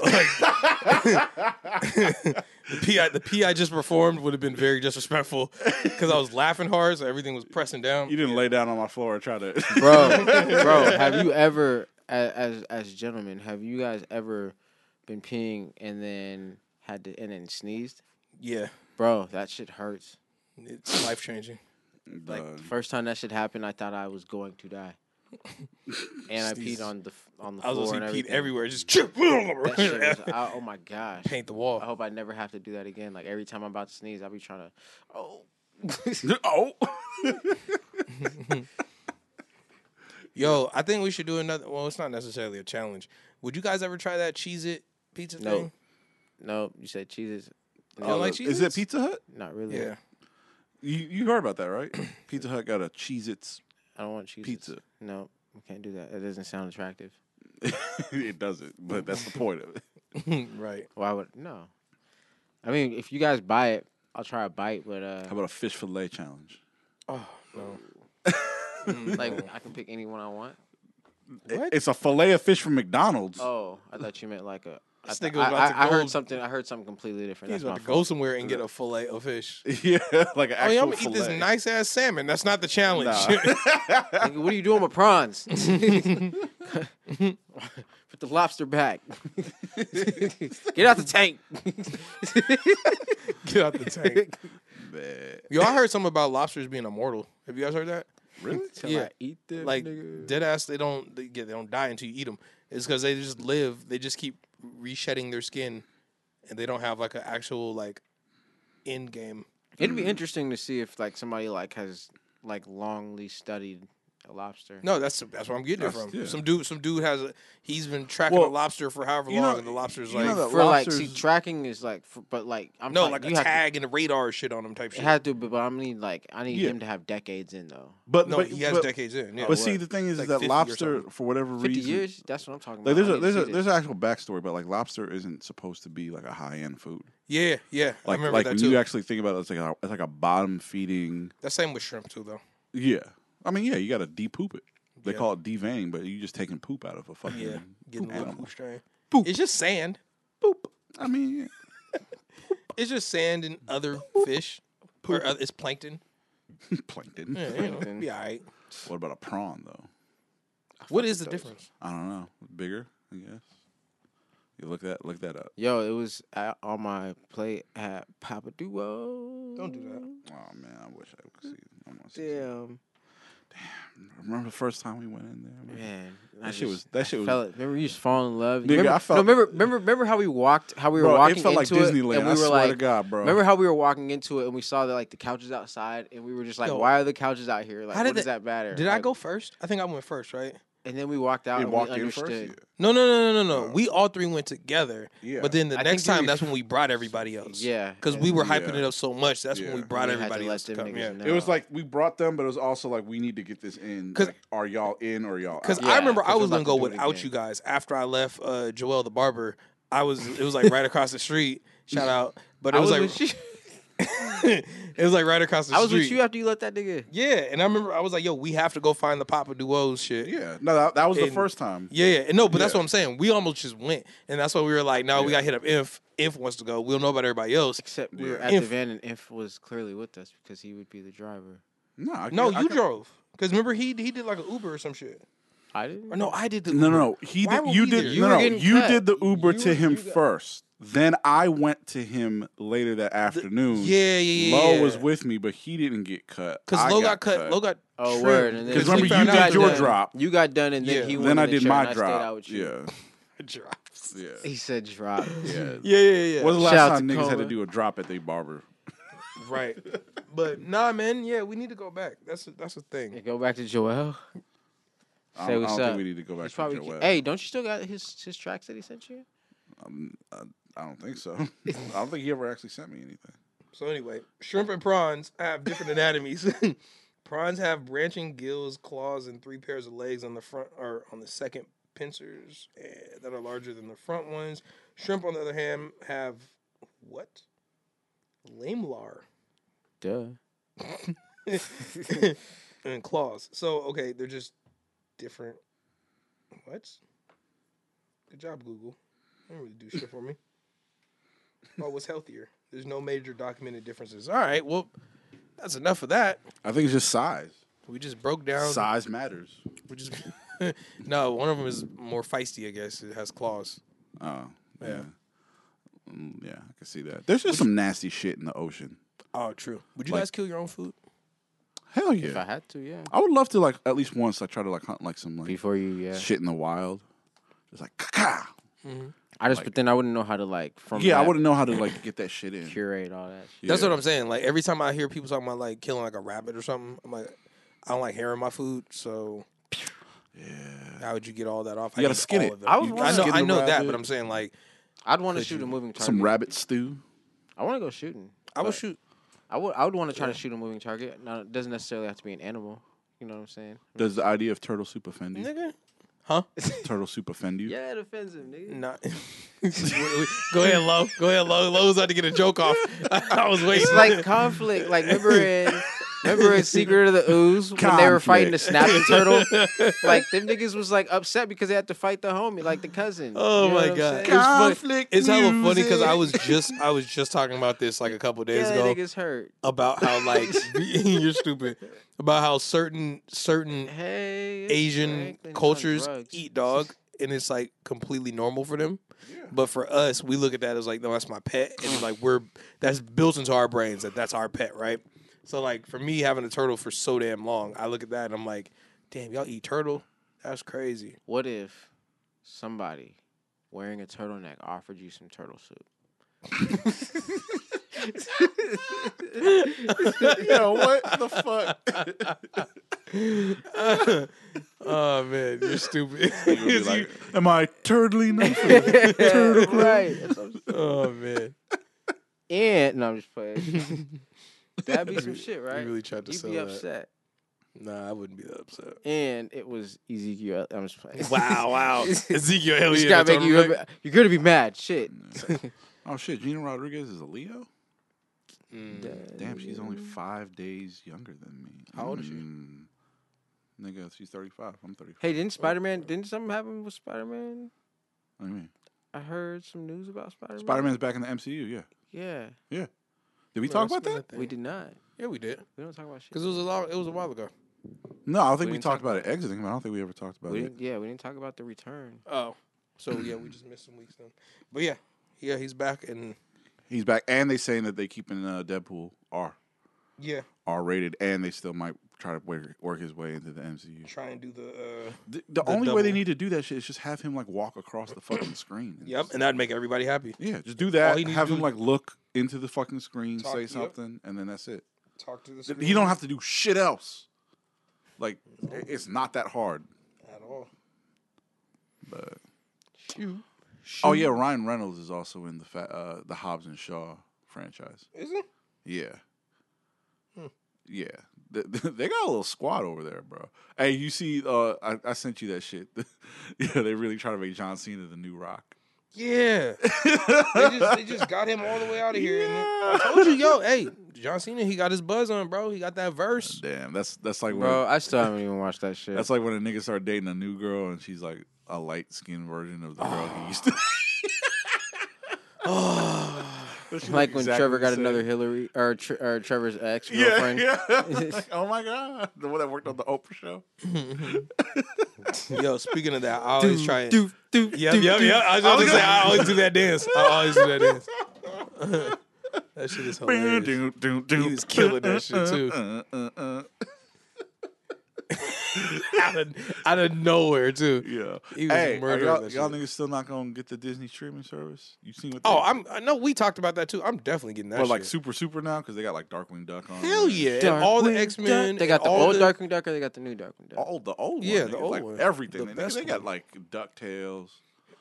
Speaker 1: Like, the pee I, the pee I just performed would have been very disrespectful because I was laughing hard, so everything was pressing down.
Speaker 3: You didn't lay down on my floor and try to.
Speaker 2: bro, bro, have you ever, as, as as gentlemen, have you guys ever been peeing and then had to and then sneezed?
Speaker 1: Yeah,
Speaker 2: Bro, that shit hurts.
Speaker 1: it's life changing.
Speaker 2: Like
Speaker 3: Dog.
Speaker 2: the first time that shit happened, I thought I was going to die, and I peed
Speaker 1: Sneezes.
Speaker 2: on the f- on the
Speaker 1: I was
Speaker 2: floor
Speaker 1: gonna
Speaker 2: and
Speaker 1: see Pete
Speaker 2: everything.
Speaker 1: everywhere, just chip.
Speaker 2: That shit was, I, oh my gosh.
Speaker 1: paint the wall.
Speaker 2: I hope I never have to do that again. Like every time I'm about to sneeze, I'll be trying to. Oh,
Speaker 3: oh,
Speaker 1: Yo, I think we should do another. Well, it's not necessarily a challenge. Would you guys ever try that cheese it pizza
Speaker 2: No.
Speaker 1: thing?
Speaker 2: no, you said cheeses.
Speaker 1: You don't
Speaker 2: No,
Speaker 1: like
Speaker 3: is it
Speaker 1: Cheez-Its?
Speaker 3: Pizza Hut?
Speaker 2: not really.
Speaker 1: Yeah.
Speaker 3: You you heard about that, right? Pizza Hut got a Cheez Its
Speaker 2: I don't want cheese.
Speaker 3: pizza.
Speaker 2: No, we can't do that. That doesn't sound attractive.
Speaker 3: it doesn't, but that's the point of it.
Speaker 1: right.
Speaker 2: Why would no? I mean, if you guys buy it, I'll try a bite. But
Speaker 3: How
Speaker 2: uh,
Speaker 3: about a fish fillet challenge?
Speaker 1: Oh no.
Speaker 2: like I can pick anyone I want.
Speaker 1: What?
Speaker 3: It's a fillet of fish from McDonald's.
Speaker 2: Oh, I thought you meant like a. I,
Speaker 1: This nigga
Speaker 2: I,
Speaker 1: was about to
Speaker 2: I- I
Speaker 1: go-
Speaker 2: heard something. I heard something completely different.
Speaker 1: He's
Speaker 2: That's
Speaker 1: about
Speaker 2: my
Speaker 1: to
Speaker 2: fault.
Speaker 1: go somewhere and get a fillet of fish.
Speaker 3: Yeah, like an
Speaker 1: Oh,
Speaker 3: actual
Speaker 1: yeah, I'm gonna eat this
Speaker 3: fillet.
Speaker 1: nice ass salmon. That's not the challenge.
Speaker 2: Nigga, what are you doing with prawns? Put the lobster back. get out the tank.
Speaker 1: Get out the tank.
Speaker 3: Man.
Speaker 1: Yo, I heard something about lobsters being immortal. Have you guys heard that?
Speaker 3: Really?
Speaker 2: Till
Speaker 1: Yeah.
Speaker 2: I eat them,
Speaker 1: Like
Speaker 2: nigga.
Speaker 1: dead ass, they don't they, get, they don't die until you eat them. It's because they just live. They just keep reshedding their skin, and they don't have like an actual like end game.
Speaker 2: It'd be interesting to see if like somebody like has like longly studied a lobster.
Speaker 1: No, that's that's where I'm getting it
Speaker 3: That's-
Speaker 1: from.
Speaker 3: yeah.
Speaker 1: Some dude, some dude has a, he's been tracking a
Speaker 3: Well,
Speaker 1: lobster for however
Speaker 3: you
Speaker 1: long,
Speaker 3: know-
Speaker 1: and the lobster's
Speaker 3: you know
Speaker 1: like
Speaker 3: that-
Speaker 2: For like, see,
Speaker 3: lobsters-
Speaker 2: tracking is like, for, but like, I'm
Speaker 1: no,
Speaker 2: talking-
Speaker 1: like a
Speaker 2: you have to-
Speaker 1: tag and a radar shit on him type
Speaker 2: It
Speaker 1: shit.
Speaker 2: had to, be, but I need like I need
Speaker 3: Yeah.
Speaker 2: them to have decades in though.
Speaker 3: But
Speaker 1: no,
Speaker 3: but,
Speaker 1: he has
Speaker 3: but,
Speaker 1: decades in. Yeah.
Speaker 3: but see, the thing is,
Speaker 1: Like
Speaker 3: that
Speaker 1: 50 or
Speaker 3: lobster,
Speaker 1: something.
Speaker 3: for whatever
Speaker 2: Fifty
Speaker 3: reason,
Speaker 2: years? That's what I'm talking about.
Speaker 3: like there's
Speaker 2: I
Speaker 3: a
Speaker 2: need to
Speaker 3: there's a
Speaker 2: see
Speaker 3: there's
Speaker 2: this.
Speaker 3: an actual backstory, but like lobster isn't supposed to be like a high end food.
Speaker 1: yeah, yeah, I
Speaker 3: Like
Speaker 1: remember
Speaker 3: like
Speaker 1: that
Speaker 3: when
Speaker 1: too.
Speaker 3: you actually think about it, it's like a, it's like a bottom feeding.
Speaker 1: That's same with shrimp too, though.
Speaker 3: Yeah, I mean yeah, you got to depoop it. They
Speaker 1: Yeah.
Speaker 3: call it devein, but you just taking poop out of a fucking
Speaker 1: Yeah, getting a
Speaker 3: poop
Speaker 1: little
Speaker 3: animal.
Speaker 1: poop strain.
Speaker 3: Poop.
Speaker 1: It's just sand.
Speaker 3: Poop. I mean, yeah.
Speaker 1: It's just sand and
Speaker 2: Mm.
Speaker 1: other fish. Or oth- it's plankton.
Speaker 3: plankton.
Speaker 1: Yeah, you know,
Speaker 2: Plankton.
Speaker 1: be all right.
Speaker 3: What about a prawn though?
Speaker 1: What is the difference?
Speaker 3: I don't know. Bigger, I guess. You look that look that up.
Speaker 2: Yo, it was at, on my plate at Papa Duo.
Speaker 1: Don't do that.
Speaker 3: Oh man, I wish I could see. I wanna see some-
Speaker 2: Damn,
Speaker 3: Remember the first time we went in there? Man?
Speaker 2: man.
Speaker 3: That shit was- that shit was-
Speaker 2: Fell, remember you just falling in love.
Speaker 3: Nigga,
Speaker 2: remember,
Speaker 3: I
Speaker 2: no,
Speaker 3: felt-
Speaker 2: remember, remember, remember how we walked, how we were
Speaker 3: Bro, it
Speaker 2: walking
Speaker 3: felt like
Speaker 2: into
Speaker 3: Disneyland,
Speaker 2: and we
Speaker 3: I
Speaker 2: were
Speaker 3: swear to
Speaker 2: like,
Speaker 3: God, bro.
Speaker 2: Remember how we were walking into it and we saw that like the couches outside, and we were just like,
Speaker 1: Yo,
Speaker 2: why are the couches out here? Like,
Speaker 1: how
Speaker 2: what
Speaker 1: did
Speaker 2: does
Speaker 1: they-
Speaker 2: that matter?
Speaker 1: Did I
Speaker 2: Like,
Speaker 1: go first? I think I went first, right?
Speaker 2: And then we walked out.
Speaker 3: It
Speaker 2: and
Speaker 3: walked
Speaker 2: we
Speaker 3: in first.
Speaker 2: understood.
Speaker 3: Yeah.
Speaker 1: No, no, no, no, no, no. We all three went together.
Speaker 3: Yeah.
Speaker 1: But then the
Speaker 2: I
Speaker 1: next
Speaker 2: think you
Speaker 1: time,
Speaker 2: were-
Speaker 1: that's when we brought everybody else.
Speaker 2: Yeah,
Speaker 1: Because
Speaker 2: and-
Speaker 1: we were hyping
Speaker 3: Yeah.
Speaker 1: it up so much, that's when we
Speaker 3: Yeah.
Speaker 1: brought
Speaker 2: We had to
Speaker 1: everybody
Speaker 2: let
Speaker 1: else to
Speaker 2: them
Speaker 1: come.
Speaker 2: niggas
Speaker 1: Yeah.
Speaker 2: know.
Speaker 3: It was like we brought them, but it was also like we need to get this in.
Speaker 1: 'Cause-
Speaker 3: Like, are y'all in or y'all?
Speaker 1: Because
Speaker 3: out?
Speaker 2: Yeah,
Speaker 1: I remember
Speaker 2: 'cause
Speaker 1: I
Speaker 2: we're
Speaker 1: was
Speaker 2: about
Speaker 1: gonna
Speaker 2: to
Speaker 1: go
Speaker 2: do it
Speaker 1: without
Speaker 2: again.
Speaker 1: you guys after I left uh, Joel the barber. I was it was like right across the street. Shout out, but it
Speaker 2: I
Speaker 1: was,
Speaker 2: was
Speaker 1: like
Speaker 2: with you.
Speaker 1: it was like right across the
Speaker 2: I was
Speaker 1: street.
Speaker 2: with you after you let that nigga.
Speaker 1: Yeah, and I remember I was like, "Yo, we have to go find the Papa Duos shit."
Speaker 3: yeah, no, that, that was the
Speaker 1: And-
Speaker 3: first time.
Speaker 1: Yeah, yeah, no, but that's
Speaker 3: Yeah.
Speaker 1: what I'm saying. We almost just went, and that's why we were like, "No, we
Speaker 3: Yeah.
Speaker 1: got to hit up Inf. Inf wants to go. We'll know about everybody else."
Speaker 2: Except we were
Speaker 3: Yeah.
Speaker 2: at the
Speaker 1: Inf-
Speaker 2: van and Inf was clearly with us because he would be the driver.
Speaker 3: No, I
Speaker 1: No,
Speaker 3: can- I
Speaker 1: you
Speaker 3: can-
Speaker 1: drove because remember he he did like an Uber or some shit.
Speaker 2: I didn't.
Speaker 1: Or no, I did the
Speaker 3: No,
Speaker 1: Uber.
Speaker 3: no, no. He
Speaker 1: Why
Speaker 3: did.
Speaker 1: were
Speaker 3: You
Speaker 1: we
Speaker 3: did.
Speaker 1: there?
Speaker 2: You
Speaker 3: no,
Speaker 2: were
Speaker 3: no.
Speaker 2: getting
Speaker 3: You
Speaker 2: cut.
Speaker 3: did the Uber
Speaker 2: You
Speaker 3: to
Speaker 2: were-
Speaker 3: him
Speaker 2: you got-
Speaker 3: first. Then I went to him later that afternoon.
Speaker 1: Yeah, yeah, yeah.
Speaker 3: Lo
Speaker 1: yeah.
Speaker 3: was with me, but he didn't get cut.
Speaker 1: because
Speaker 3: I
Speaker 1: Lo got cut. Lo got
Speaker 2: Oh
Speaker 1: tripped.
Speaker 2: word! And then
Speaker 3: Because
Speaker 2: we
Speaker 3: remember you
Speaker 1: found out
Speaker 3: did your
Speaker 1: that-
Speaker 2: done-
Speaker 3: drop.
Speaker 2: You got done, and then
Speaker 1: Yeah.
Speaker 2: he went
Speaker 3: Then
Speaker 2: in
Speaker 3: I
Speaker 2: the
Speaker 3: did
Speaker 2: chair and
Speaker 3: my
Speaker 2: I stayed out
Speaker 3: drop.
Speaker 2: with you.
Speaker 3: Yeah, yeah,
Speaker 2: He said drop.
Speaker 3: yeah.
Speaker 1: Yeah, yeah, yeah.
Speaker 3: When's the last
Speaker 2: Shout out
Speaker 3: time
Speaker 2: to
Speaker 3: niggas had to
Speaker 2: Coma.
Speaker 3: do a drop at their barber?
Speaker 1: right. But nah, man. Yeah, we need to go back. That's a, that's a
Speaker 2: Hey,
Speaker 1: thing.
Speaker 2: Go back to Joel.
Speaker 3: I
Speaker 2: Say
Speaker 3: don't, I
Speaker 2: what's
Speaker 3: don't
Speaker 2: up.
Speaker 3: think we need to go back
Speaker 2: He's
Speaker 3: to
Speaker 2: probably-
Speaker 3: Joel.
Speaker 2: Hey, don't you still got his his tracks that he sent you?
Speaker 3: Um, I don't think so. I don't think he ever actually sent me anything.
Speaker 1: So anyway, shrimp and prawns have different anatomies. prawns have branching gills, claws, and three pairs of legs on the front or on the second pincers eh, that are larger than the front ones. Shrimp, on the other hand, have what? Lamelar
Speaker 2: Duh.
Speaker 1: and claws. So okay, they're just different. What? Good job, Google. You didn't really do shit for me. Oh, what's healthier? There's no major documented differences. All right, well, that's enough of that.
Speaker 3: I think it's just size.
Speaker 1: We just broke down.
Speaker 3: Size matters.
Speaker 1: We just no. One of them is more feisty, I guess. It has claws.
Speaker 3: Oh, yeah. Mm, Yeah, I can see that. There's just some nasty shit in the ocean.
Speaker 1: Oh, true. Would you
Speaker 3: Like-
Speaker 1: guys kill your own food?
Speaker 3: Hell
Speaker 2: If I
Speaker 3: yeah.
Speaker 2: had to, yeah.
Speaker 3: I would love to like at least once I try to like hunt like some like
Speaker 2: Before you, yeah.
Speaker 3: shit in the wild. Just like ka
Speaker 2: I just, but then I wouldn't know how to like from.
Speaker 3: Yeah, I
Speaker 2: that,
Speaker 3: wouldn't know how to like get that shit in.
Speaker 2: curate all that. shit.
Speaker 1: That's
Speaker 3: Yeah.
Speaker 1: what I'm saying. Like every time I hear people talking about like killing like a rabbit or something, I'm like, I don't like hair in my food, so yeah. How would you get all that off?
Speaker 3: You gotta
Speaker 1: eat
Speaker 3: skin
Speaker 1: all
Speaker 3: it.
Speaker 1: of
Speaker 2: I was
Speaker 1: You-
Speaker 2: wondering-
Speaker 1: I know, I
Speaker 3: Skin the
Speaker 1: know that,
Speaker 3: rabbit.
Speaker 1: but I'm saying like
Speaker 2: I'd want to shoot a moving target.
Speaker 3: Some rabbit stew.
Speaker 2: I want to go shooting.
Speaker 1: I would
Speaker 2: but-
Speaker 1: shoot.
Speaker 2: I would I would want to try to shoot a moving target. Now it doesn't necessarily have to be an animal. You know what I'm saying?
Speaker 3: Does the idea of turtle soup offend you?
Speaker 1: Nigga. Huh?
Speaker 3: turtle soup offend you?
Speaker 2: Yeah, it offends him, nigga.
Speaker 1: Not. Go ahead, Lo. Go ahead, Lo. Lo's out to get a joke off. I was waiting.
Speaker 2: It's like conflict. Like remember in Remember in Secret of the Ooze when they were fighting the
Speaker 3: Conflict.
Speaker 2: snapping turtle? Like them niggas was like upset because they had to fight the homie, like the cousin.
Speaker 1: Oh
Speaker 2: You know what
Speaker 1: my
Speaker 2: I'm
Speaker 1: god,
Speaker 2: saying?
Speaker 1: it's funny.
Speaker 3: Conflict
Speaker 1: It's hella funny because I
Speaker 3: music.
Speaker 1: was just I was just talking about this like a couple days
Speaker 2: Yeah,
Speaker 1: ago.
Speaker 2: that niggas hurt.
Speaker 1: about how like you're stupid about how certain certain
Speaker 2: Hey, it's
Speaker 1: Asian
Speaker 2: Franklin's on
Speaker 1: cultures
Speaker 2: drugs.
Speaker 1: eat dog and it's like completely normal for them. But for us, we look at that as like no, that's my pet and like we're that's built into our brains that that's our pet, right? So like for me having a turtle for so damn long, I look at that and I'm like, damn, y'all eat turtle? That's crazy.
Speaker 2: What if somebody wearing a turtleneck offered you some turtle soup?
Speaker 3: Yo, what the fuck?
Speaker 1: Oh man, you're stupid.
Speaker 3: Am I turtly enough? Turtle
Speaker 2: right. That's what I'm
Speaker 1: oh man,
Speaker 2: And no, I'm just playing. That'd be some shit, right?
Speaker 1: really tried to
Speaker 2: You'd
Speaker 1: sell
Speaker 2: be
Speaker 1: that.
Speaker 2: upset.
Speaker 1: nah, I wouldn't be that upset.
Speaker 2: And it was Ezekiel. I'm just playing.
Speaker 1: Wow, wow. Ezekiel
Speaker 2: This
Speaker 1: Elliott.
Speaker 2: guy
Speaker 1: Oh, that's
Speaker 2: make
Speaker 1: what
Speaker 2: you.
Speaker 1: I'm like.
Speaker 2: upset. You're gonna be mad. Shit.
Speaker 3: Oh shit, Gina Rodriguez is a Leo?
Speaker 1: Mm.
Speaker 3: Damn, she's only five days younger than me.
Speaker 1: How old is she?
Speaker 3: Mm. Nigga, she's 35. I'm 35.
Speaker 2: Hey, didn't Spider Man? Didn't something happen with Spider Man?
Speaker 3: What do you mean?
Speaker 2: I heard some news about Spider Man.
Speaker 3: Spider Man's back in the MCU, yeah.
Speaker 2: Yeah,
Speaker 3: Did we talk about that?
Speaker 2: we did not.
Speaker 1: Yeah, we did.
Speaker 2: We don't talk about shit.
Speaker 1: Because it was a long, it was a while ago.
Speaker 3: No, I think
Speaker 2: We
Speaker 3: we,
Speaker 2: didn't talk
Speaker 3: talked about it exiting, but I don't think we ever talked about
Speaker 2: We
Speaker 3: it.
Speaker 2: didn't, yeah, we didn't talk about the return.
Speaker 1: Oh, so yeah, we just missed some weeks then. But yeah, yeah, he's back and
Speaker 3: He's back, and they saying that they keeping uh, Deadpool R
Speaker 1: yeah,
Speaker 3: R rated, and they still might try to work, work his way into the MCU.
Speaker 1: try and do the. uh
Speaker 3: The, the
Speaker 1: The
Speaker 3: only way they
Speaker 1: double.
Speaker 3: need to do that shit is just have him like walk across the fucking screen. and
Speaker 1: Yep,
Speaker 3: just-
Speaker 1: and that'd make everybody happy.
Speaker 3: yeah, just do
Speaker 1: All
Speaker 3: that.
Speaker 1: he need to
Speaker 3: Have
Speaker 1: do
Speaker 3: him
Speaker 1: is-
Speaker 3: like look into the fucking screen,
Speaker 1: Talk-
Speaker 3: say
Speaker 1: yep.
Speaker 3: something, and then that's it.
Speaker 1: Talk to this.
Speaker 3: Th- He don't have to do shit else. Like i- it's not that hard.
Speaker 1: at all.
Speaker 3: But
Speaker 2: Shoot.
Speaker 3: oh yeah, Ryan Reynolds is also in the fa- uh, the Hobbs and Shaw franchise.
Speaker 1: Is it?
Speaker 3: Yeah.
Speaker 1: Hmm.
Speaker 3: Yeah. Th- th- They got a little squad over there, bro. Hey, you see, uh, I, I sent you that shit. yeah, they really trying to make John Cena the new rock.
Speaker 1: Yeah, they, just, they just got him all the way out of here. and then- I told you, yo, hey, John Cena, he got his buzz on, bro. He got that verse.
Speaker 3: Damn, that's that's like
Speaker 2: Bro,
Speaker 3: when
Speaker 2: I still haven't even watched that shit.
Speaker 3: that's like when a nigga start dating a new girl and she's like a light skinned version of the girl he used to. But she look
Speaker 2: like when
Speaker 3: exactly
Speaker 2: Trevor
Speaker 3: the
Speaker 2: got
Speaker 3: same.
Speaker 2: another Hillary or, Tre- or Trevor's ex
Speaker 3: Yeah,
Speaker 2: girlfriend.
Speaker 3: yeah. Like, oh my god, the one that worked on the Oprah show.
Speaker 1: Yo, speaking of that, I always try and.
Speaker 2: Doof, doof,
Speaker 1: Yep,
Speaker 2: doof,
Speaker 1: yep,
Speaker 2: doof.
Speaker 1: yep. I was about to say, I always do that dance. I always do that dance. that shit is hilarious.
Speaker 3: Doo, doo, doo.
Speaker 1: He was killing that shit too.
Speaker 3: Uh, uh, uh.
Speaker 1: out, of, out of nowhere too.
Speaker 3: Yeah.
Speaker 1: He was
Speaker 3: hey, are
Speaker 1: murdering
Speaker 3: y'all,
Speaker 1: that
Speaker 3: y'all
Speaker 1: shit.
Speaker 3: niggas still not gonna get the Disney streaming service? You seen what?
Speaker 1: Oh,
Speaker 3: they,
Speaker 1: I'm. I know we talked about that too. I'm definitely getting that.
Speaker 3: but like
Speaker 1: shit.
Speaker 3: super super now because they got like Darkwing Duck on.
Speaker 1: hell
Speaker 3: and
Speaker 1: yeah, and all the X Men.
Speaker 2: They got the
Speaker 1: all
Speaker 2: old Darkwing Duck or they got the new Darkwing Duck.
Speaker 3: All the old
Speaker 1: Yeah, the
Speaker 3: one, nigga,
Speaker 1: old
Speaker 3: like
Speaker 1: one.
Speaker 3: everything.
Speaker 1: The
Speaker 3: nigga.
Speaker 1: best
Speaker 3: they got
Speaker 1: one.
Speaker 3: like Ducktales,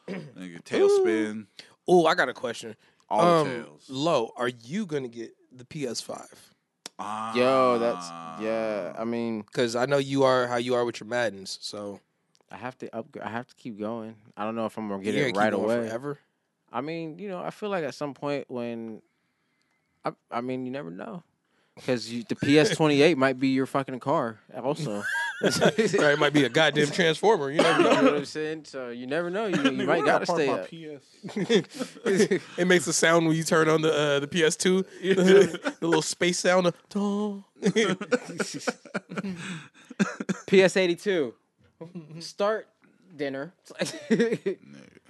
Speaker 3: nigga Tailspin,
Speaker 1: Oh, I got a question.
Speaker 3: all the
Speaker 1: Um,
Speaker 3: tails.
Speaker 1: Lo, are you gonna get the PS Five?
Speaker 3: Ah,
Speaker 2: Yo, that's yeah. I mean,
Speaker 1: Because I know you are how you are with your Maddens. So
Speaker 2: I have to upgrade. I have to keep going. I don't know if I'm gonna
Speaker 1: you
Speaker 2: get
Speaker 1: gonna
Speaker 2: it
Speaker 1: keep
Speaker 2: right
Speaker 1: going
Speaker 2: away.
Speaker 1: Forever.
Speaker 2: I mean, you know, I feel like at some point when, I, I mean, you never know, because the PS28 might be your fucking car. Also,
Speaker 1: right, it might be a goddamn transformer. You never
Speaker 2: you know
Speaker 1: know.
Speaker 2: what I'm saying? So you never know. You, you might gotta stay up.
Speaker 3: PS.
Speaker 1: it makes a sound when you turn on the uh, the PS2. the little space sound. Of, "Dong."
Speaker 2: PS82. Start dinner.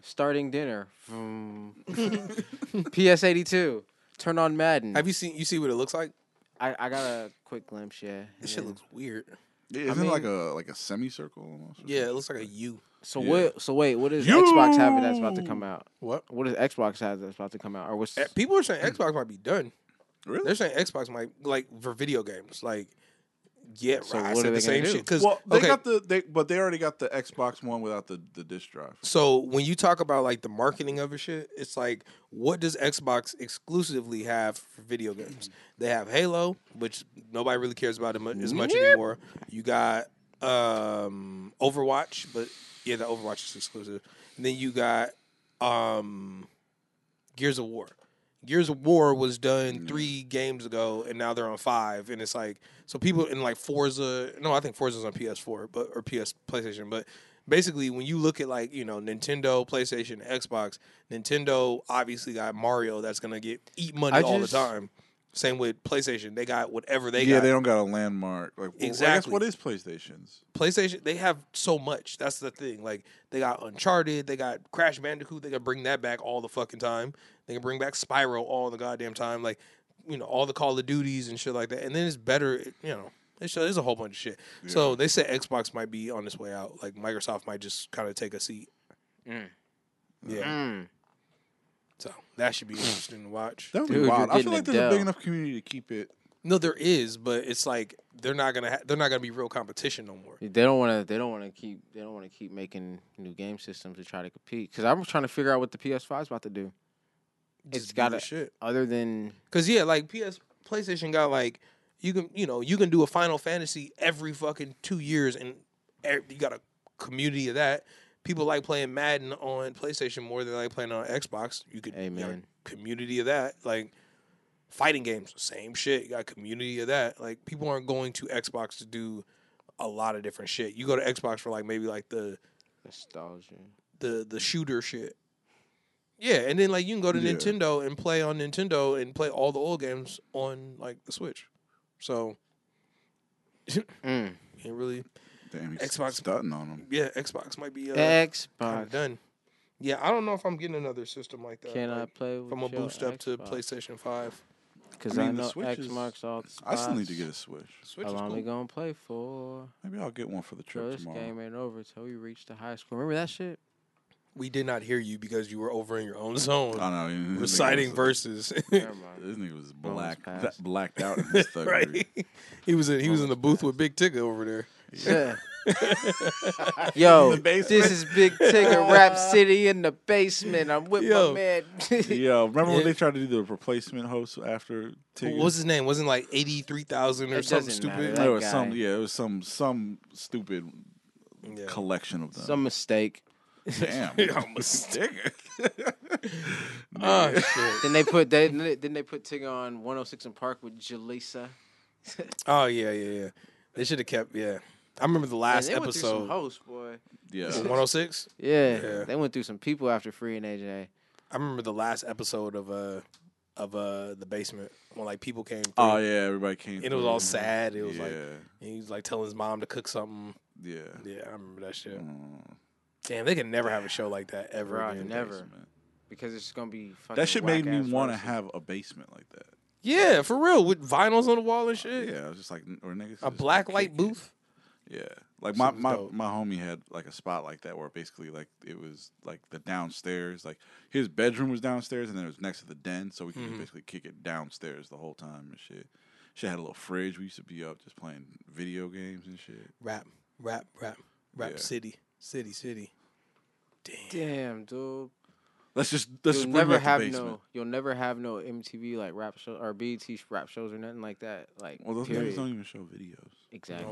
Speaker 2: Starting dinner. PS82. Turn on Madden.
Speaker 1: Have you seen? You see what it looks like?
Speaker 2: I, I got a quick glimpse, yeah.
Speaker 1: This shit looks weird.
Speaker 3: Isn't it like a like a semicircle almost? or
Speaker 1: Yeah, it looks like a U.
Speaker 2: So what? So wait, what does Xbox have that's about to come out?
Speaker 1: What?
Speaker 2: What does Xbox have that's about to come out? Or what's?
Speaker 1: Eh, People are saying Xbox might be done.
Speaker 3: Really?
Speaker 1: They're saying Xbox might like for video games. Like, yeah,
Speaker 2: So
Speaker 1: right, I
Speaker 2: what
Speaker 1: said
Speaker 2: are
Speaker 1: the
Speaker 2: they
Speaker 1: same
Speaker 2: gonna do?
Speaker 1: shit. Because
Speaker 3: Well, they
Speaker 1: okay,
Speaker 3: got the they, but they already got the Xbox One without the the disc drive.
Speaker 1: so when you talk about like the marketing of a shit, it's like what does Xbox exclusively have for video games? They have Halo, which nobody really cares about it mu- as much anymore. You got um Overwatch, but yeah, the Overwatch is exclusive. And then you got um Gears of War. Gears of War was done three games ago, and now they're on five, and it's like so people in like Forza. No, I think Forza's on PS4, but or PS PlayStation. But basically, when you look at like you know Nintendo, PlayStation, Xbox, Nintendo obviously got Mario that's gonna get eat money
Speaker 2: I
Speaker 1: all
Speaker 2: just-
Speaker 1: the time. Same with PlayStation, they got whatever they
Speaker 3: yeah,
Speaker 1: got.
Speaker 3: they don't got a landmark. Like well,
Speaker 1: Exactly.
Speaker 3: I guess what is PlayStation's?
Speaker 1: PlayStation, they have so much. That's the thing. Like they got Uncharted, they got Crash Bandicoot. They can bring that back all the fucking time. They can bring back Spyro all the goddamn time. Like you know all the Call of Duties and shit like that. And then it's better. You know, it's, there's a whole bunch of shit. So they said Xbox might be on its way out. Like Microsoft might just kind of take a seat. Yeah.
Speaker 2: Mm.
Speaker 1: So that should be interesting to watch.
Speaker 3: That would be
Speaker 2: Dude,
Speaker 3: wild.
Speaker 2: you're
Speaker 3: I
Speaker 2: getting
Speaker 3: feel like
Speaker 2: a
Speaker 3: there's a
Speaker 2: Dell.
Speaker 3: big enough community to keep it.
Speaker 1: No, there is, but it's like they're not gonna ha- they're not gonna be real competition no more.
Speaker 2: They don't want to. They don't want to keep. They don't want to keep making new game systems to try to compete. Because I'm trying to figure out what the PS5 is about to do.
Speaker 1: Just
Speaker 2: It's
Speaker 1: do
Speaker 2: got
Speaker 1: the
Speaker 2: to
Speaker 1: shit.
Speaker 2: other than
Speaker 1: Cause yeah, like PS PlayStation got like you can you know you can do a Final Fantasy every fucking two years, and e- you got a community of that. People like playing Madden on PlayStation more than they like playing on Xbox. You could you got a
Speaker 2: Amen.
Speaker 1: community of that. Like fighting games, same shit. You got a community of that. Like people aren't going to Xbox to do a lot of different shit. You go to Xbox for like maybe like the
Speaker 2: nostalgia.
Speaker 1: the the shooter shit. Yeah, and then like you can go to
Speaker 3: Yeah.
Speaker 1: Nintendo and play on Nintendo and play all the old games on like the Switch. So
Speaker 2: Mm.
Speaker 1: it really,
Speaker 3: Damn, he's
Speaker 1: Xbox-
Speaker 3: stunting on them.
Speaker 1: yeah, Xbox might be uh, kinda
Speaker 2: Xbox.
Speaker 1: done. Yeah, I don't know if I'm getting another system like that.
Speaker 2: Can I
Speaker 1: like,
Speaker 2: play
Speaker 1: If
Speaker 2: with
Speaker 1: I'm gonna
Speaker 2: your
Speaker 1: boost up to
Speaker 2: Xbox?
Speaker 1: PlayStation Five.
Speaker 2: Because
Speaker 3: I
Speaker 2: I,
Speaker 3: mean, the
Speaker 2: know
Speaker 3: Switch
Speaker 2: X
Speaker 3: is-
Speaker 2: marks all the
Speaker 3: I
Speaker 2: spots.
Speaker 3: still need to get a Switch.
Speaker 1: Switch
Speaker 2: How
Speaker 1: is
Speaker 2: long
Speaker 1: cool.
Speaker 2: we gonna play for?
Speaker 3: Maybe I'll get one for the trip
Speaker 2: Bro, this
Speaker 3: tomorrow.
Speaker 2: game ain't over till we reach the high school. Remember that shit?
Speaker 1: We did not hear you because you were over in your own zone
Speaker 3: I don't know. this nigga
Speaker 1: reciting
Speaker 3: was-
Speaker 1: verses.
Speaker 2: Never mind.
Speaker 3: This nigga was black,
Speaker 2: passed.
Speaker 3: that blacked out in his thuggery.
Speaker 1: right? He was in, he was in the booth with Big Ticket over there.
Speaker 2: Yeah. Yo, this is Big Tigger Rap City in the basement. I'm with
Speaker 1: Yo.
Speaker 2: my man.
Speaker 3: Yo, remember
Speaker 1: Yeah.
Speaker 3: when they tried to do the replacement host after Tigger?
Speaker 1: What was his name? Wasn't it like eighty three thousand or
Speaker 2: It
Speaker 1: something
Speaker 2: doesn't matter.
Speaker 1: stupid?
Speaker 2: That
Speaker 3: There was
Speaker 2: guy.
Speaker 3: some, yeah, it was some some stupid
Speaker 1: Yeah.
Speaker 3: collection of them.
Speaker 2: Some mistake.
Speaker 3: Damn, I'm a sticker.
Speaker 1: Oh, shit.
Speaker 2: Then they put they then they put Tigger on 106 and Park with Jaleesa.
Speaker 1: Oh yeah, yeah, yeah. They should have kept. Yeah, I remember the
Speaker 2: Man,
Speaker 1: last
Speaker 2: they went through some
Speaker 1: episode.
Speaker 2: hosts, boy.
Speaker 3: Yeah,
Speaker 1: One hundred six.
Speaker 2: Yeah,
Speaker 1: Yeah.
Speaker 2: they went through some people after Free and AJ.
Speaker 1: I remember the last episode of uh of uh the basement when like people came. Through,
Speaker 3: oh yeah, everybody came.
Speaker 1: and it was
Speaker 3: through.
Speaker 1: all sad. It was like
Speaker 3: Yeah.
Speaker 1: and he was like telling his mom to cook something.
Speaker 3: yeah.
Speaker 1: Yeah, I remember that shit.
Speaker 3: Mm,
Speaker 1: Damn, they can never have a show like that ever.
Speaker 2: Right,
Speaker 1: again.
Speaker 2: never.
Speaker 3: man.
Speaker 2: Because it's gonna be fucking
Speaker 3: That shit made me
Speaker 2: whack-ass
Speaker 3: want to
Speaker 2: roasts.
Speaker 3: have a basement like that.
Speaker 1: Yeah, for real, with vinyls on the wall and shit.
Speaker 3: Yeah, I was just like, n- or niggas.
Speaker 1: A
Speaker 3: just
Speaker 1: black
Speaker 3: kick
Speaker 1: light
Speaker 3: it.
Speaker 1: booth.
Speaker 3: Yeah, like my
Speaker 1: Shit was
Speaker 3: my,
Speaker 1: dope.
Speaker 3: my homie had like a spot like that where basically like it was like the downstairs, like his bedroom was downstairs, and then it was next to the den, so we could
Speaker 1: Mm-hmm.
Speaker 3: just basically kick it downstairs the whole time and shit. Shit had a little fridge. We used to be up just playing video games and shit.
Speaker 1: Rap, rap, rap, rap.
Speaker 3: Yeah.
Speaker 1: City, city, city.
Speaker 2: Damn, dude.
Speaker 3: Let's just let's
Speaker 2: you'll
Speaker 3: just bring
Speaker 2: never
Speaker 3: back
Speaker 2: have
Speaker 3: the basement.
Speaker 2: no you'll never have no MTV like rap show or BET sh- rap shows or nothing like that. Like
Speaker 3: Well, those
Speaker 2: period.
Speaker 3: niggas don't even show videws.
Speaker 2: exactly.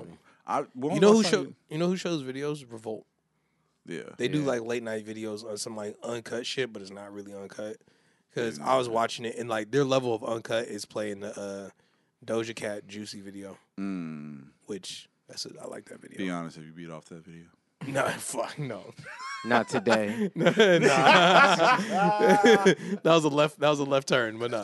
Speaker 3: I when
Speaker 1: You
Speaker 3: was
Speaker 1: know
Speaker 3: the
Speaker 1: who
Speaker 3: last
Speaker 1: show?
Speaker 3: time
Speaker 1: You know who shows videos? Revolt.
Speaker 3: you- Yeah,
Speaker 1: They do
Speaker 2: Yeah.
Speaker 1: like late night videos on some like uncut shit, but it's not really uncut. Because
Speaker 3: Yeah.
Speaker 1: I was watching it and like their level of uncut is playing the uh, Doja Cat Juicy video,
Speaker 3: Mm,
Speaker 1: which that's it. I like that video.
Speaker 3: be honest, have you beat off that video?
Speaker 1: No, fuck no.
Speaker 2: Not today.
Speaker 1: Nah. that was a left. That was a left turn, but no.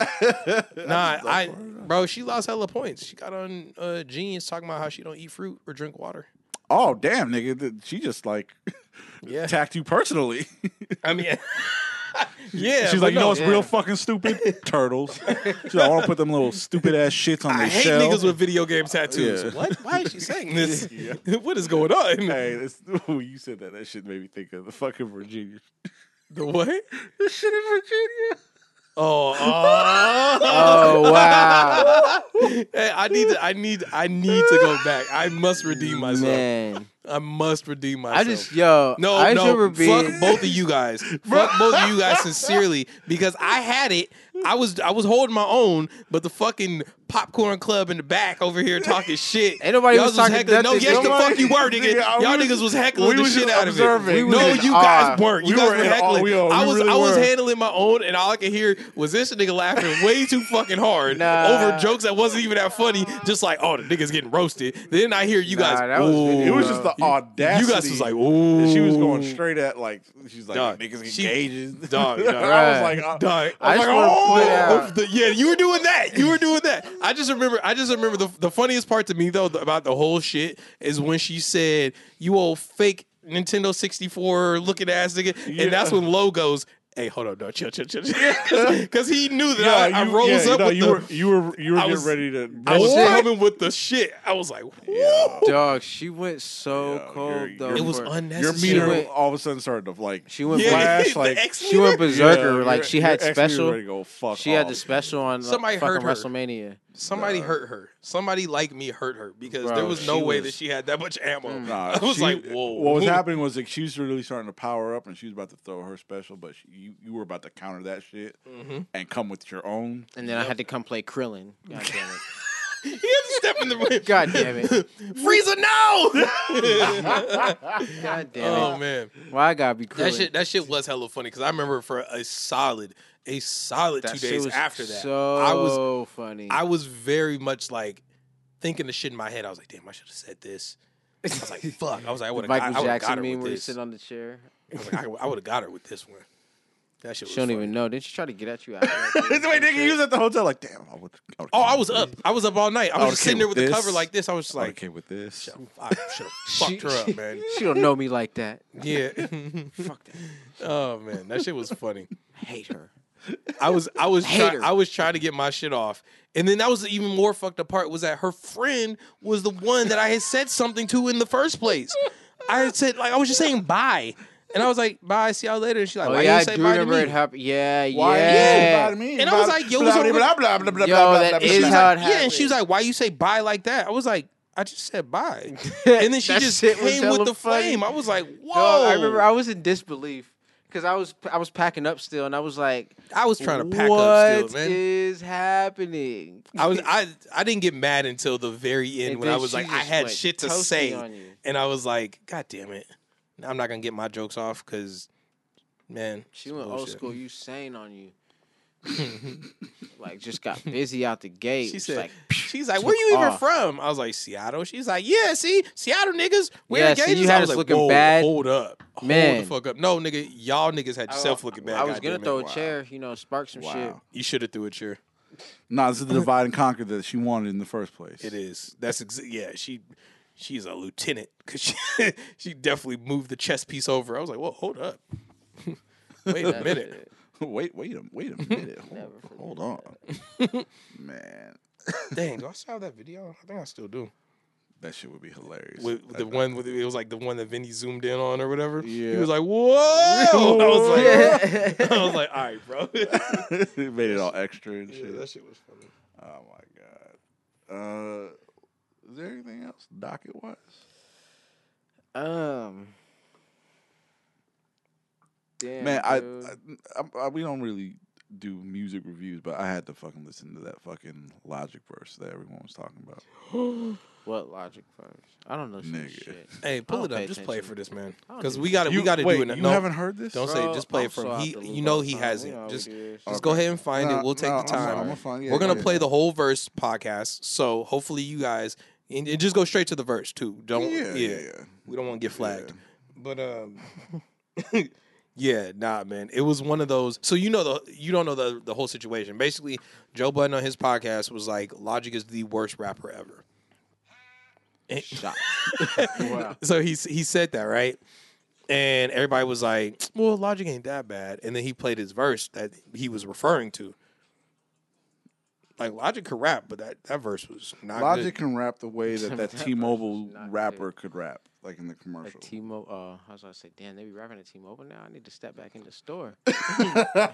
Speaker 1: Nah, I bro, she lost hella points. She got on uh, Genius talking about how she don't eat fruit or drink water.
Speaker 3: Oh damn, nigga, th- she just like
Speaker 1: Yeah,
Speaker 3: attacked you personally.
Speaker 1: I mean, yeah.
Speaker 3: She's
Speaker 1: but
Speaker 3: like, you know
Speaker 1: no.
Speaker 3: what's real fucking stupid? Turtles. She's like, I want to put them little stupid ass shits on
Speaker 1: I
Speaker 3: their
Speaker 1: hate
Speaker 3: shell.
Speaker 1: niggas with video game tattoos.
Speaker 3: Yeah.
Speaker 1: What? Why is she saying this? what is going on?
Speaker 3: Hey, that's, when you said that, that shit made me think of the fucking Virginia.
Speaker 1: The what?
Speaker 3: The shit in Virginia.
Speaker 1: Oh, oh.
Speaker 2: oh wow,
Speaker 1: hey, I need to. I need. I need to go back. I must redeem myself.
Speaker 2: man.
Speaker 1: I must redeem myself.
Speaker 2: I just yo.
Speaker 1: No,
Speaker 2: I
Speaker 1: no.
Speaker 2: remember being.
Speaker 1: Fuck both of you guys. fuck both of you guys sincerely because I had it. I was I was holding my own, but the fucking popcorn club in the back over here talking shit.
Speaker 2: Ain't nobody
Speaker 1: Y'all
Speaker 2: was talking
Speaker 1: heckling. No,
Speaker 2: nothing.
Speaker 1: yes,
Speaker 3: Nobody-
Speaker 1: the fuck you were, nigga.
Speaker 3: Yeah, we
Speaker 1: Y'all
Speaker 3: was-
Speaker 1: niggas was heckling
Speaker 3: we
Speaker 1: the
Speaker 3: was
Speaker 1: shit
Speaker 3: just
Speaker 1: out of it.
Speaker 3: observing. We
Speaker 1: no,
Speaker 3: was in
Speaker 1: you
Speaker 3: awe.
Speaker 1: guys weren't. You
Speaker 3: We
Speaker 1: guys
Speaker 3: were
Speaker 1: were
Speaker 3: in awe.
Speaker 1: heckling.
Speaker 3: We- oh, we
Speaker 1: I was
Speaker 3: really
Speaker 1: I was
Speaker 3: were.
Speaker 1: handling my own, and all I could hear was this nigga laughing way too fucking hard
Speaker 2: Nah.
Speaker 1: over jokes that wasn't even that funny. Just like, oh, the niggas getting roasted. Then I hear you
Speaker 2: Nah,
Speaker 1: guys.
Speaker 2: that was
Speaker 1: "Ooh."
Speaker 2: video.
Speaker 3: It was just the audacity.
Speaker 1: You guys was like, ooh.
Speaker 3: She was going straight at like she's like
Speaker 1: Dog,
Speaker 3: niggas
Speaker 1: she-
Speaker 3: engages.
Speaker 1: Dog, dog,
Speaker 3: I was like, uh,
Speaker 1: dog.
Speaker 2: I just
Speaker 3: like,
Speaker 2: want to
Speaker 3: oh,
Speaker 2: put out.
Speaker 1: The- yeah, you were doing that. You were doing that. I just remember. I just remember the the funniest part to me though th- about the whole shit is when she said, "You old fake Nintendo sixty four looking ass nigga,"
Speaker 3: Yeah.
Speaker 1: and that's when Lo goes, "Hey, hold on, no, chill, chill, chill, because he knew that I, I
Speaker 3: you-
Speaker 1: rose
Speaker 3: yeah,
Speaker 1: up
Speaker 3: no,
Speaker 1: with
Speaker 3: you
Speaker 1: the.
Speaker 3: were you were you were
Speaker 1: I
Speaker 3: getting
Speaker 1: was-
Speaker 3: ready to.
Speaker 1: I was
Speaker 2: What?
Speaker 1: coming with the shit. I was like, "Whoa."
Speaker 2: Dog, she went so
Speaker 3: Yeah,
Speaker 2: cold
Speaker 3: you're-
Speaker 2: though.
Speaker 3: you're-
Speaker 1: it was
Speaker 2: for-
Speaker 3: your
Speaker 1: unnecessary.
Speaker 3: meter
Speaker 2: went-
Speaker 3: all of a sudden started to like.
Speaker 2: She went
Speaker 1: Yeah,
Speaker 2: black.
Speaker 3: flash,
Speaker 1: the
Speaker 3: like,
Speaker 1: ex
Speaker 2: She went
Speaker 1: meter?
Speaker 2: berserker.
Speaker 3: Yeah,
Speaker 2: like
Speaker 3: your-
Speaker 2: she
Speaker 3: your
Speaker 2: had
Speaker 3: ex meter
Speaker 2: special.
Speaker 3: ready to go fuck
Speaker 2: She had
Speaker 3: off.
Speaker 2: the special on like,
Speaker 1: Somebody
Speaker 2: fucking
Speaker 1: hurt her.
Speaker 2: WrestleMania.
Speaker 1: Somebody
Speaker 3: Nah.
Speaker 1: hurt her. Somebody like me hurt her because
Speaker 2: Bro,
Speaker 1: there was
Speaker 2: she
Speaker 1: no way
Speaker 2: was-
Speaker 1: that she had that much ammo.
Speaker 2: Mm.
Speaker 3: Nah,
Speaker 1: I was
Speaker 3: she-
Speaker 1: like, whoa.
Speaker 3: What was happening was like she was really starting to power up, and she was about to throw her special, but she, you you were about to counter that shit and come with your own.
Speaker 2: And then I had to come play Krillin. God damn it.
Speaker 1: He had to step in the ring.
Speaker 2: God damn it.
Speaker 1: Frieza, no!
Speaker 2: God damn it.
Speaker 1: oh man,
Speaker 2: Why I gotta be Krillin?
Speaker 1: that shit that shit was hella funny because I remember for a solid a solid
Speaker 2: That
Speaker 1: two
Speaker 2: shit
Speaker 1: days
Speaker 2: was
Speaker 1: after that,
Speaker 2: So
Speaker 1: I was
Speaker 2: funny.
Speaker 1: I was very much like thinking the shit in my head. I was like, damn, I should have said this. I was like, fuck. I was like, I would
Speaker 2: the
Speaker 1: have got,
Speaker 2: Michael
Speaker 1: I would've got
Speaker 2: Jackson
Speaker 1: her
Speaker 2: meme
Speaker 1: with
Speaker 2: where he's
Speaker 1: this.
Speaker 2: sitting on the chair.
Speaker 1: I was like, I would have got her with this one. That shit. Was
Speaker 2: She don't
Speaker 1: funny.
Speaker 2: even know. Didn't she try to get at you? After
Speaker 3: Wait, nigga, you was at the hotel like, damn. I would, I would
Speaker 1: Oh, I was up. I was up all night. I was
Speaker 2: Oh,
Speaker 3: would've
Speaker 1: just
Speaker 3: came
Speaker 1: sitting there
Speaker 3: with
Speaker 1: with the
Speaker 3: this.
Speaker 1: cover like this. I was just
Speaker 3: I
Speaker 1: like,
Speaker 3: came with this.
Speaker 1: I should have fucked her up, man.
Speaker 2: She don't know me like that.
Speaker 1: Yeah.
Speaker 2: Fuck that.
Speaker 1: oh man, that shit was funny.
Speaker 2: I hate her.
Speaker 1: I was I was try,
Speaker 2: Hater.
Speaker 1: I was trying to get my shit off, and then that was the even more fucked up part was that her friend was the one that I had said something to in the first place. I had said like I was just saying bye, and I was like bye, see y'all later, and she's like
Speaker 2: Oh
Speaker 1: why you
Speaker 2: yeah, I
Speaker 1: didn't say
Speaker 2: do
Speaker 1: bye to
Speaker 2: remember
Speaker 1: me?
Speaker 2: it happened. Yeah,
Speaker 3: Why
Speaker 2: yeah.
Speaker 3: you bad me?
Speaker 1: And I was
Speaker 3: Blah,
Speaker 1: like, yo,
Speaker 3: blah,
Speaker 1: what's up
Speaker 3: blah,
Speaker 1: with-
Speaker 3: blah, blah, blah, blah,
Speaker 2: Yo,
Speaker 3: blah,
Speaker 2: that
Speaker 3: blah, blah,
Speaker 1: She
Speaker 2: is
Speaker 1: was
Speaker 3: blah.
Speaker 2: how it
Speaker 1: like, yeah, and she was like,
Speaker 2: happened.
Speaker 1: why you say bye like that? I was like. I just said bye, and then she
Speaker 2: That
Speaker 1: just
Speaker 2: shit was
Speaker 1: came
Speaker 2: hella
Speaker 1: with the
Speaker 2: funny.
Speaker 1: flame. I was like, "Whoa!"
Speaker 2: Dog, I remember I was in disbelief because I was I was packing up still, and I was like,
Speaker 1: I was trying to pack
Speaker 2: What
Speaker 1: up still, man.
Speaker 2: is happening?
Speaker 1: I was I I didn't get mad until the very end
Speaker 2: And
Speaker 1: when I
Speaker 2: then
Speaker 1: was
Speaker 2: she
Speaker 1: like I
Speaker 2: just
Speaker 1: had
Speaker 2: went
Speaker 1: shit to
Speaker 2: toasty
Speaker 1: say,
Speaker 2: on you.
Speaker 1: and I was like, God damn it, I'm not gonna get my jokes off because, man,
Speaker 2: She
Speaker 1: it's
Speaker 2: went old
Speaker 1: bullshit.
Speaker 2: school. You sane on you. like just got busy out the gate.
Speaker 1: She
Speaker 2: It's
Speaker 1: said,
Speaker 2: like,
Speaker 1: "She's like,
Speaker 2: took
Speaker 1: where you even
Speaker 2: off.
Speaker 1: from?" I was like, "Seattle." She's like, "Yeah, see, Seattle niggas wear
Speaker 2: Yeah, see,
Speaker 1: gauges."
Speaker 2: you had
Speaker 1: I was
Speaker 2: us
Speaker 1: like,
Speaker 2: looking
Speaker 1: Whoa,
Speaker 2: bad.
Speaker 1: Hold up,
Speaker 2: Man.
Speaker 1: hold the fuck up. No, nigga, y'all niggas had yourself looking bad.
Speaker 2: I was
Speaker 1: goddamn
Speaker 2: gonna
Speaker 1: it.
Speaker 2: throw a chair, you know, spark some
Speaker 3: Wow.
Speaker 2: shit.
Speaker 1: You should have threw a chair.
Speaker 3: Nah, this is the divide and conquer that she wanted in the first place.
Speaker 1: It is. That's ex- yeah. She she's a lieutenant because she she definitely moved the chess piece over. I was like, whoa, hold up, wait a
Speaker 2: That
Speaker 1: minute.
Speaker 2: shit.
Speaker 3: wait, wait a wait a minute. Hold, hold on, man.
Speaker 1: Dang, do I still have that video? I think I still do.
Speaker 3: That shit would be hilarious.
Speaker 1: With the one with it was like the one that Vinny zoomed in on or whatever. He
Speaker 3: Yeah.
Speaker 1: was like, whoa. I was like, I was like, all right, bro. yeah,
Speaker 3: it made it all extra and shit.
Speaker 1: that shit was funny.
Speaker 3: Oh my god. Uh, is there anything else docket wise?
Speaker 2: um. Damn,
Speaker 3: Man, I,
Speaker 2: dude.
Speaker 3: I, I, I we don't really do music reviews, but I had to fucking listen to that fucking Logic verse that everyone was talking about.
Speaker 2: what logic first? I don't know some
Speaker 3: Nigga.
Speaker 2: shit.
Speaker 1: Hey, pull it
Speaker 2: don't
Speaker 1: up.
Speaker 2: pay
Speaker 1: Just play
Speaker 2: attention.
Speaker 1: for this man
Speaker 2: don't
Speaker 1: because
Speaker 2: do
Speaker 1: we got to we got to
Speaker 3: wait,
Speaker 1: do it.
Speaker 3: You
Speaker 1: no,
Speaker 3: haven't heard this?
Speaker 1: don't say. it.
Speaker 2: Bro,
Speaker 1: Just play
Speaker 2: I'm
Speaker 1: it from
Speaker 2: so out
Speaker 1: he.
Speaker 2: the loop
Speaker 1: You know
Speaker 2: all the
Speaker 1: he
Speaker 2: time.
Speaker 1: has
Speaker 2: We
Speaker 1: it.
Speaker 2: know how we
Speaker 1: Just
Speaker 2: do this.
Speaker 1: just go ahead and find
Speaker 3: Nah,
Speaker 1: it. We'll take
Speaker 3: nah,
Speaker 1: the time.
Speaker 3: I'm, gonna find, yeah,
Speaker 1: We're gonna
Speaker 3: yeah.
Speaker 1: play the whole verse podcast, so hopefully you guys and, and just go straight to the verse too. Don't yeah,
Speaker 3: Yeah, yeah, yeah.
Speaker 1: we don't want to get flagged. But um, yeah, nah, man, it was one of those. So you know the you don't know the the whole situation. Basically, Joe Budden on his podcast was like, "Logic is the worst rapper ever."
Speaker 2: Shot. wow.
Speaker 1: So he s- he said that right, and everybody was like, "Well, Logic ain't that bad." And then he played his verse that he was referring to. Like Logic could rap, but that, that verse was not good.
Speaker 3: Logic can rap the way that that
Speaker 2: That verse
Speaker 3: T-Mobile
Speaker 2: is not good.
Speaker 3: rapper could rap, like in the commercial.
Speaker 2: T-Mobile. Uh, I was gonna say, damn, they be rapping at T-Mobile now. I need to step back in the store. I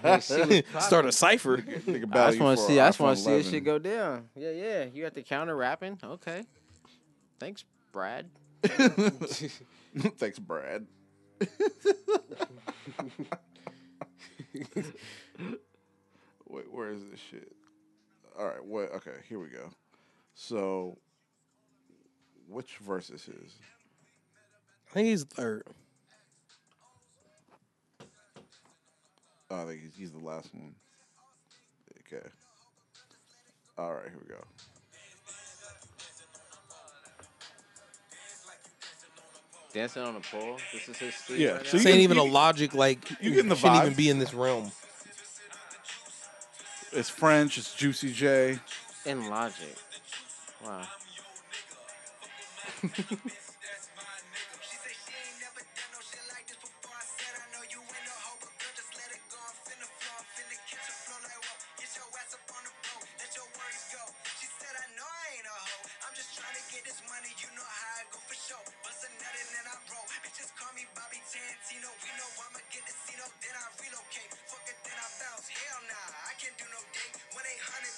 Speaker 2: need to see
Speaker 1: start
Speaker 2: what's poppin'.
Speaker 1: a cipher.
Speaker 3: Think about
Speaker 2: I just
Speaker 3: you
Speaker 2: want
Speaker 3: for
Speaker 2: to
Speaker 3: a
Speaker 2: see. I just
Speaker 3: iPhone
Speaker 2: want to see this
Speaker 3: 11.
Speaker 2: shit go down. Yeah, yeah. You at the counter rapping? Okay. Thanks, Brad.
Speaker 3: Thanks, Brad. Wait, where is this shit? All right, what? Okay, here we go. So, which verse is his?
Speaker 1: I think he's third.
Speaker 3: Oh, I think he's, he's the last one. Okay. All right, here we go.
Speaker 2: Dancing on a pole. This is his sleep.
Speaker 3: Yeah,
Speaker 2: right
Speaker 3: so
Speaker 1: This
Speaker 2: now?
Speaker 3: you
Speaker 1: ain't
Speaker 3: can-
Speaker 1: even a
Speaker 3: you-
Speaker 1: logic like
Speaker 3: you getting the
Speaker 1: shouldn't even
Speaker 3: vibe.
Speaker 1: be in this realm.
Speaker 3: It's French. It's Juicy J.
Speaker 2: in logic. Wow.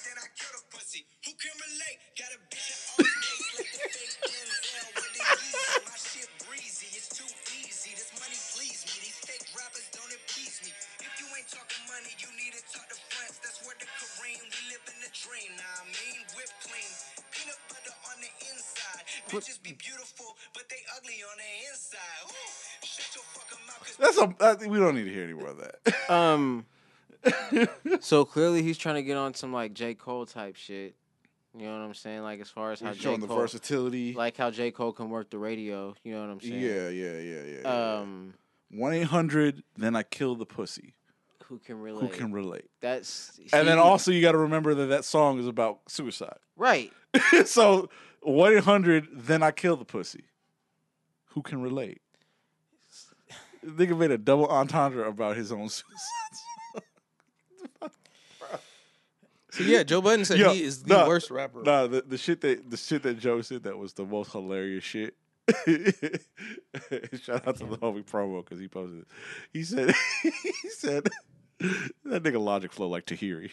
Speaker 4: Who can relate? Got a bitch that always aches like the fake Denzel with the Yeezy. My shit breezy, it's too easy. This money please me. These fake rappers don't appease me. If you ain't talking money, you need to talk to friends. That's where the Kareem. We live in the dream. Nah, I mean whip clean. Peanut butter on the inside. Bitches be beautiful, but they ugly on the inside. Ooh, shut your fucking mouth. 'cause
Speaker 3: That's a. I, we don't need to hear any more of that.
Speaker 2: Um. so clearly he's trying to get on some like J Cole type shit. You know what I'm saying? Like as far as how
Speaker 3: He's
Speaker 2: J
Speaker 3: showing the
Speaker 2: Cole,
Speaker 3: versatility.
Speaker 2: like how J Cole can work the radio. You know what I'm saying?
Speaker 3: yeah, yeah, yeah, yeah.
Speaker 2: Um.
Speaker 3: One eight hundred. Then I kill the pussy.
Speaker 2: Who can relate?
Speaker 3: Who can relate?
Speaker 2: That's
Speaker 3: And then
Speaker 2: he-
Speaker 3: also you got to remember that that song is about suicide.
Speaker 2: right.
Speaker 3: so one eight hundred. Then I kill the pussy. Who can relate? Nigga made a double entendre about his own suicide.
Speaker 1: So yeah, Joe Budden said
Speaker 3: Yo,
Speaker 1: he is the
Speaker 3: nah,
Speaker 1: worst rapper.
Speaker 3: Nah, the, the shit that the shit that Joe said that was the most hilarious shit. Shout out to the homie promo because he posted it. He said he said that nigga logic flow like Tahiri.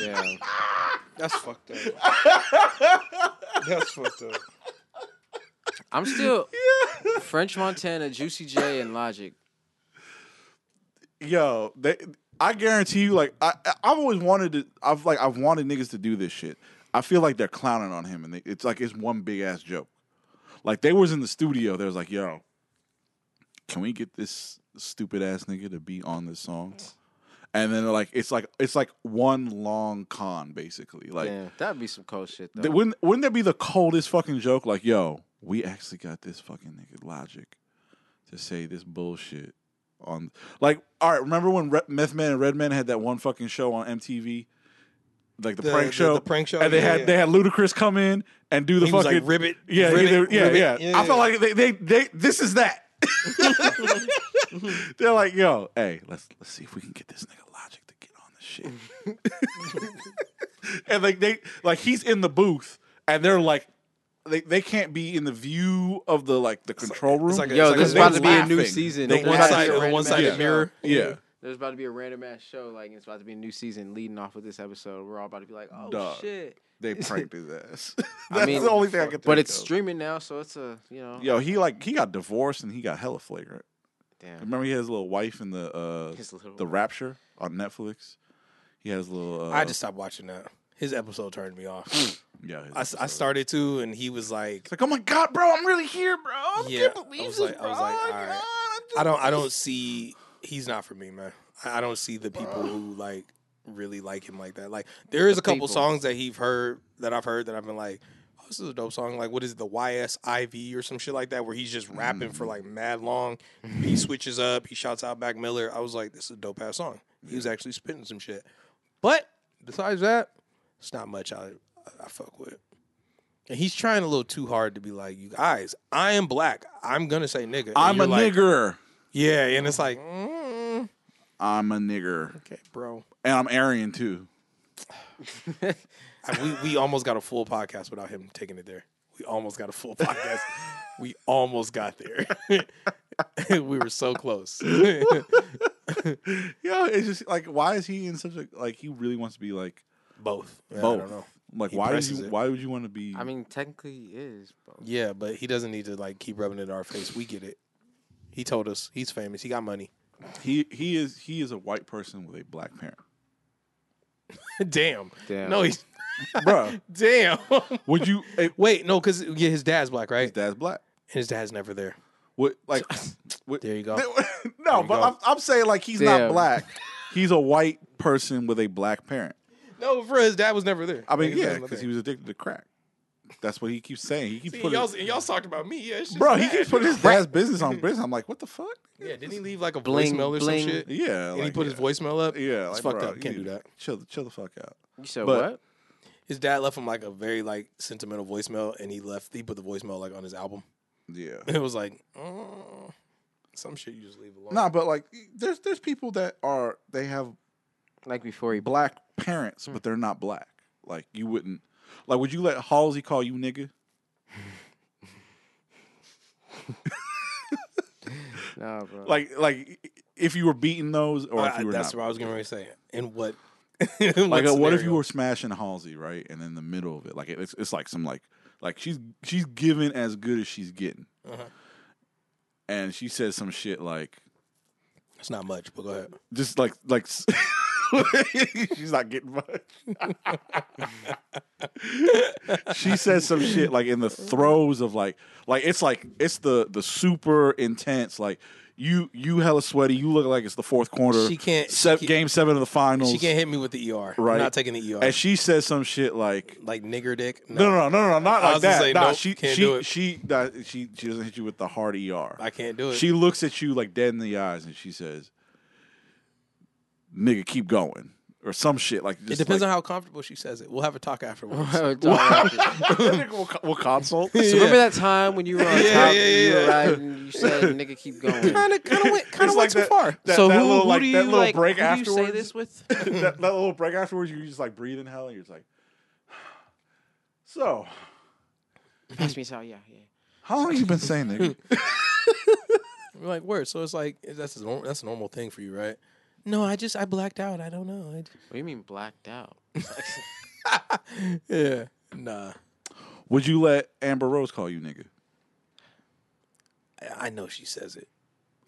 Speaker 2: Yeah.
Speaker 1: That's fucked up. That's fucked up.
Speaker 2: I'm still French Montana, Juicy J, and Logic.
Speaker 3: Yo, they, I guarantee you, like I I- I've always wanted to I've like I've wanted niggas to do this shit. I feel like they're clowning on him and they, it's like it's one big ass joke. Like they was in the studio, they was like, yo, can we get this stupid ass nigga to be on this song? And then like it's like it's like one long con basically. Like
Speaker 2: Yeah, that'd be some cold shit though.
Speaker 3: th- wouldn't wouldn't that be the coldest fucking joke? Like, yo, we actually got this fucking nigga logic to say this bullshit on. Like, all right, remember when Re- Meth Man and Redman had that one fucking show on MTV, like the,
Speaker 1: The-
Speaker 3: prank
Speaker 1: the-
Speaker 3: show,
Speaker 1: the prank show,
Speaker 3: and they
Speaker 1: yeah,
Speaker 3: had
Speaker 1: yeah.
Speaker 3: they had Ludacris come in and do the
Speaker 1: He was
Speaker 3: fucking
Speaker 1: like ribbit.
Speaker 3: yeah,
Speaker 1: ribbit,
Speaker 3: yeah, yeah,
Speaker 1: ribbit.
Speaker 3: yeah, I felt like they, they, they, this is that. They're like, yo, hey, let's let's see if we can get this nigga Logic to get on the shit. and like they, like he's in the booth, and they're like, they, they can't be in the view of the like the control room.
Speaker 1: it's like a-
Speaker 2: Yo,
Speaker 1: It's
Speaker 2: this is
Speaker 1: they
Speaker 2: about to be a new
Speaker 3: laughing.
Speaker 2: season.
Speaker 3: They
Speaker 2: There's
Speaker 1: one
Speaker 2: about to
Speaker 1: side-
Speaker 2: be a
Speaker 1: on
Speaker 2: random
Speaker 1: one side
Speaker 2: ass
Speaker 1: of the mirror.
Speaker 2: show.
Speaker 3: yeah,
Speaker 2: There's about to be a random ass show, like it's about to be a new season leading off with this episode. We're all about to be like, oh
Speaker 3: Dog.
Speaker 2: shit.
Speaker 3: they pranked his ass. That's
Speaker 2: mean,
Speaker 3: the only thing I could.
Speaker 2: But
Speaker 3: think
Speaker 2: it's
Speaker 3: of.
Speaker 2: streaming now, so it's a you know
Speaker 3: Yo, he like he got divorced and he got hella flagrant.
Speaker 2: damn.
Speaker 3: Remember he had his little wife in the uh
Speaker 2: His little
Speaker 3: the
Speaker 2: wife.
Speaker 3: Rapture on Netflix. He has a little. Uh,
Speaker 1: I just stopped watching that. His episode turned me off.
Speaker 3: yeah. his
Speaker 1: I, s- I
Speaker 3: episode.
Speaker 1: started to, and he was like,
Speaker 3: It's like, oh my god, bro, I'm really here, bro. I
Speaker 1: Yeah,
Speaker 3: can't believe
Speaker 1: I was
Speaker 3: this,
Speaker 1: like- I
Speaker 3: bro.
Speaker 1: was like, all right.
Speaker 3: Ah,
Speaker 1: I don't I don't see he's not for me, man. I I don't see the people who like really like him like that. Like there is a couple
Speaker 2: people.
Speaker 1: songs that he've heard that I've heard that I've been like, oh, this is a dope song. Like what is it, the YSIV or some shit like that where he's just rapping for
Speaker 3: Mm.
Speaker 1: like mad long. He switches up, he shouts out Mac Miller. I was like, this is a dope ass song. He was actually spitting some shit. But besides that, it's not much I I fuck with. And he's trying a little too hard to be like, you guys, I am black. I'm gonna say nigga. And
Speaker 3: I'm
Speaker 1: you're
Speaker 3: a
Speaker 1: like,
Speaker 3: nigger. Mm-hmm.
Speaker 1: yeah, and it's like, mm,
Speaker 3: I'm a nigger,
Speaker 1: okay, bro.
Speaker 3: and I'm Aryan too.
Speaker 1: I- we we almost got a full podcast without him taking it there. We almost got a full podcast. we almost got there. we were so close.
Speaker 3: Yeah, it's just like, why is he in such a like? He really wants to be like
Speaker 1: Both. Yeah, I
Speaker 3: both.
Speaker 1: don't know.
Speaker 3: Like,
Speaker 1: He
Speaker 3: why would
Speaker 1: presses
Speaker 3: you?
Speaker 1: it.
Speaker 3: Why would you want to be?
Speaker 2: I mean, technically, he is. Bro.
Speaker 1: Yeah, but he doesn't need to like keep rubbing it in our face. We get it. He told us he's famous. He got money.
Speaker 3: he he is he is a white person with a black parent,
Speaker 1: damn.
Speaker 2: Damn.
Speaker 1: No, he's
Speaker 3: Bruh,
Speaker 1: damn.
Speaker 3: Would you? If
Speaker 1: Wait, no, because yeah, his dad's black, right?
Speaker 3: his dad's black.
Speaker 1: And his dad's never there.
Speaker 3: What like? what-
Speaker 1: There you go.
Speaker 3: no,
Speaker 1: you
Speaker 3: but
Speaker 1: go.
Speaker 3: I'm, I'm saying like he's
Speaker 2: Damn.
Speaker 3: not black. He's a white person with a black parent.
Speaker 1: No, for real, his dad was never there.
Speaker 3: I
Speaker 1: Like,
Speaker 3: mean,
Speaker 1: his
Speaker 3: yeah,
Speaker 1: dad's not
Speaker 3: because he
Speaker 1: there.
Speaker 3: was addicted to crack. That's what he keeps saying. He keeps
Speaker 1: See,
Speaker 3: putting.
Speaker 1: y'all, and y'all talked about me, yeah. it's just
Speaker 3: Bro, he
Speaker 1: bad.
Speaker 3: keeps putting his dad's business on business. I'm like, what the fuck?
Speaker 1: Yeah, didn't he leave like a
Speaker 2: Bling,
Speaker 1: voicemail or
Speaker 2: bling.
Speaker 1: some shit?
Speaker 3: Yeah,
Speaker 1: and he
Speaker 3: like,
Speaker 1: put his voicemail up.
Speaker 3: yeah,
Speaker 1: it's
Speaker 3: like,
Speaker 1: fucked
Speaker 3: bro,
Speaker 1: up. Can't
Speaker 3: you-
Speaker 1: do that.
Speaker 3: Chill, the- chill the fuck out.
Speaker 2: You said
Speaker 3: But-
Speaker 2: what?
Speaker 1: His dad left him like a very like sentimental voicemail, and he left. He put the voicemail like on his album.
Speaker 3: Yeah,
Speaker 1: And it was like mm, some shit you just leave alone.
Speaker 3: nah, but like, there's there's people that are they have
Speaker 2: Like before he.
Speaker 3: black parents,
Speaker 1: Mm.
Speaker 3: but they're not black. Like you wouldn't, like, would you let Halsey call you nigga?
Speaker 2: Nah, bro.
Speaker 3: Like, like if you were beating those, or if
Speaker 1: I-
Speaker 3: you were
Speaker 1: Uh, that's
Speaker 3: not.
Speaker 1: what I was going to say. And what?
Speaker 3: Like, uh, what if you
Speaker 1: scenario?
Speaker 3: were smashing Halsey, right? And in the middle of it, like it's, it's like some like like she's she's giving as good as she's getting,
Speaker 1: Uh-huh.
Speaker 3: and she says some shit like
Speaker 1: It's not much, but go ahead.
Speaker 3: just like like s- she's not getting much. she says some shit like in the throes of like like it's like it's the the super intense like you you hella sweaty you look like it's the fourth quarter
Speaker 1: She can't- she
Speaker 3: se-
Speaker 1: can't-
Speaker 3: game seven of the finals
Speaker 1: She can't hit me with the ER.
Speaker 3: Right.
Speaker 1: I'm not taking the ER.
Speaker 3: and she says some shit like
Speaker 1: like nigger dick.
Speaker 3: no no no no no not
Speaker 1: I
Speaker 3: like
Speaker 1: was gonna
Speaker 3: that
Speaker 1: say,
Speaker 3: nah
Speaker 1: nope,
Speaker 3: she
Speaker 1: can't
Speaker 3: she
Speaker 1: do it.
Speaker 3: she nah, she she doesn't hit you with the hard er
Speaker 1: I can't do it.
Speaker 3: she looks at you like dead in the eyes and she says, "Nigga, keep going," or some shit like.
Speaker 1: it
Speaker 3: Just
Speaker 1: depends
Speaker 3: like,
Speaker 1: on how comfortable she says it. We'll have a talk afterwards.
Speaker 2: Bro, dog.
Speaker 3: Nigga, we'll, co- we'll consult.
Speaker 2: So remember that time when you were on
Speaker 1: Yeah,
Speaker 2: top,
Speaker 1: yeah,
Speaker 2: you were
Speaker 1: yeah.
Speaker 2: riding, you said, "Nigga, keep going."
Speaker 1: Kind of, kind of went, kind
Speaker 3: It's
Speaker 1: of
Speaker 3: like
Speaker 1: went too
Speaker 3: that,
Speaker 1: far.
Speaker 3: That,
Speaker 2: so
Speaker 3: that
Speaker 2: who,
Speaker 3: little
Speaker 2: who
Speaker 3: like
Speaker 2: do you
Speaker 3: that little
Speaker 2: like,
Speaker 3: break
Speaker 2: who
Speaker 3: afterwards.
Speaker 2: Do you say this with?
Speaker 3: that, that little break afterwards, you just like breathing hell, and you're just like, so.
Speaker 2: Pass me out. Yeah, yeah.
Speaker 3: How long you been saying nigga?
Speaker 1: We're like, word. So it's like that's a normal, that's a normal thing for you, right? No, I just I blacked out. I don't know. I
Speaker 2: What do you mean blacked out?
Speaker 1: j- yeah, nah.
Speaker 3: Would you let Amber Rose call you nigga?
Speaker 1: I, I know she says it.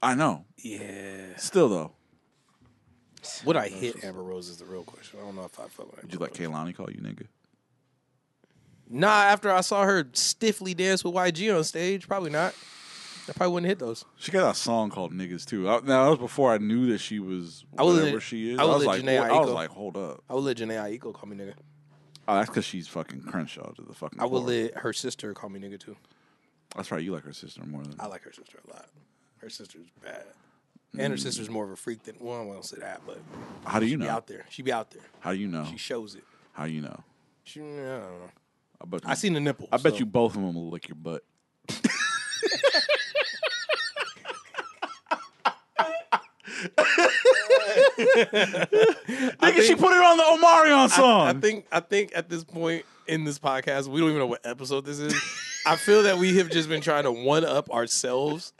Speaker 3: I know.
Speaker 1: Yeah.
Speaker 3: Still though,
Speaker 1: Would I hit Amber Rose is the real question. I don't know if I fuck with Amber.
Speaker 3: would you let Kaylani call you nigga?
Speaker 1: Nah, after I saw her stiffly dance with YG on stage, probably not. I probably wouldn't hit those.
Speaker 3: She got a song called "Niggas" too. I, now that was before I knew that she was
Speaker 1: I was
Speaker 3: whatever
Speaker 1: in-
Speaker 3: she is.
Speaker 1: I
Speaker 3: I
Speaker 1: was
Speaker 3: was,
Speaker 1: in
Speaker 3: like,
Speaker 1: Jhené
Speaker 3: I was
Speaker 1: Aiko.
Speaker 3: like, hold up.
Speaker 1: I would let Janae Aiko call me nigga.
Speaker 3: Oh, that's because she's fucking Crenshaw to the fucking.
Speaker 1: I would
Speaker 3: core.
Speaker 1: let her sister call me nigga too.
Speaker 3: That's right. You like her sister more than
Speaker 1: I like her sister a lot. Her sister's bad. And her sister's more of a freak than well, I won't say that, but
Speaker 3: how do Mm. you
Speaker 1: be
Speaker 3: know?
Speaker 1: out there. She be out there.
Speaker 3: How do you know?
Speaker 1: She shows it.
Speaker 3: How do you know?
Speaker 1: She, I don't know.
Speaker 3: I bet.
Speaker 1: I seen the nipple.
Speaker 3: I bet
Speaker 1: so-
Speaker 3: you both of them will lick your butt. Nigga, she put it on the Omarion song.
Speaker 1: I think I think at this point in this podcast, we don't even know what episode this is. I feel that we have just been trying to one up ourselves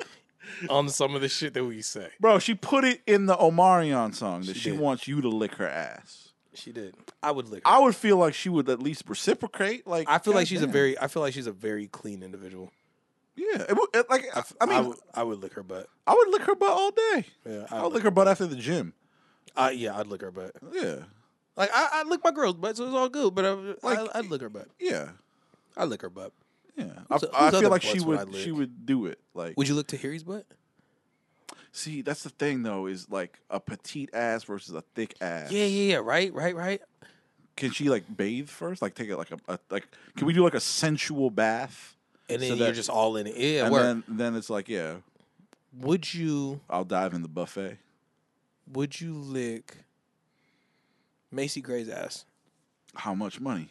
Speaker 1: on some of the shit that we say.
Speaker 3: Bro, she put it in the Omarion song that
Speaker 1: She
Speaker 3: she
Speaker 1: did.
Speaker 3: wants you to lick her ass.
Speaker 1: She did. I would lick. Her.
Speaker 3: I would feel like she would at least reciprocate. Like
Speaker 1: I feel like
Speaker 3: God
Speaker 1: she's a
Speaker 3: damn.
Speaker 1: very. I feel like she's a very clean individual.
Speaker 3: yeah. It, would- it, like I, I mean,
Speaker 1: I would, I would lick her butt.
Speaker 3: I would lick her butt all day.
Speaker 1: Yeah, I
Speaker 3: I
Speaker 1: would
Speaker 3: would lick her butt after the gym.
Speaker 1: I, yeah, I'd lick her butt.
Speaker 3: Yeah,
Speaker 1: Like I, I lick my girl's butt, so it's all good. But I, I, I'd lick her butt.
Speaker 3: yeah,
Speaker 1: I lick her butt.
Speaker 3: yeah.
Speaker 1: Who's-
Speaker 3: I, I
Speaker 1: whose other
Speaker 3: feel like she
Speaker 1: butts would I
Speaker 3: would, she
Speaker 1: lick?
Speaker 3: would do it. Like,
Speaker 1: Would you lick Tahiri's butt?
Speaker 3: see, that's the thing though is like a petite ass versus a thick ass.
Speaker 1: Yeah, yeah, yeah. Right, right, right.
Speaker 3: Can she like bathe first? Like take it like a, a like? Can we do like a sensual bath?
Speaker 1: And then
Speaker 3: So
Speaker 1: you're
Speaker 3: that-
Speaker 1: just all in it. Yeah,
Speaker 3: and
Speaker 1: work.
Speaker 3: then then it's like yeah,
Speaker 1: would you?
Speaker 3: I'll dive in the buffet.
Speaker 1: Would you lick Macy Gray's ass?
Speaker 3: How much money?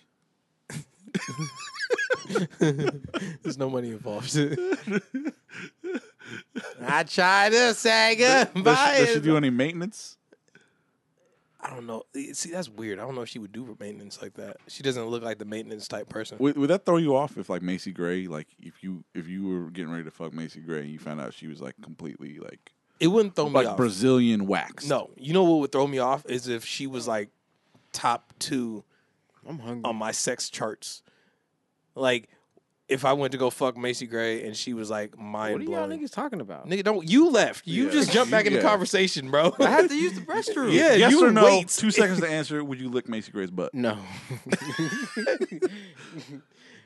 Speaker 1: There's no money involved. I try to say
Speaker 3: Does
Speaker 1: goodbye.
Speaker 3: she, does she do any maintenance?
Speaker 1: I don't know. See, that's weird. I don't know if she would do maintenance like that. She doesn't look like the maintenance type person.
Speaker 3: Would, would that throw you off if like Macy Gray, like if you if you were getting ready to fuck Macy Gray and you found out she was like completely like
Speaker 1: It wouldn't throw me
Speaker 3: like
Speaker 1: off.
Speaker 3: Brazilian wax?
Speaker 1: No, you know what would throw me off is if she was like top two
Speaker 2: I'm hungry.
Speaker 1: on my sex charts. Like, if I went to go fuck Macy Gray and she was like
Speaker 2: what
Speaker 1: mind
Speaker 2: are y'all
Speaker 1: blowing.
Speaker 2: niggas talking about?
Speaker 1: Nigga, don't you left. You
Speaker 3: Yeah.
Speaker 1: just jumped back in the
Speaker 3: Yeah.
Speaker 1: conversation, bro.
Speaker 2: I have to use the restroom.
Speaker 1: Yeah.
Speaker 3: yes
Speaker 1: you
Speaker 3: or no?
Speaker 1: wait.
Speaker 3: Two seconds to answer. Would you lick Macy Gray's butt?
Speaker 2: No.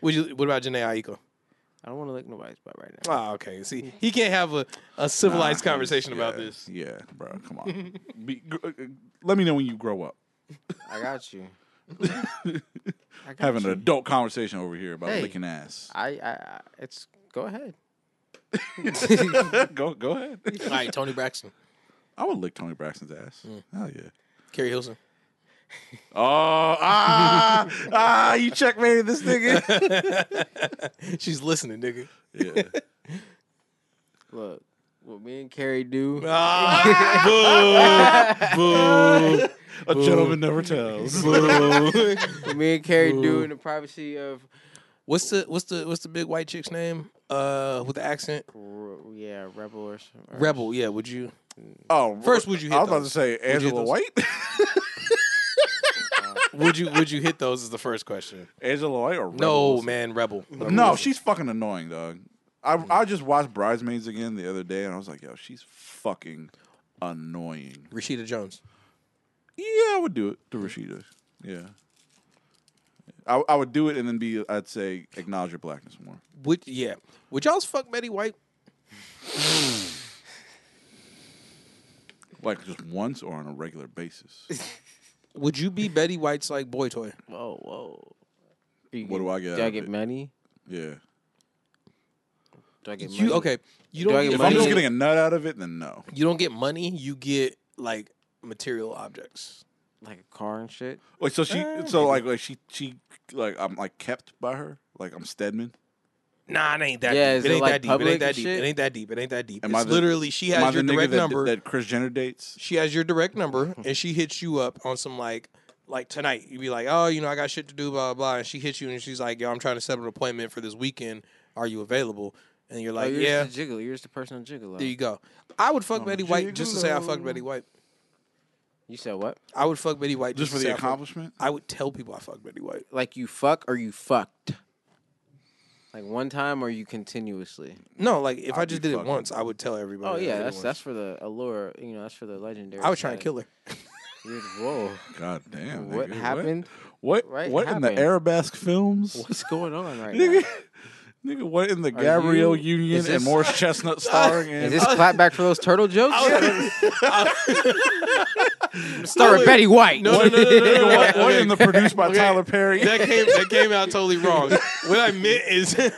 Speaker 1: Would you, what about Janae Aiko?
Speaker 2: I don't want to lick nobody's butt right now.
Speaker 1: Ah, okay. See, he can't have a, a civilized conversation about this.
Speaker 3: Yeah, bro. Come on. Be, gr- uh, let me know when you grow up.
Speaker 2: I got you. I got
Speaker 3: Having
Speaker 2: you.
Speaker 3: an adult conversation over here about
Speaker 2: Hey.
Speaker 3: licking ass.
Speaker 2: I, I, I, it's go ahead.
Speaker 3: go go ahead.
Speaker 1: All right, Tony Braxton,
Speaker 3: I would lick Tony Braxton's ass.
Speaker 1: Mm.
Speaker 3: Hell yeah.
Speaker 1: Kerry Hilson.
Speaker 3: Oh ah ah! You checkmated this nigga.
Speaker 1: She's listening, nigga.
Speaker 3: yeah.
Speaker 2: Look, what me and Carrie do.
Speaker 3: A gentleman never tells.
Speaker 2: What me and Carrie do in the privacy of.
Speaker 1: What's the what's the what's the big white chick's name? Uh, with the accent,
Speaker 2: Re- Yeah, rebel or something.
Speaker 1: Rebel. Yeah, would you?
Speaker 3: Oh,
Speaker 1: First, would you hit
Speaker 3: I was about
Speaker 1: those?
Speaker 3: to say
Speaker 1: you hit
Speaker 3: Angela
Speaker 1: those?
Speaker 3: White.
Speaker 1: Would you would you hit those? Is the first question.
Speaker 3: Angela White or
Speaker 1: No,
Speaker 3: Rebels?
Speaker 1: man, Rebel.
Speaker 3: No, she's fucking annoying, dog. I I just watched Bridesmaids again the other day, and I was like, yo, she's fucking annoying.
Speaker 1: Rashida Jones.
Speaker 3: Yeah, I would do it to Rashida. Yeah. I, I would do it and then be I'd say acknowledge your blackness more.
Speaker 1: Would yeah? Would y'all fuck Betty White?
Speaker 3: Like just once or on a regular basis.
Speaker 1: Would you be Betty White's like boy toy?
Speaker 2: Whoa, whoa. You
Speaker 3: What do I get
Speaker 2: Do
Speaker 3: out
Speaker 2: I
Speaker 3: of
Speaker 2: get
Speaker 3: it?
Speaker 2: money?
Speaker 3: Yeah.
Speaker 2: Do I get money?
Speaker 1: You okay? You
Speaker 2: Do
Speaker 1: don't.
Speaker 2: I get
Speaker 1: get,
Speaker 3: If
Speaker 1: money,
Speaker 3: I'm
Speaker 1: you,
Speaker 3: just
Speaker 1: don't
Speaker 3: getting a nut out of it, then no.
Speaker 1: you don't get money. You get like material objects.
Speaker 2: Like a car and shit?
Speaker 3: Like so she so like like she she like I'm like kept by her. Like I'm Stedman.
Speaker 1: Nah, it ain't that
Speaker 2: Yeah,
Speaker 1: deep.
Speaker 2: is
Speaker 1: it
Speaker 2: it,
Speaker 1: ain't
Speaker 2: like,
Speaker 1: that deep. It
Speaker 2: public
Speaker 1: ain't that
Speaker 2: and
Speaker 1: deep.
Speaker 2: shit?
Speaker 1: It ain't that deep. It ain't that deep.
Speaker 3: Am I
Speaker 1: it's
Speaker 3: the-
Speaker 1: literally she
Speaker 3: Am I
Speaker 1: has your
Speaker 3: the nigga
Speaker 1: direct
Speaker 3: that,
Speaker 1: number.
Speaker 3: that Chris Jenner dates?
Speaker 1: She has your direct number and she hits you up on some like like tonight. You be like, oh, you know, I got shit to do, blah blah. blah. And she hits you and she's like, yo, I'm trying to set up an appointment for this weekend. Are you available? And you're
Speaker 2: oh,
Speaker 1: like,
Speaker 2: you're
Speaker 1: Uh, yeah.
Speaker 2: just a jiggle. You're just a personal gigolo.
Speaker 1: There you go. I would fuck Betty White just to say I fucked Betty White.
Speaker 2: you said what?
Speaker 1: I would fuck Betty White just,
Speaker 3: Just for
Speaker 1: to
Speaker 3: the
Speaker 1: say I fucked-
Speaker 3: accomplishment?
Speaker 1: I would tell people I fucked Betty White.
Speaker 2: Like you fuck or you fucked? Like one time or you continuously?
Speaker 1: No, like if i
Speaker 3: I'd
Speaker 1: just
Speaker 3: be
Speaker 1: did it
Speaker 3: fucking-
Speaker 1: once, I would tell everybody.
Speaker 2: Oh
Speaker 1: I did
Speaker 2: yeah,
Speaker 1: it
Speaker 2: that's
Speaker 1: once.
Speaker 2: that's for the allure. You know, that's for the legendary.
Speaker 1: I was trying to kill her.
Speaker 2: her. Whoa,
Speaker 3: God damn.
Speaker 2: what
Speaker 3: nigga,
Speaker 2: happened?
Speaker 3: What
Speaker 2: Right,
Speaker 3: what in the
Speaker 2: happened.
Speaker 3: Arabesque films?
Speaker 2: What's going on right now?
Speaker 3: Nigga, nigga, what in the
Speaker 2: Are
Speaker 3: Gabrielle
Speaker 2: you-
Speaker 3: Union
Speaker 2: is
Speaker 3: and
Speaker 2: this-
Speaker 3: Morris Chestnut starring in?
Speaker 2: Is this clap back for those turtle jokes? Star
Speaker 1: wait.
Speaker 2: Betty White.
Speaker 1: No, no, no, no, no, no,
Speaker 3: what,
Speaker 1: no.
Speaker 3: what in the produced by
Speaker 1: Okay.
Speaker 3: Tyler Perry?
Speaker 1: that came that came out totally wrong. What I meant is,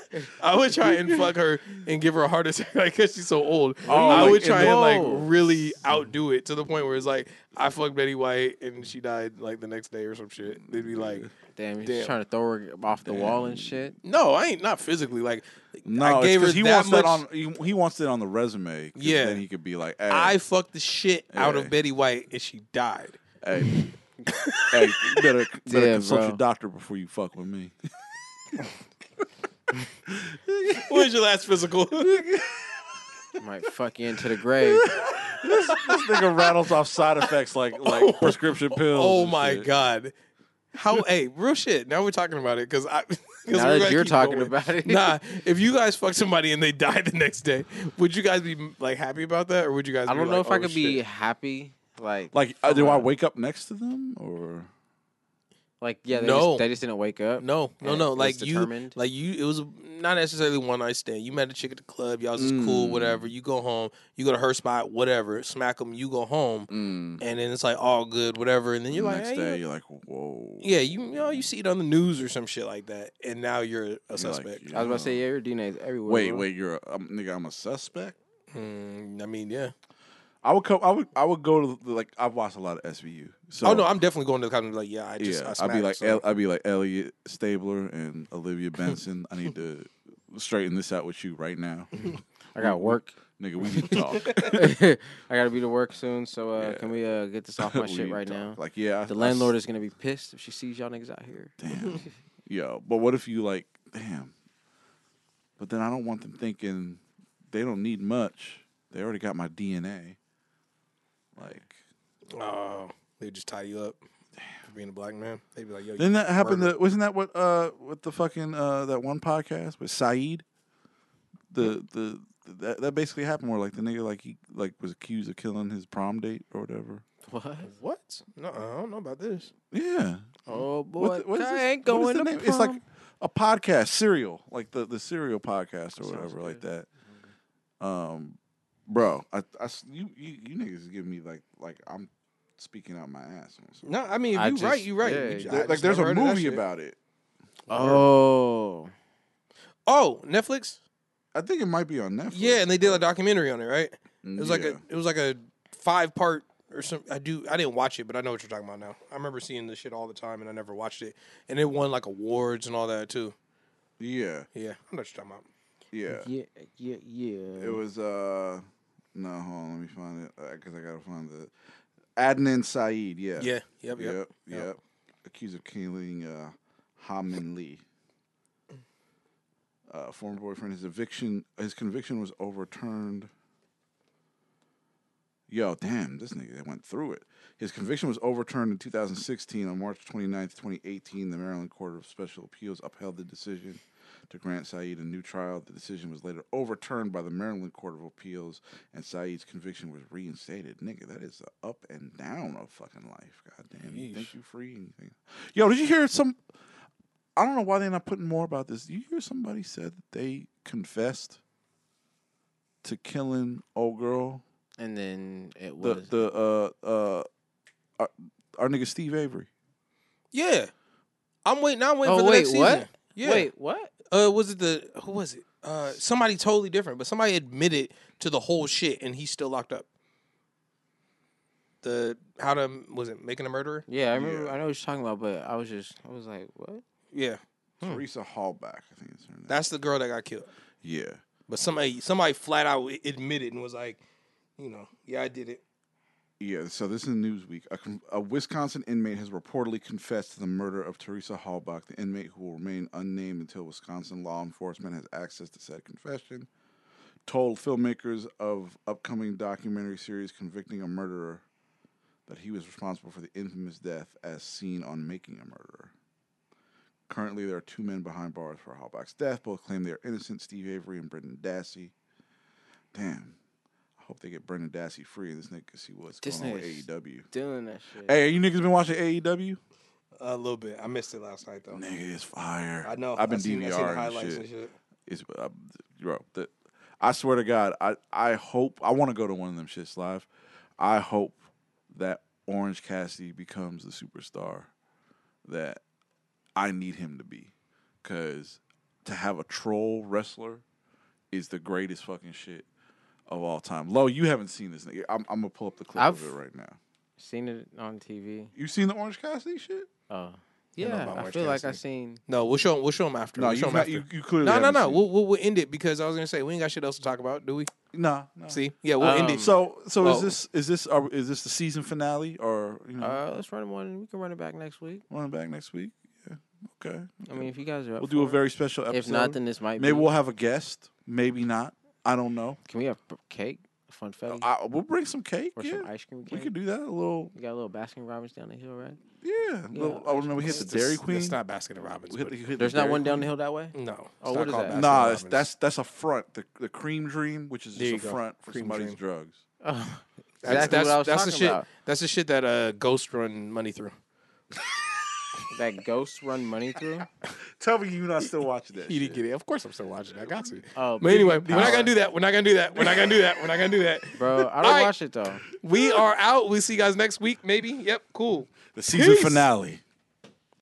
Speaker 1: I would try and fuck her and give her a heart attack because she's so old. I
Speaker 3: like
Speaker 1: would
Speaker 3: in
Speaker 1: try
Speaker 3: the-
Speaker 1: and
Speaker 2: Whoa.
Speaker 1: like really outdo it to the point where it's like I fucked Betty White and she died like the next day or some shit. They'd be like,
Speaker 2: Damn, he's
Speaker 1: Damn.
Speaker 2: trying to throw her off the wall and shit.
Speaker 1: "No, I ain't not physically like."
Speaker 3: no,
Speaker 1: I gave her
Speaker 3: he
Speaker 1: that
Speaker 3: wants
Speaker 1: much.
Speaker 3: that on. He, he wants it on the resume. 'cause
Speaker 1: Yeah.
Speaker 3: then he could be like, hey,
Speaker 1: I fucked the shit out
Speaker 3: Yeah.
Speaker 1: of Betty White and she died.
Speaker 3: hey, hey, you better, better
Speaker 2: Yeah,
Speaker 3: consult
Speaker 2: bro.
Speaker 3: your doctor before you fuck with me.
Speaker 1: When's your last physical?
Speaker 2: Might fuck you into the grave.
Speaker 3: this nigga rattles off side effects like like prescription pills.
Speaker 1: oh
Speaker 3: and
Speaker 1: my
Speaker 3: shit.
Speaker 1: god. How hey, real shit. Now we're talking about it because I. Cause
Speaker 2: Now
Speaker 1: we're
Speaker 2: that
Speaker 1: gonna
Speaker 2: you're
Speaker 1: keep
Speaker 2: talking
Speaker 1: going.
Speaker 2: about it.
Speaker 1: nah, if you guys fuck somebody and they die the next day, would you guys be like happy about that, or would you guys?
Speaker 2: I
Speaker 1: be
Speaker 2: don't know
Speaker 1: like,
Speaker 2: if I
Speaker 1: "Oh,
Speaker 2: could be
Speaker 1: shit."
Speaker 2: happy. Like, like,
Speaker 3: Like, uh, do I wake up next to them or?
Speaker 2: yeah, they,
Speaker 1: No.
Speaker 2: just, they just didn't wake up.
Speaker 1: No, no,
Speaker 2: And
Speaker 1: no.
Speaker 2: it was
Speaker 1: Like you,
Speaker 2: eh, determined?
Speaker 1: like you. It was not necessarily one night stand. You met a chick at the club. Y'all just cool, whatever. You go home. You go to her spot, whatever. Smack them. You go home, and then it's like all good, whatever. And then Mm. you're like,
Speaker 3: next
Speaker 1: "Hey, you
Speaker 3: day,
Speaker 1: know-
Speaker 3: you're like, whoa.
Speaker 1: yeah, you, you know, you see it on the news or some shit like that, and now you're a
Speaker 3: You're like,
Speaker 1: suspect.
Speaker 2: I was about
Speaker 3: yeah.
Speaker 2: to say, yeah, your DNA is everywhere.
Speaker 3: Wait,
Speaker 2: bro.
Speaker 3: wait, you're a um, nigga. I'm a suspect.
Speaker 1: Mm, I mean, yeah.
Speaker 3: I would come. I would. I would go to the, like. I've watched a lot of SVU. So
Speaker 1: oh no, I'm definitely going to the cop and be like, yeah, I just,
Speaker 3: yeah,
Speaker 1: I
Speaker 3: I'd
Speaker 1: smacked,
Speaker 3: be like,
Speaker 1: so.
Speaker 3: El, I'd be like Elliot Stabler and Olivia Benson. I need to straighten this out with you right now,
Speaker 2: I got work.
Speaker 3: nigga. We need to talk.
Speaker 2: I gotta be to work soon, so uh,
Speaker 3: Yeah.
Speaker 2: can we uh, get this off
Speaker 3: We
Speaker 2: my
Speaker 3: need
Speaker 2: shit
Speaker 3: to
Speaker 2: right
Speaker 3: talk.
Speaker 2: now?
Speaker 3: Like, yeah, I-
Speaker 2: the
Speaker 3: I
Speaker 2: landlord
Speaker 3: s-
Speaker 2: is gonna be pissed if she sees y'all niggas out here.
Speaker 3: Damn, yo. But what if you like, damn. But then I don't want them thinking they don't need much. They already got my DNA. Like,
Speaker 1: Uh, Oh, they just tie you up. for being a black man. They'd be like, yo, you
Speaker 3: Didn't that happen?
Speaker 1: murdered.
Speaker 3: To, wasn't that what uh with the fucking uh that one podcast with Saeed? The the that, that basically happened where like the nigga like he like was accused of killing his prom date or whatever.
Speaker 2: What?
Speaker 1: what? No, I don't know about this.
Speaker 3: Yeah.
Speaker 2: Oh
Speaker 3: What
Speaker 2: boy,
Speaker 3: the- what is
Speaker 2: I
Speaker 3: this-
Speaker 2: ain't
Speaker 3: what is
Speaker 2: going
Speaker 3: the
Speaker 2: to
Speaker 3: name? It's like a podcast, serial, like the the serial podcast or whatever, like that.
Speaker 1: Mm-hmm.
Speaker 3: Um, bro, I, I s- you, you you niggas give me like like I'm speaking out my ass. on something.
Speaker 1: No, I mean, if
Speaker 2: I
Speaker 1: you right,
Speaker 2: just-
Speaker 1: you right.
Speaker 2: yeah,
Speaker 1: We
Speaker 2: you
Speaker 1: ju- I
Speaker 2: did-
Speaker 1: just
Speaker 3: like there's
Speaker 1: never
Speaker 3: a
Speaker 1: heard of that
Speaker 3: movie
Speaker 1: shit.
Speaker 3: about it.
Speaker 2: oh,
Speaker 1: Oh, Netflix.
Speaker 3: I think it might be on Netflix.
Speaker 1: Yeah, and they did a documentary on it, right? It was like a
Speaker 3: Yeah.
Speaker 1: it was like a five part or some. I do I didn't watch it, but I know what you're talking about now. I remember seeing this shit all the time, and I never watched it. And it won like awards and all that too.
Speaker 3: yeah,
Speaker 1: Yeah, I know what you're talking about.
Speaker 3: yeah.
Speaker 2: yeah, yeah, yeah.
Speaker 3: It was uh no, hold on, let me find it because I gotta find the Adnan Saeed. Yeah,
Speaker 1: Yeah, yep, yep,
Speaker 3: yep, yep.
Speaker 1: yep.
Speaker 3: Accused of killing uh, Haman Lee. Uh, former boyfriend. His eviction. His conviction was overturned. Yo, damn, this nigga that went through it. His conviction was overturned in 2016 on March 29th, 2018. The Maryland Court of Special Appeals upheld the decision to grant Saeed a new trial. The decision was later overturned by the Maryland Court of Appeals, and Saeed's conviction was reinstated. Nigga, that is the up and down of fucking life. God damn, you think you free? and you think- Yo, did you hear some? I don't know why they're not putting more about this. Did you hear somebody said that they confessed to killing old girl?
Speaker 2: and then it
Speaker 3: the
Speaker 2: was
Speaker 3: the uh uh our, our nigga Steve Avery.
Speaker 1: Yeah, I'm waiting. I'm waiting
Speaker 2: Oh,
Speaker 1: for the
Speaker 2: wait,
Speaker 1: next
Speaker 2: what?
Speaker 1: season. Yeah.
Speaker 2: wait, what?
Speaker 1: uh, was it the who was it? Uh, somebody totally different, but somebody admitted to the whole shit, and he's still locked up. The how to was it making a murderer?
Speaker 2: Yeah, I remember. I know what you're talking about, but I was just, I was like, what?
Speaker 1: Yeah,
Speaker 3: Teresa Hallback, I think it's her name.
Speaker 1: that's the girl that got killed.
Speaker 3: yeah.
Speaker 1: But somebody somebody flat out admitted and was like, you know, yeah, I did it.
Speaker 3: Yeah, so this is Newsweek. A, con- a Wisconsin inmate has reportedly confessed to the murder of Teresa Hallbach, the inmate who will remain unnamed until Wisconsin law enforcement has access to said confession. Told filmmakers of upcoming documentary series convicting a murderer that he was responsible for the infamous death as seen on Making a Murderer. Currently, there are two men behind bars for Hallbach's death. Both claim they are innocent Steve Avery and Brendan Dassey. Damn. I hope they get Brendan Dassey free in this nigga because he was
Speaker 2: This
Speaker 3: going on with
Speaker 2: nigga's-
Speaker 3: AEW.
Speaker 2: Doing that shit.
Speaker 3: Hey, you niggas been watching E AEW?
Speaker 1: A little bit. I missed it last night though.
Speaker 3: Nigga, it's fire.
Speaker 1: I know.
Speaker 3: I've been
Speaker 1: I seen, I seen the
Speaker 3: DVR and
Speaker 1: highlights
Speaker 3: shit.
Speaker 1: and shit.
Speaker 3: It's, uh, bro, the, I swear to God, I, I hope I want to go to one of them shits live. I hope that Orange Cassidy becomes the superstar that I need him to be, because to have a troll wrestler is the greatest fucking shit of all time. Lo, you haven't seen this nigga. I'm, I'm gonna pull up the clip
Speaker 2: I've-
Speaker 3: of it right now.
Speaker 2: Seen it on TV.
Speaker 3: You seen the Orange Cassidy shit?
Speaker 2: Oh,
Speaker 1: know
Speaker 2: yeah.
Speaker 1: about
Speaker 2: I
Speaker 1: Orange
Speaker 2: feel like I
Speaker 1: Cassidy.
Speaker 2: seen.
Speaker 1: No, we'll show we'll show them after.
Speaker 3: No,
Speaker 1: we'll show
Speaker 3: you've
Speaker 1: 'em
Speaker 3: not,
Speaker 1: after.
Speaker 3: you you clearly
Speaker 1: no, no,
Speaker 3: haven't
Speaker 1: no.
Speaker 3: seen it.
Speaker 1: We'll, we'll we'll end it because I was gonna say we ain't got shit else to talk about, do we?
Speaker 3: Nah, nah. Um,
Speaker 1: See, yeah, we'll end it.
Speaker 3: So, so
Speaker 1: Oh.
Speaker 3: is this is this are, is this the season finale or you know
Speaker 2: Uh, let's run one. We can run it back next week.
Speaker 3: running back next week? Yeah, okay.
Speaker 2: I mean, if you guys are up
Speaker 3: We'll do a
Speaker 2: for it.
Speaker 3: very special episode.
Speaker 2: If not, then this might.
Speaker 3: maybe
Speaker 2: be.
Speaker 3: we'll have a guest. Maybe not. I don't know.
Speaker 2: Can we have p- cake, funfetti,
Speaker 3: I, we'll bring some cake.
Speaker 2: or
Speaker 3: yeah,
Speaker 2: some ice cream?
Speaker 3: we
Speaker 2: Cake?
Speaker 3: could do that. A little.
Speaker 2: We got a little Baskin Robbins down the hill, right?
Speaker 3: Yeah. a little, oh no, we hit the Dairy Queen.
Speaker 1: It's not Baskin Robbins.
Speaker 3: we hit the,
Speaker 1: but-
Speaker 3: we hit
Speaker 2: There's
Speaker 3: the
Speaker 2: not
Speaker 3: Dairy
Speaker 2: one down
Speaker 3: Queen.
Speaker 2: the hill that way.
Speaker 1: No.
Speaker 2: Oh,
Speaker 1: it's
Speaker 2: what
Speaker 1: not
Speaker 2: is
Speaker 1: called
Speaker 2: that?
Speaker 1: Baskin
Speaker 3: Nah, that's
Speaker 1: Robbins.
Speaker 3: that's that's a front. The the cream dream, which is
Speaker 1: There
Speaker 3: just
Speaker 1: you
Speaker 3: a
Speaker 1: go.
Speaker 3: front for
Speaker 1: Cream dream.
Speaker 3: somebody's drugs.
Speaker 2: Oh,
Speaker 1: that's
Speaker 2: exactly what I was
Speaker 1: that's the
Speaker 2: talking
Speaker 1: shit.
Speaker 2: about.
Speaker 1: That's the shit that uh, Ghost run money through.
Speaker 2: That ghosts run money through.
Speaker 3: Tell me you're not still watching that.
Speaker 1: He
Speaker 3: shit.
Speaker 1: didn't get it. Of course, I'm still watching. I got to.
Speaker 2: Oh,
Speaker 1: but anyway,
Speaker 2: people
Speaker 1: we're not
Speaker 2: power.
Speaker 1: gonna do that. We're not gonna do that. We're not gonna do that. We're not gonna do that.
Speaker 2: Bro, I
Speaker 1: All
Speaker 2: don't
Speaker 1: right.
Speaker 2: watch it though.
Speaker 1: We are out. We'll see you guys next week, maybe. Yep, cool.
Speaker 3: The season
Speaker 1: Peace.
Speaker 3: finale.